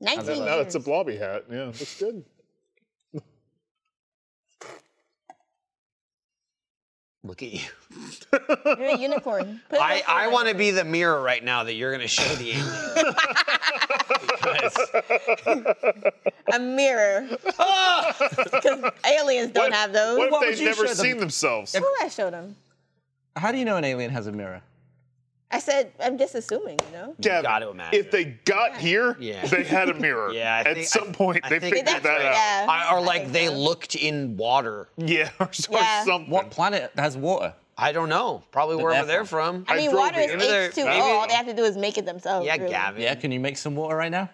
S5: 19
S3: No, it's
S5: years.
S3: a blobby hat. Yeah, it's good.
S4: Look at you.
S5: You're a unicorn. Put it
S4: I,
S5: up for
S4: I
S5: it.
S4: want to be the mirror right now that you're gonna show the alien. Because-
S5: a mirror. Because aliens don't have those.
S3: What
S2: Why would
S3: if they've
S2: you
S3: never
S2: show them?
S3: seen themselves?
S5: Who I showed them?
S2: How do you know an alien has a mirror?
S5: I said I'm just assuming, you know.
S3: Gavin,
S4: gotta imagine.
S3: If they got here,
S4: Yeah.
S3: they had a mirror.
S4: Yeah, I
S3: At
S4: think-
S3: some
S4: I-
S3: point,
S4: I
S3: they
S4: think
S3: figured
S4: that's
S3: that
S4: right.
S3: out.
S5: Yeah.
S4: I- or like they looked in water.
S3: Yeah, or, or
S5: Yeah.
S3: something.
S2: What planet has water?
S4: I don't know. Probably wherever
S2: they're
S4: they're from.
S5: I mean,
S3: drove
S5: water is
S3: it. Maybe
S4: they're-
S5: H2O.
S4: maybe-
S5: All they have to do is make it themselves.
S4: yeah,
S5: really.
S4: Gavin.
S2: Yeah, can you make some water right now?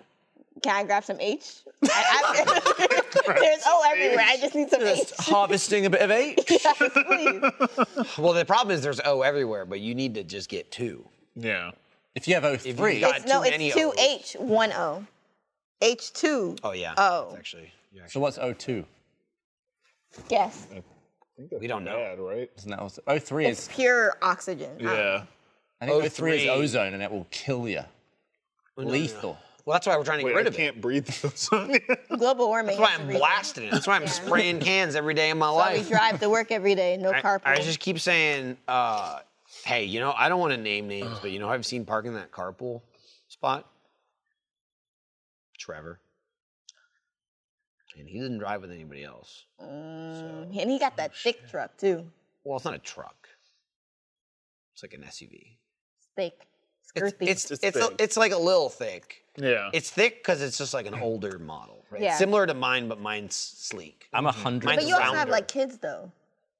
S5: Can I grab some H? I- I- There's O everywhere. I just need some H.
S2: Just harvesting a bit of eight.
S5: Yes, please.
S4: Well, the problem is there's O everywhere, but you need to just get two.
S3: Yeah.
S2: If you have
S4: If
S2: O3,
S4: you got
S5: It's, no,
S4: too many
S5: it's two
S4: O's.
S5: H, one O. H two.
S4: Oh yeah.
S5: Oh.
S4: That's actually. you're actually-
S2: so what's O2?
S5: Yes.
S4: We don't know.
S3: Bad, right?
S2: Isn't that also,
S4: Oh,
S2: O3
S5: It's
S2: is,
S5: pure oxygen.
S3: Yeah.
S2: I think O3 is
S4: O3.
S2: ozone and it will kill
S4: Oh,
S2: you. Lethal.
S4: Well, that's why we're trying to
S3: Wait,
S4: get rid
S3: I
S4: of it.
S3: can't breathe those on you.
S5: Um, Global warming.
S4: That's why
S5: is the
S4: I'm
S5: reason.
S4: blasting it. That's why I'm spraying cans every day of my
S5: Why we
S4: life.
S5: drive to work every day. No
S4: I,
S5: carpool.
S4: I just keep saying, uh, hey, you know, I don't want to name names, but you know, who I've seen parking that carpool spot. Trevor. And he didn't drive with anybody else.
S5: Mm, and he got
S4: Oh,
S5: that thick truck too.
S4: Well, it's not a truck. It's like an SUV.
S5: Thick.
S4: It's
S5: Girthy.
S4: it's
S3: It's
S4: it's, a-
S3: big.
S4: it's like a little thick.
S3: Yeah.
S4: It's thick because it's just like an older model, right?
S5: Yeah.
S4: Similar to mine, but mine's sleek.
S2: I'm a hundred.
S4: Mine's
S5: but you also have
S4: rounder.
S5: like kids though.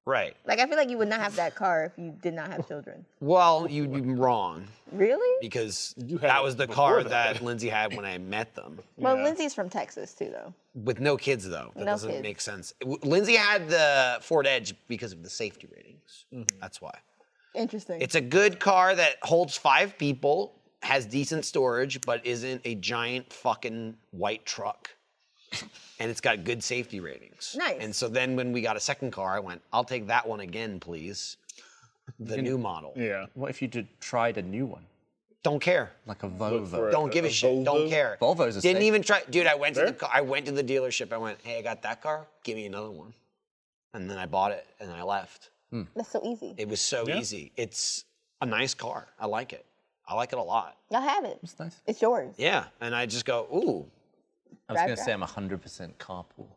S4: Right.
S5: Like I feel like you would not have that car if you did not have children.
S4: Well, you'd be wrong
S5: Really?
S4: because
S3: had
S4: that
S3: it
S4: was the
S3: before
S4: car
S3: that.
S4: that. Lindsay had when I met them.
S5: Well, Lindsay's from Texas too, though.
S4: With no kids, though. That
S5: No
S4: doesn't
S5: kids.
S4: make sense. W- Lindsay had the Ford Edge because of the safety ratings. That's why.
S5: Interesting.
S4: It's a good car that holds five people, has decent storage, but isn't a giant fucking white truck. And it's got good safety ratings.
S5: Nice.
S4: And so then when we got a second car, I went, I'll take that one again, please. The new model.
S3: yeah.
S2: What if you did, tried a new one?
S4: Don't care.
S2: Like a Volvo.
S3: for it.
S4: Don't give a,
S3: a
S4: shit.
S3: Volvo?
S4: Don't care.
S2: Volvo's a
S4: Didn't
S2: safe-
S4: even try. Dude, I went to the car, I went to the dealership. I went, hey, I got that car. Give me another one. And then I bought it and I left.
S5: That's so easy.
S4: It was so easy. It's a nice car. I like it. I like it a lot.
S5: Y'all have it. It's
S2: nice.
S5: It's yours.
S4: Yeah. And I just go, ooh,
S2: I was
S5: Drive
S2: going to
S5: that.
S2: say I'm a 100% carpool.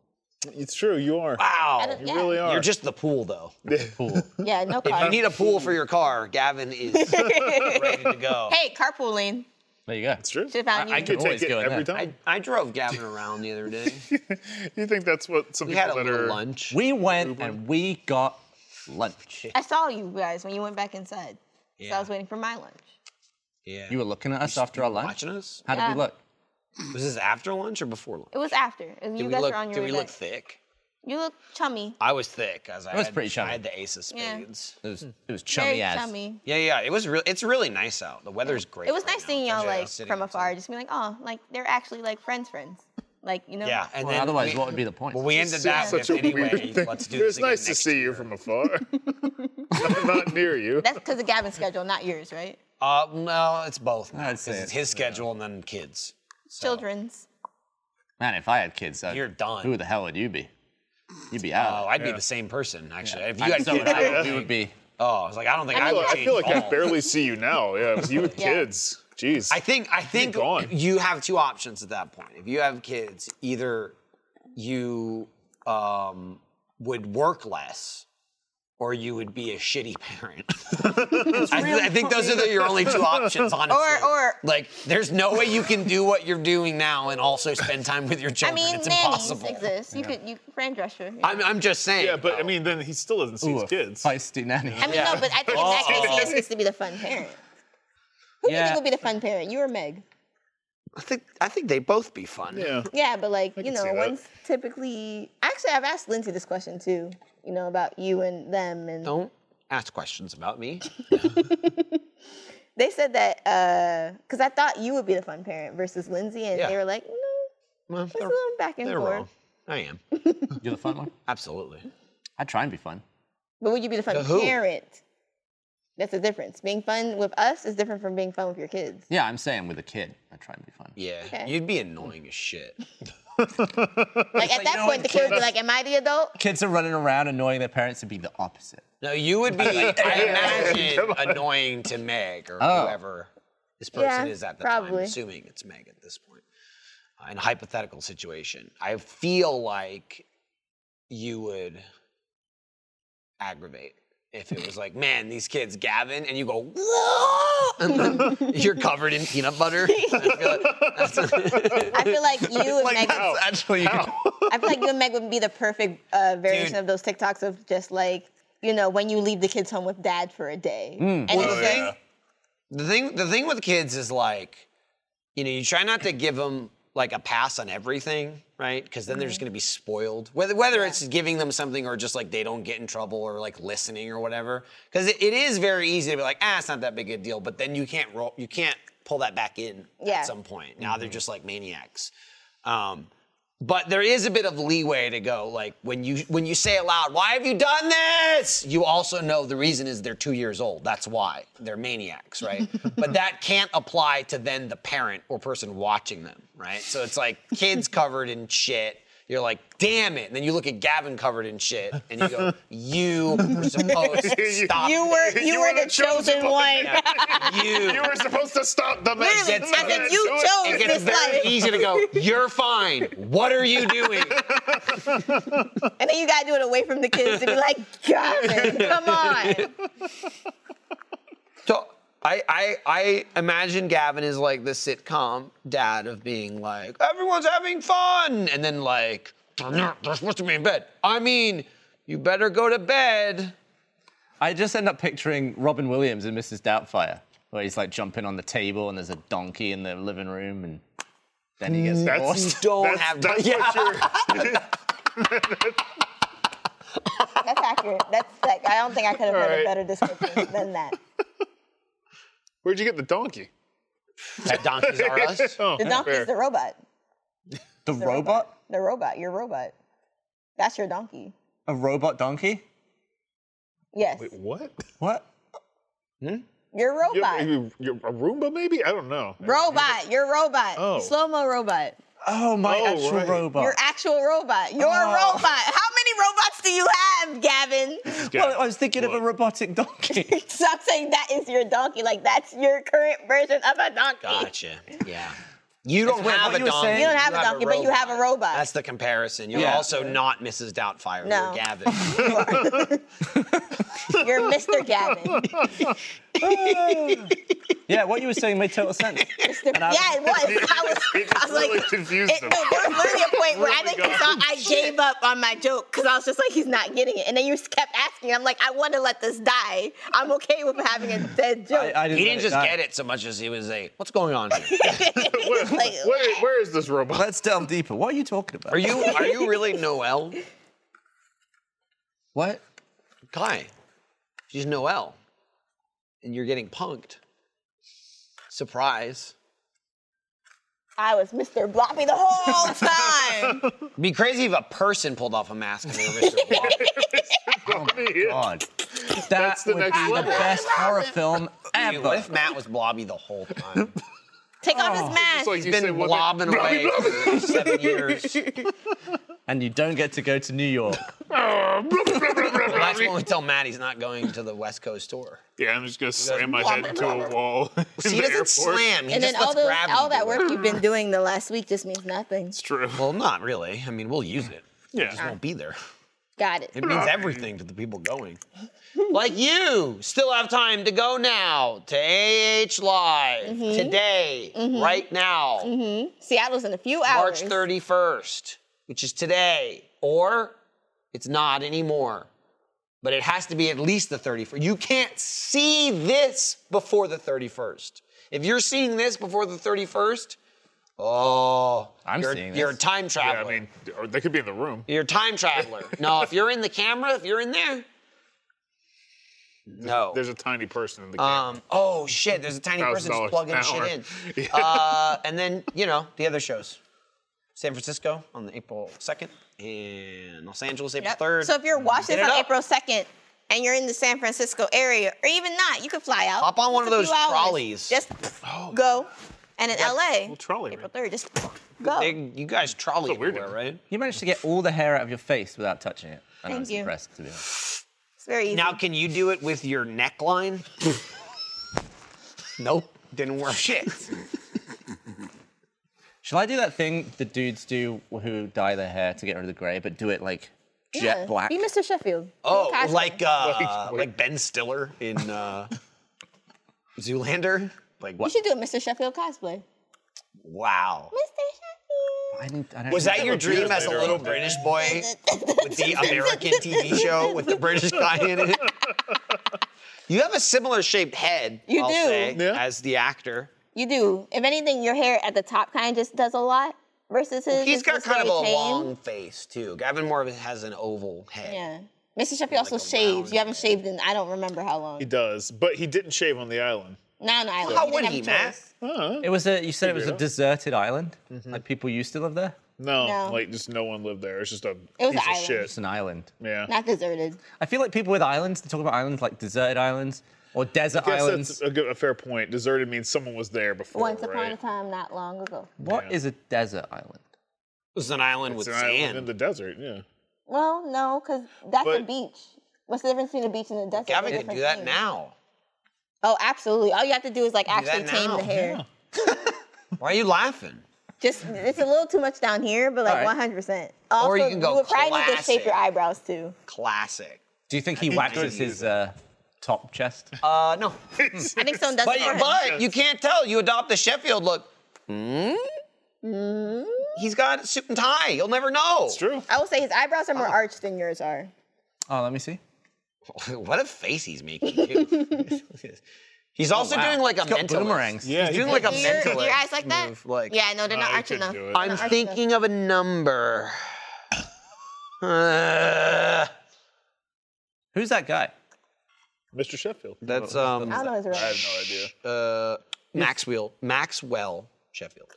S3: It's true. You are.
S5: I
S4: wow.
S5: don't-
S3: You
S5: yeah.
S3: really are.
S4: You're just the pool, though.
S2: Pool.
S5: Yeah, no
S4: If
S5: car.
S4: you need a pool for your car, Gavin is ready to go.
S5: hey, carpooling.
S2: There you go.
S3: It's true.
S5: Should have found you.
S2: I
S3: You
S2: could-
S3: take
S2: Always
S3: it
S2: go in
S3: every
S2: there.
S3: time.
S4: I, I drove Gavin around the other day.
S3: you think that's what some
S4: We had a
S3: people that
S4: little
S3: are
S4: lunch.
S2: We went and we got lunch.
S5: I saw you guys when you went back inside. So I
S4: Yeah.
S5: was waiting for my lunch.
S4: yeah.
S2: You were looking at us after our lunch.
S4: watching us?
S2: How did
S5: Yeah.
S2: we look?
S4: Was this after lunch or before lunch?
S5: It was after. It was-
S4: Did
S5: you
S4: we
S5: guys
S4: look,
S5: were on
S4: did
S5: your
S4: we
S5: way
S4: look
S5: back.
S4: thick?
S5: You look chummy.
S4: I was thick. As I
S2: was
S4: had,
S2: pretty chummy.
S4: I had the ace of
S5: Yeah.
S4: spades.
S2: It was, it was
S5: Very
S2: chummy as.
S5: chummy.
S4: Yeah, yeah. It was real. It's really nice out. The weather's great.
S5: It was
S4: right
S5: nice
S4: now.
S5: seeing y'all
S4: Yeah,
S5: like
S4: sitting
S5: from
S4: outside.
S5: afar, just being like, oh, like they're actually like friends, friends. Like you know.
S4: Yeah, and
S2: Well,
S4: then
S2: otherwise,
S4: we,
S2: what would be the point?
S4: Well, we ended that
S5: such
S4: with anyway. Let's do
S3: it was
S4: this again
S3: nice to
S4: next
S3: see you
S4: year.
S3: from afar. I'm not near you.
S5: That's because of Gavin's schedule, not yours, right?
S4: Uh, no, it's both. now,
S2: I'd say
S4: 'cause
S2: it's-
S4: it's his schedule and then kids.
S5: Children's.
S7: Man, if I had kids, I'd,
S4: You're done.
S7: Who the hell would you be? You'd be
S4: Oh,
S7: out.
S4: I'd be the same person actually. If you
S7: I,
S4: had
S7: so
S4: kids,
S7: I,
S4: I
S7: you would be.
S4: oh, I was like, I don't think I,
S5: I mean,
S3: Well,
S4: would
S3: I
S4: change.
S3: feel like I
S4: all.
S3: barely see you now. Yeah, it was you with
S5: Yeah.
S3: kids. Jeez.
S4: I think I think
S3: gone.
S4: you have two options at that point. If you have kids, either you um, would work less or you would be a shitty parent. I, th- I think those are the, your only two options, honestly.
S5: Or- or-
S4: like, there's no way you can do what you're doing now and also spend time with your
S5: I
S4: children.
S5: mean,
S4: it's
S5: nannies
S4: impossible.
S5: exist. You could you brand dresser. you know.
S4: I'm, I'm just saying.
S3: yeah, but I mean, then he still doesn't see
S7: Ooh,
S3: his
S7: a
S3: kids.
S7: Feisty nanny.
S5: I mean, no, but I think in that case he is supposed to be the fun parent. Who do you think
S7: Yeah.
S5: would be the fun parent? You or Meg?
S4: I think I think they both be fun.
S3: yeah.
S5: Yeah, but like you
S3: can see
S5: know,
S3: that.
S5: one's typically. Actually, I've asked Lindsay this question too. You know about you and them, and
S4: Don't ask questions about me.
S5: they said that because I thought you would be the fun parent versus Lindsay, and
S4: Yeah.
S5: they were like, no,
S4: Well,
S5: it's a little back and
S4: they're
S5: forth.
S4: wrong. I am.
S7: You're the fun one.
S4: Absolutely.
S7: I'd try and be fun.
S5: But would you be the fun
S4: To who?
S5: parent? That's the difference. Being fun with us is different from being fun with your kids.
S7: Yeah, I'm saying with a kid, I try and be fun.
S4: Yeah.
S5: Okay.
S4: You'd be annoying as shit.
S5: Like at that point, the kid would be like, "Am I the adult?"
S7: Kids are running around annoying their parents would be the opposite.
S4: No, you would be, I imagine, annoying to Meg or whoever this person
S5: Yeah,
S4: is at the time,
S5: probably.
S4: assuming it's Meg at this point. Uh, in a hypothetical situation, I feel like you would aggravate if it was like, man, these kids, Gavin, and you go, "Whoa," and then you're covered in peanut butter. I feel like that's,
S5: I feel like you and Meg.
S3: how?
S7: Actually, you could-
S5: I feel like you and Meg would be the perfect uh, variation
S4: Dude.
S5: of those TikToks of just like you know when you leave the kids home with dad for a day, and it's
S4: the
S5: just
S4: thing, the thing, the thing with kids is like, you know, you try not to give them like a pass on everything, right? Because then they're just going to be spoiled. Whether whether it's giving them something or just like they don't get in trouble or like listening or whatever. Because it, it is very easy to be like, ah, it's not that big a deal. But then you can't roll, you can't pull that back in
S5: Yeah.
S4: at some point. Now they're just like maniacs. Um, but there is a bit of leeway to go. Like when you when you say aloud, "Why have you done this?" You also know the reason is they're two years old. That's why they're maniacs, right? but that can't apply to then the parent or person watching them, right? So it's like kids covered in shit. You're like, damn it. And then you look at Gavin covered in shit, and you go, "You were supposed to stop.
S5: you were you,
S3: You
S5: were,
S3: were
S5: the
S3: the chosen
S5: chosen one.
S4: you."
S3: You were supposed to stop the man.
S5: Literally,
S4: It's-
S5: I think
S4: it's-
S5: you
S3: do it.
S5: chose
S4: It gets
S5: this
S4: very
S5: life,
S4: easy to go. You're fine. What are you doing?
S5: and then you gotta do it away from the kids to be like, Gavin, come on.
S4: So I, I I imagine Gavin is like the sitcom dad of being like, everyone's having fun, and then like, they're not- they're supposed to be in bed. I mean, you better go to bed.
S7: I just end up picturing Robin Williams and Mrs. Doubtfire, where he's like jumping on the table and there's a donkey in the living room, and then he gets
S3: That's-
S7: divorced.
S4: Don't
S3: That's,
S4: have
S3: that's
S4: yeah.
S3: what you're.
S5: That's accurate. That's like I don't think I could have
S3: All
S5: had
S3: right.
S5: a better description than that.
S3: Where'd you get the donkey?
S4: That donkeys are us.
S3: Oh,
S5: The donkey's
S3: fair.
S5: the robot.
S7: The robot?
S5: The robot. Your robot. That's your donkey.
S7: A robot donkey?
S5: Yes.
S3: Wait, what?
S7: What?
S5: Your
S3: You're,
S5: robot.
S3: you- you're a Roomba, maybe? I don't know.
S5: Robot. Your robot.
S3: Oh.
S5: Slow mo robot.
S7: Oh, my
S3: Oh,
S7: actual
S3: right.
S7: robot.
S5: Your actual robot. Your
S3: Oh.
S5: robot. How many robots do you have, Gavin?
S7: well, I was thinking of a robotic donkey.
S5: So I'm saying that is your donkey. Like that's your current version of a donkey.
S4: Gotcha. Yeah. You don't
S7: weird.
S4: have
S7: What
S4: a
S7: you were
S4: donkey.
S7: saying-
S5: You don't have a donkey, but you have a robot.
S4: That's the comparison. You're
S7: Yeah.
S4: also not Mrs. Doubtfire.
S5: No.
S4: You're Gavin.
S5: You're Mr. Gavin.
S7: yeah, what you were saying made total sense.
S5: Mr. Yeah, it was. I was,
S3: It
S5: I
S3: just
S5: was like,
S3: really confused
S5: it,
S3: them.
S5: no, there was literally a point where I
S3: Really
S5: think
S3: got
S5: I saw I gave up on my joke because I was just like, he's not getting it. And then you just kept asking. I'm like, I want to let this die. I'm okay with having a dead joke.
S7: I, I didn't
S4: He
S7: let
S4: didn't just
S7: die.
S4: get it so much as he was a, what's going on here?
S3: Where, where- where is this robot?
S7: Let's delve deeper. What are you talking about?
S4: Are you are you really Noel?
S7: What?
S4: Kai, she's Noelle, and you're getting punked. Surprise.
S5: I was Mr. Bloppy the whole time.
S4: It'd be crazy if a person pulled off a mask and they were Mr. Wong. Oh
S7: God. That
S3: That's the
S7: would
S3: next
S7: be the
S3: level.
S7: best horror film
S4: Dude, What
S7: ever.
S4: if Matt was Blobby the whole time?
S5: Take off his mask.
S3: It's like you
S4: Been
S3: say one thing-
S4: blobbing away for seven years.
S7: And you don't get to go to New York.
S4: Well, that's when we tell Matt he's not going to the West Coast tour.
S3: Yeah, I'm just gonna slam my head into a wall in
S4: See, he
S3: the
S4: doesn't
S3: airport.
S4: slam. He
S5: and
S4: just
S5: then all,
S4: lets
S5: those,
S4: gravity
S5: all
S4: do
S5: that
S4: it.
S5: work you've been doing the last week just means nothing.
S3: It's true.
S4: Well, not really. I mean, we'll use it.
S3: yeah.
S4: Just won't be there.
S5: Got it.
S4: It means everything to the people going. like you still have time to go now to AH Live today, right now,
S5: Seattle's in a few hours.
S4: March 31st, which is today, or it's not anymore. But it has to be at least the 31st. You can't see this before the 31st. If you're seeing this before the 31st, oh,
S7: I'm
S4: you're,
S7: seeing
S4: you're a
S7: this.
S4: time traveler.
S3: yeah, I mean, or they could be in the room.
S4: You're a time traveler. no, if you're in the camera, if you're in there. No.
S3: There's a tiny person in the camera.
S4: um, oh shit, there's a tiny person just
S3: $1,000
S4: plugging
S3: an
S4: shit
S3: hour.
S4: in. Uh, and then, you know, the other shows. San Francisco on the April 2nd and Los Angeles April
S5: Yep.
S4: 3rd.
S5: So if you're watching
S4: Hit
S5: this
S4: it
S5: on
S4: up.
S5: April 2nd and you're in the San Francisco area, or even not, you could fly out.
S4: Hop on one
S5: It's
S4: of
S5: a
S4: those
S5: few hours.
S4: trolleys.
S5: Just go. And in LA,
S3: Well, trolley.
S5: April
S3: ride.
S5: 3rd, just go.
S4: They- you guys trolley
S3: That's a weird
S4: everywhere, right?
S7: You managed to get all the hair out of your face without touching it. And I
S5: Thank
S7: was
S5: you.
S7: impressed, to be honest.
S5: It's very easy.
S4: Now, can you do it with your neckline? nope, didn't work. Shit.
S7: Shall I do that thing the dudes do who dye their hair to get rid of the grey, but do it like jet
S5: Yeah.
S7: black?
S5: Be Mr. Sheffield.
S4: Oh,
S5: Be Cosby.
S4: like uh, like Ben Stiller in uh, Zoolander. Like
S5: You should do a Mr. Sheffield cosplay.
S4: Wow.
S5: Mr. Sheffield.
S7: I didn't, I don't
S4: Was
S7: think
S4: that
S7: I
S4: your
S7: would do
S4: dream
S7: it.
S4: as a little British boy with the American TV show with the British guy in it? You have a similar shaped head,
S5: You
S4: I'll
S5: do.
S4: say,
S3: Yeah.
S4: as the actor.
S5: You do. If anything, your hair at the top kind of just does a lot versus his.
S4: He's
S5: is
S4: got
S5: just
S4: kind of a
S5: very tame.
S4: long face too. Gavin Moore has an oval head.
S5: Yeah. Mr. Sheffield also
S4: a
S5: shaves.
S4: round
S5: You haven't shaved in I don't remember how long.
S3: He does, but he didn't shave on the island.
S5: Now on the island.
S4: How
S5: You didn't
S4: would
S5: have a
S4: he, Matt?
S5: choice.
S7: It was a. You said it was a
S3: Weirdo.
S7: deserted island. Like people used to live there.
S3: No,
S5: No.
S3: like just no one lived there. It's just a piece
S5: was
S3: of
S5: an island.
S7: It's
S3: shit.
S7: an island.
S3: Yeah.
S5: Not deserted.
S7: I feel like people with islands. They talk about islands like deserted islands or desert
S3: Guess
S7: islands.
S3: that's a, good, a fair point. Deserted means someone was there before,
S5: Once upon
S3: right?
S5: a time, not long ago.
S7: What is a desert island?
S4: It was an island
S3: It's
S4: with
S3: an
S4: sand.
S3: island in the desert. Yeah.
S5: Well, no, because that's a
S3: But-
S5: beach. What's the difference between a beach and a desert?
S4: Gavin
S5: They're
S4: can do that
S5: different things.
S4: now.
S5: Oh, absolutely. All you have to do is like actually
S4: that
S5: tame
S4: now,
S5: the hair.
S4: Why are you laughing?
S5: Just it's a little too much down here, but like
S7: All right.
S5: 100%. Also,
S4: you can go
S5: would probably need to shape
S4: classic.
S5: your eyebrows too.
S4: Classic.
S7: Do you think he waxes his uh, top chest?
S4: Uh, no.
S5: I think someone does.
S4: But,
S5: it for him.
S4: but you can't tell. You adopt the Sheffield look. Hmm? He's got a suit and tie. You'll never know. It's
S3: True.
S5: Mm-hmm. I will say his eyebrows are
S4: Oh.
S5: more arched than yours are.
S7: oh, let me see.
S4: What a face he's making. too. he's also doing like a
S7: Oh, He's got
S4: mentalist.
S7: boomerangs.
S3: Yeah,
S4: He's
S3: he
S4: doing like a
S5: Do your, do
S4: mentalist.
S5: your eyes like that?
S4: move, like-
S5: yeah, no, they're
S3: No,
S5: not
S3: you
S5: arched
S3: couldn't
S5: enough.
S3: do it.
S5: They're
S4: I'm
S5: not arched
S4: thinking of a number. Uh,
S7: Who's that guy?
S3: Mr. Sheffield.
S4: that's
S5: enough. I
S4: um
S5: don't know his real.
S3: I have no idea.
S4: uh, Maxwell Maxwell Sheffield.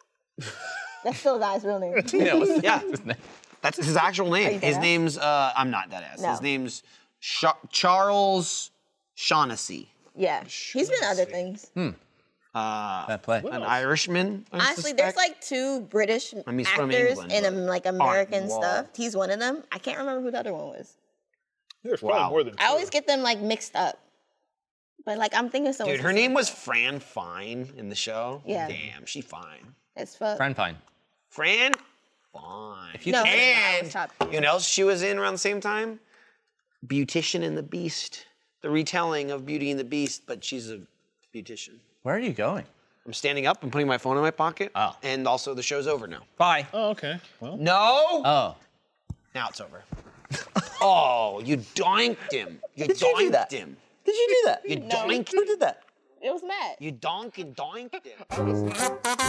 S5: That's still not his real name.
S7: Yeah, what's
S4: Yeah,
S7: his name?
S4: that's his actual name. His
S5: dead ass?
S4: name's uh, I'm not that ass.
S5: No.
S4: His name's Sh- Charles Shaughnessy,
S5: Yeah, he's been other things.
S7: Fair play.
S4: an Irishman. I
S5: Oh. Honestly,
S4: suspect.
S5: there's like two British
S4: mean, he's from
S5: actors
S4: England,
S5: in
S4: but-
S5: um, like
S4: Aren't
S5: American
S4: Wall.
S5: stuff. He's one of them. I can't remember who the other one was.
S3: There's
S4: Wow.
S3: probably more than two.
S5: I always get them like mixed up. But like I'm thinking someone.
S4: Dude, her name was Fran Fine in the show.
S5: Yeah.
S4: Damn, she fine.
S5: It's fuck.
S7: Fran Fine.
S4: Fran Fine. If
S5: No, I was
S4: and
S5: chopped.
S4: you know what else she was in around the same time? Beautician and the Beast. The retelling of Beauty and the Beast, but she's a beautician.
S7: Where are you going?
S4: I'm standing up, I'm putting my phone in my pocket.
S7: Oh.
S4: And also the show's over now.
S7: Bye.
S3: Oh, okay. Well,
S4: No!
S7: Oh.
S4: now it's over. oh, you doinked him. You
S7: Did
S4: doinked
S7: you do that?
S4: him.
S7: Did you do that?
S4: You doinked
S7: Who did that?
S5: It was Matt.
S4: You donk and doinked him.